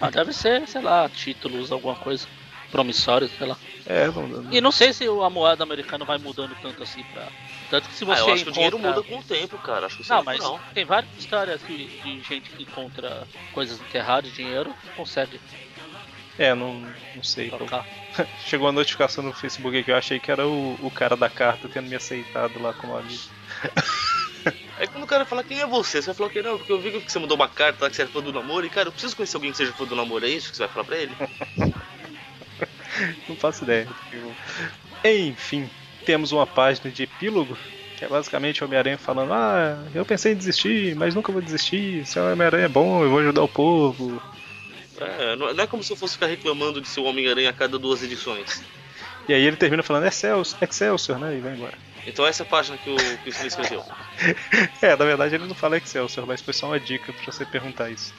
Speaker 3: Ah, deve ser, sei lá, títulos, alguma coisa promissória, sei lá.
Speaker 1: É, não, não,
Speaker 3: E não sei se o- a moeda americana vai mudando tanto assim pra. Tanto que se você
Speaker 4: ah, eu acho que o dinheiro
Speaker 3: encontra-
Speaker 4: muda com o tempo, cara. Acho que isso
Speaker 3: Não,
Speaker 4: é
Speaker 3: mas
Speaker 4: natural.
Speaker 3: tem várias histórias de, de gente que encontra coisas enterradas, dinheiro, consegue
Speaker 1: é, não, não sei.
Speaker 3: trocar.
Speaker 1: Chegou a notificação no Facebook que eu achei que era o, o cara da carta tendo me aceitado lá como amigo.
Speaker 4: Aí quando o cara fala quem é você, você vai falar que não, porque eu vi que você mandou uma carta lá que você era fã do namoro, e cara, eu preciso conhecer alguém que seja fã do namoro, é isso que você vai falar pra ele?
Speaker 1: Não faço ideia. do que eu- Enfim, temos uma página de epílogo, que é basicamente o Homem-Aranha falando: Ah, eu pensei em desistir, mas nunca vou desistir. Se o Homem-Aranha é bom, eu vou ajudar o povo.
Speaker 4: É, não não é como se eu fosse ficar reclamando de ser o Homem-Aranha a cada duas edições.
Speaker 1: E aí ele termina falando: Excelsior, Excelsior né? E vai embora.
Speaker 4: Então essa é a página que o que o Smith escreveu.
Speaker 1: É, na verdade ele não fala Excelsior, mas foi só uma dica pra você perguntar isso.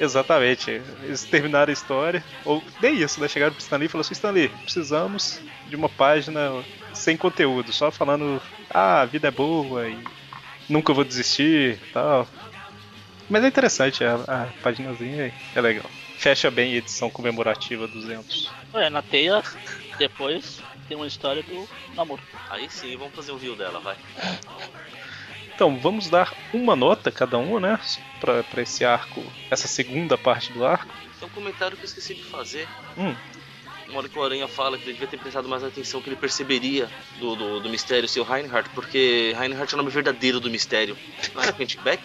Speaker 1: Exatamente. Eles terminaram a história, ou nem isso, né? Chegaram pro Stanley e falaram assim, Stanley, precisamos de uma página sem conteúdo, só falando, ah, a vida é boa e nunca vou desistir e tal. Mas é interessante, a, a paginazinha é- é legal. Fecha bem a edição comemorativa 200.
Speaker 3: É, na teia, depois tem uma história do namoro.
Speaker 4: Aí sim, vamos fazer um reel dela, vai.
Speaker 1: Então, vamos dar uma nota cada um, né? Pra, pra esse arco, essa segunda parte do arco.
Speaker 4: Tem um comentário que eu esqueci de fazer.
Speaker 1: Hum.
Speaker 4: Uma hora que o Aranha fala que ele devia ter prestado mais atenção, que ele perceberia do, do, do mistério ser o Reinhardt, porque Reinhardt é o nome verdadeiro do mistério. Não é era Quentin Beck?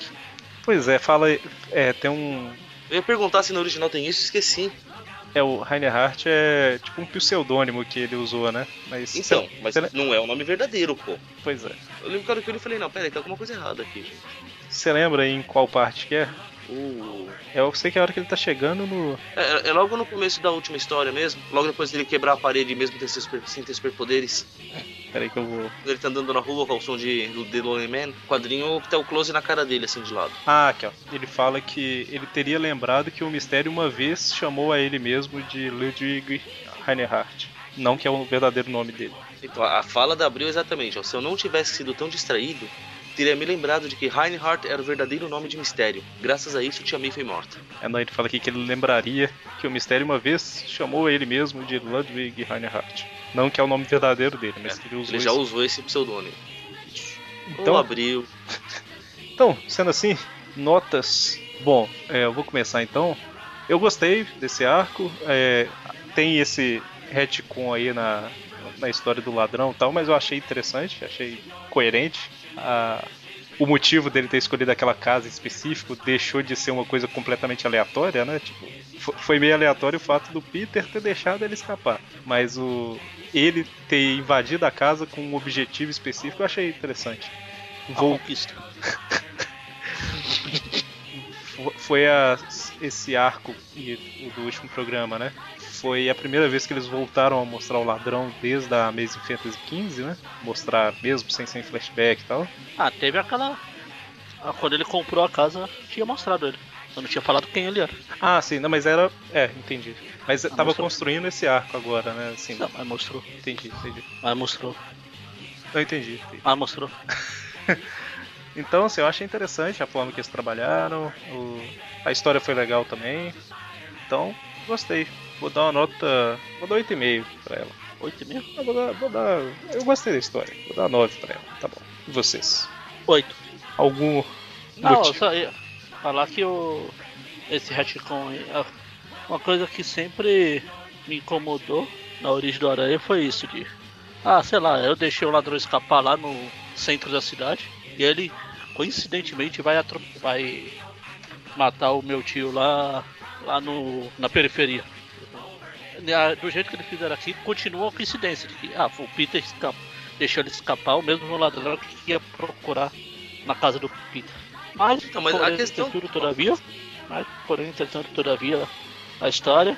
Speaker 1: Pois é, fala. É, tem um.
Speaker 4: Eu ia perguntar se no original tem isso, esqueci.
Speaker 1: É, o Reinhardt é tipo um pseudônimo que ele usou, né? Mas.
Speaker 4: Então, mas
Speaker 1: será-
Speaker 4: não é o nome verdadeiro, pô.
Speaker 1: Pois é.
Speaker 4: Eu lembro que hora que eu li e falei, não, peraí, tem alguma coisa errada aqui, gente.
Speaker 1: Você lembra em qual parte que é?
Speaker 4: Uh.
Speaker 1: Eu sei que é a hora que ele tá chegando no.
Speaker 4: É, é logo no começo da última história mesmo, logo depois dele quebrar a parede mesmo ter seus super- sem ter superpoderes,
Speaker 1: Peraí que eu vou.
Speaker 4: quando ele tá andando na rua com o som de do The Lonely Man, o quadrinho tá o close na cara dele, assim, de lado.
Speaker 1: Ah, aqui ó. Ele fala que ele teria lembrado que o mistério uma vez chamou a ele mesmo de Ludwig Reinhardt. Não que é o verdadeiro nome dele.
Speaker 4: Então, a a fala da Abril é exatamente, ó, se eu não tivesse sido tão distraído, teria me lembrado de que Reinhardt era o verdadeiro nome de mistério. Graças a isso, Tia May foi morta.
Speaker 1: É, não, ele fala aqui que ele lembraria que o mistério uma vez chamou ele mesmo de Ludwig Reinhardt. Não que é o nome verdadeiro dele, mas que ele usou
Speaker 4: É, Ele já
Speaker 1: isso.
Speaker 4: usou esse pseudônimo. Então,
Speaker 1: Então,
Speaker 4: Abril,
Speaker 1: então, sendo assim, notas. Bom, é, eu vou começar então. Eu gostei desse arco. é, tem esse retcon aí na, na história do ladrão e tal, mas eu achei interessante, achei coerente. A- o motivo dele ter escolhido aquela casa em específico deixou de ser uma coisa completamente aleatória, né? Tipo, fo- foi meio aleatório o fato do Peter ter deixado ele escapar. Mas o ele ter invadido a casa com um objetivo específico eu achei interessante.
Speaker 4: Ah,
Speaker 3: A
Speaker 1: Vou,
Speaker 3: conquista.
Speaker 1: Fo- foi a- esse arco e- o do último programa, né? Foi a primeira vez que eles voltaram a mostrar o ladrão desde a Amazing Fantasy XV, né? Mostrar mesmo sem, sem flashback e tal.
Speaker 3: Ah, teve aquela. ah, Quando ele comprou a casa, tinha mostrado ele. Eu não tinha falado quem ele era.
Speaker 1: Ah, sim, não, mas era. É, entendi. Mas
Speaker 3: Ah,
Speaker 1: tava
Speaker 3: mostrou.
Speaker 1: construindo esse arco agora, né? Assim,
Speaker 3: Não, mas mostrou.
Speaker 1: entendi, entendi.
Speaker 3: Mas mostrou.
Speaker 1: Não entendi. entendi.
Speaker 3: Mas mostrou.
Speaker 1: Então, assim, eu achei interessante a forma que eles trabalharam, o- a história foi legal também. Então, gostei. Vou dar uma nota. Vou dar 8,5 pra ela.
Speaker 3: Oito e meio?
Speaker 1: Eu vou dar, vou dar. Eu gostei da história. Vou dar 9 pra ela, tá bom. E vocês?
Speaker 3: Oito.
Speaker 1: Algum
Speaker 3: Não, eu
Speaker 1: motivo?
Speaker 3: só ia falar que o. Esse retcon aí. ah, Uma coisa que sempre me incomodou na origem do Aranha foi isso de. Ah, sei lá, eu deixei o ladrão escapar lá no centro da cidade e ele coincidentemente vai atro... vai matar o meu tio lá, lá no, na periferia. Na- Do jeito que eles fizeram aqui, continua a coincidência de que ah, o Peter escapa, deixou ele escapar, o mesmo ladrão que ia procurar na casa do Peter. Mas,
Speaker 4: Então, mas a
Speaker 3: porém,
Speaker 4: questão-
Speaker 3: entretanto, todavia, mas, porém, entretanto, todavia, a história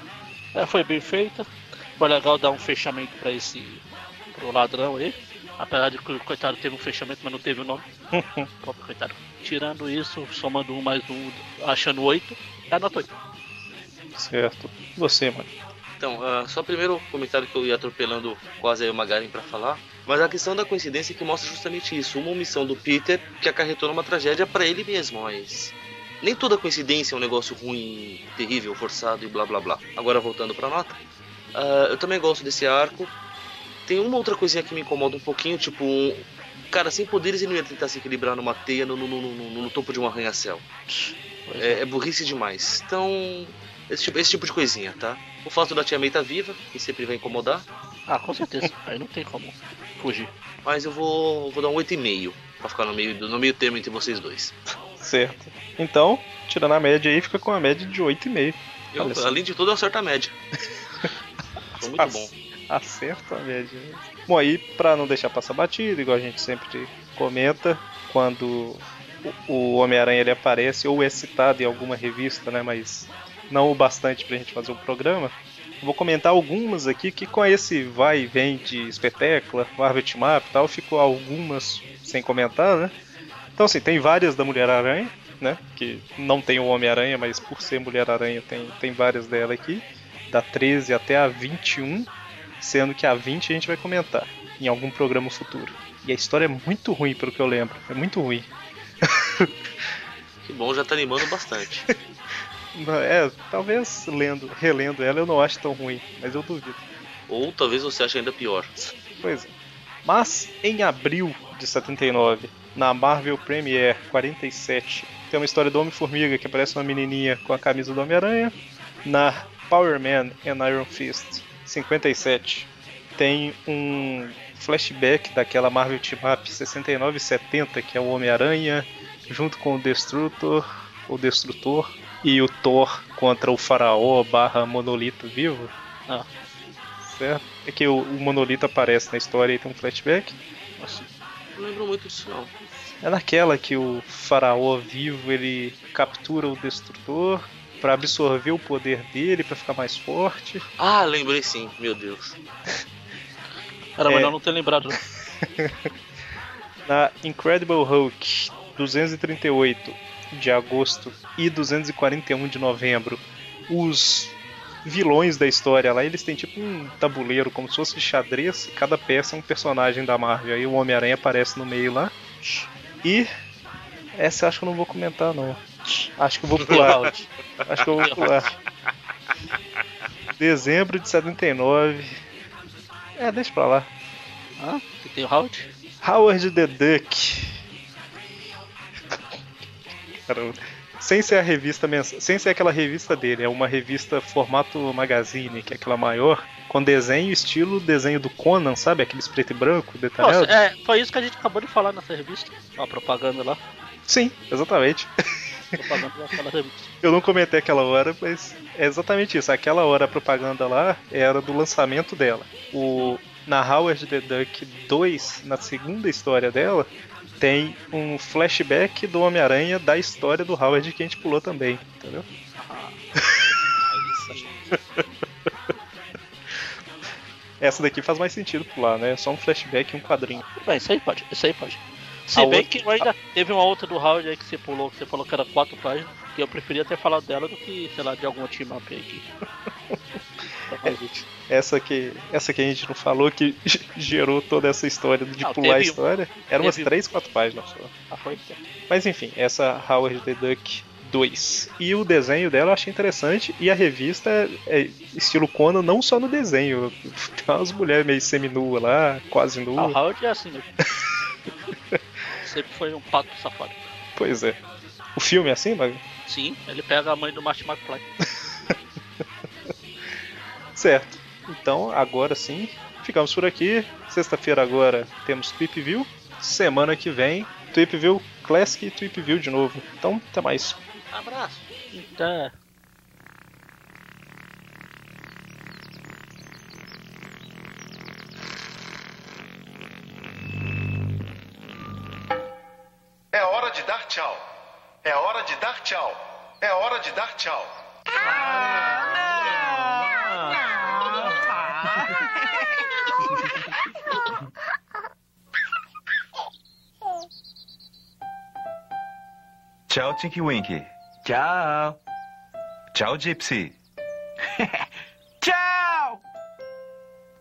Speaker 3: é, foi bem feita. Foi legal dar um fechamento para esse pro ladrão aí. Apesar de que o coitado teve um fechamento, mas não teve o nome. Pobre coitado. Tirando isso, somando um mais um, achando oito, é nota oito.
Speaker 1: Certo. Você, mano.
Speaker 4: Então, ah, só primeiro o comentário que eu ia atropelando quase aí o Magaren pra falar. Mas a questão da coincidência que mostra justamente isso. Uma omissão do Peter que acarretou numa tragédia pra ele mesmo, mas... Nem toda coincidência é um negócio ruim, terrível, forçado e blá blá blá. Agora voltando pra nota. ah, eu também gosto desse arco. Tem uma outra coisinha que me incomoda um pouquinho, tipo... um- Cara, sem poderes ele não ia tentar se equilibrar numa teia no, no- no- no- no topo de um arranha-céu. É, é burrice demais. Então, esse tipo, esse tipo de coisinha, tá? O fato da tia May tá viva, que sempre vai incomodar,
Speaker 3: Ah, com certeza. Aí não tem como fugir.
Speaker 4: mas eu vou, vou dar um 8,5 pra ficar no meio, do- no meio termo entre vocês dois.
Speaker 1: Certo. Então, tirando a média aí, fica com a média de 8,5.
Speaker 4: Eu,
Speaker 1: Olha só.
Speaker 4: além de tudo, eu acerto a média. Foi muito bom.
Speaker 1: Tá Acerta a média. né? Bom, aí, pra não deixar passar batido, igual a gente sempre comenta, quando o- o Homem-Aranha ele aparece ou é citado em alguma revista, né? Mas não o bastante pra gente fazer o programa. Eu Vou comentar algumas aqui que com esse vai e vem de espetácula, Marvel Team Up e tal, ficou algumas sem comentar, né? Então, assim, tem várias da Mulher-Aranha, né? Que não tem o Homem-Aranha, mas por ser Mulher-Aranha tem, tem várias dela aqui. Da 13 até a 21, sendo que a 20 a gente vai comentar em algum programa futuro. E a história é muito ruim, pelo que eu lembro. É muito ruim.
Speaker 4: Que bom, já tá animando bastante.
Speaker 1: Não, É, talvez lendo, relendo ela eu não acho tão ruim, mas eu duvido.
Speaker 4: Ou talvez você ache ainda pior.
Speaker 1: Pois é. Mas em abril de 79, na Marvel Premiere 47, tem uma história do Homem-Formiga que aparece uma menininha com a camisa do Homem-Aranha. Na Power Man and Iron Fist 57, tem um flashback daquela Marvel Team Up 69 e 70, que é o Homem-Aranha junto com o Destrutor, o Destrutor e o Thor contra o Faraó barra Monolito Vivo.
Speaker 3: Ah.
Speaker 1: Certo? É que o, o Monolito aparece na história e tem um flashback.
Speaker 3: Nossa,
Speaker 4: Não lembro muito disso, não.
Speaker 1: É naquela que o faraó vivo ele captura o destrutor pra absorver o poder dele pra ficar mais forte.
Speaker 4: Ah, lembrei sim, meu Deus.
Speaker 3: era
Speaker 1: É.
Speaker 3: melhor não ter lembrado. né?
Speaker 1: Na Incredible Hulk 238 de agosto e 241 de novembro, os vilões da história lá, eles têm tipo um tabuleiro, como se fosse de xadrez, e cada peça é um personagem da Marvel. Aí o Homem-Aranha aparece no meio lá. E essa eu acho que eu não vou comentar não. Acho que eu vou pular.
Speaker 3: Blackout.
Speaker 1: Acho que eu vou pular. Dezembro de 79. É, deixa pra lá.
Speaker 3: Hã? Que tem o Halt?
Speaker 1: Howard the Duck. Caramba. Sem ser a revista mens... sem ser aquela revista dele, é uma revista formato magazine, que é aquela maior, com desenho estilo desenho do Conan, sabe? Aqueles preto e branco, detalhado.
Speaker 3: Nossa, é, foi isso que a gente acabou de falar nessa revista. A propaganda lá.
Speaker 1: Sim, exatamente.
Speaker 3: Propaganda daquela revista.
Speaker 1: Eu não comentei aquela hora, mas é exatamente isso. Aquela hora a propaganda lá era do lançamento dela. O na Howard the Duck 2, na segunda história dela, tem um flashback do Homem-Aranha da história do Howard que a gente pulou também, entendeu? Ah.
Speaker 3: É
Speaker 1: Essa daqui faz mais sentido pular, né? É só um flashback e um quadrinho.
Speaker 3: Tudo Bem, isso aí pode, isso aí pode. Se
Speaker 1: A
Speaker 3: bem
Speaker 1: outra-
Speaker 3: que eu ainda teve uma outra do Howard aí que você pulou, que você falou que era quatro páginas, que eu preferia ter falado dela do que, sei lá, de algum team up aí que. É mais útil.
Speaker 1: Essa que, essa que a gente não falou que gerou toda essa história de
Speaker 3: Não,
Speaker 1: pular a
Speaker 3: teve um.
Speaker 1: história. Eram umas
Speaker 3: Teve um.
Speaker 1: 3, 4 páginas só.
Speaker 3: Ah, foi?
Speaker 1: Mas enfim, essa Howard the Duck 2. E o desenho dela eu achei interessante. E a revista é, é estilo Conan, não só no desenho. Tem umas mulheres meio seminuas lá, quase
Speaker 3: Ah,
Speaker 1: nuas.
Speaker 3: o Howard é assim mesmo. Sempre foi um pato safado.
Speaker 1: Pois é. O filme é assim, Mag?
Speaker 3: Sim, ele pega a mãe do Marty McFly.
Speaker 1: Certo. Então, agora sim, ficamos por aqui. Sexta-feira agora temos Tweep View. Semana que vem, Tweep View Classic e Tweep View de novo. Então, até mais.
Speaker 4: Abraço.
Speaker 3: É.
Speaker 5: É hora de dar tchau. É hora de dar tchau. É hora de dar tchau.
Speaker 6: Tchau, Tinky Winky. Tchau. Tchau, Gypsy. Tchau.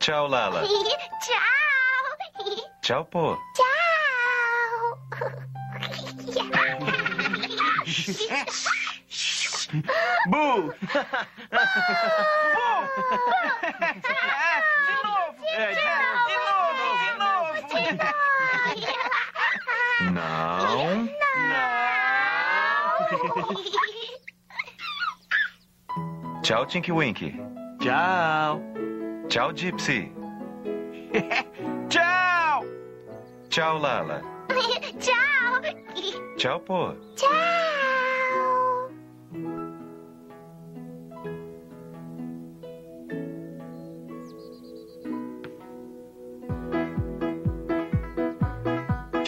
Speaker 6: Tchau, Lala.
Speaker 7: Tchau!
Speaker 6: Tchau, Pô.
Speaker 8: Bu! Bu! É, de novo! É, de, novo! De novo! De novo!
Speaker 6: Não. Tchau, Tinky Winky.
Speaker 8: Tchau!
Speaker 6: Tchau, Gypsy.
Speaker 8: Tchau!
Speaker 6: Tchau, Lala.
Speaker 7: Tchau!
Speaker 6: Tchau, Pô.
Speaker 7: Tchau!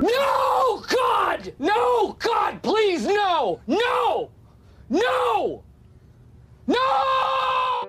Speaker 9: No, God! No, God, please, no! No! No!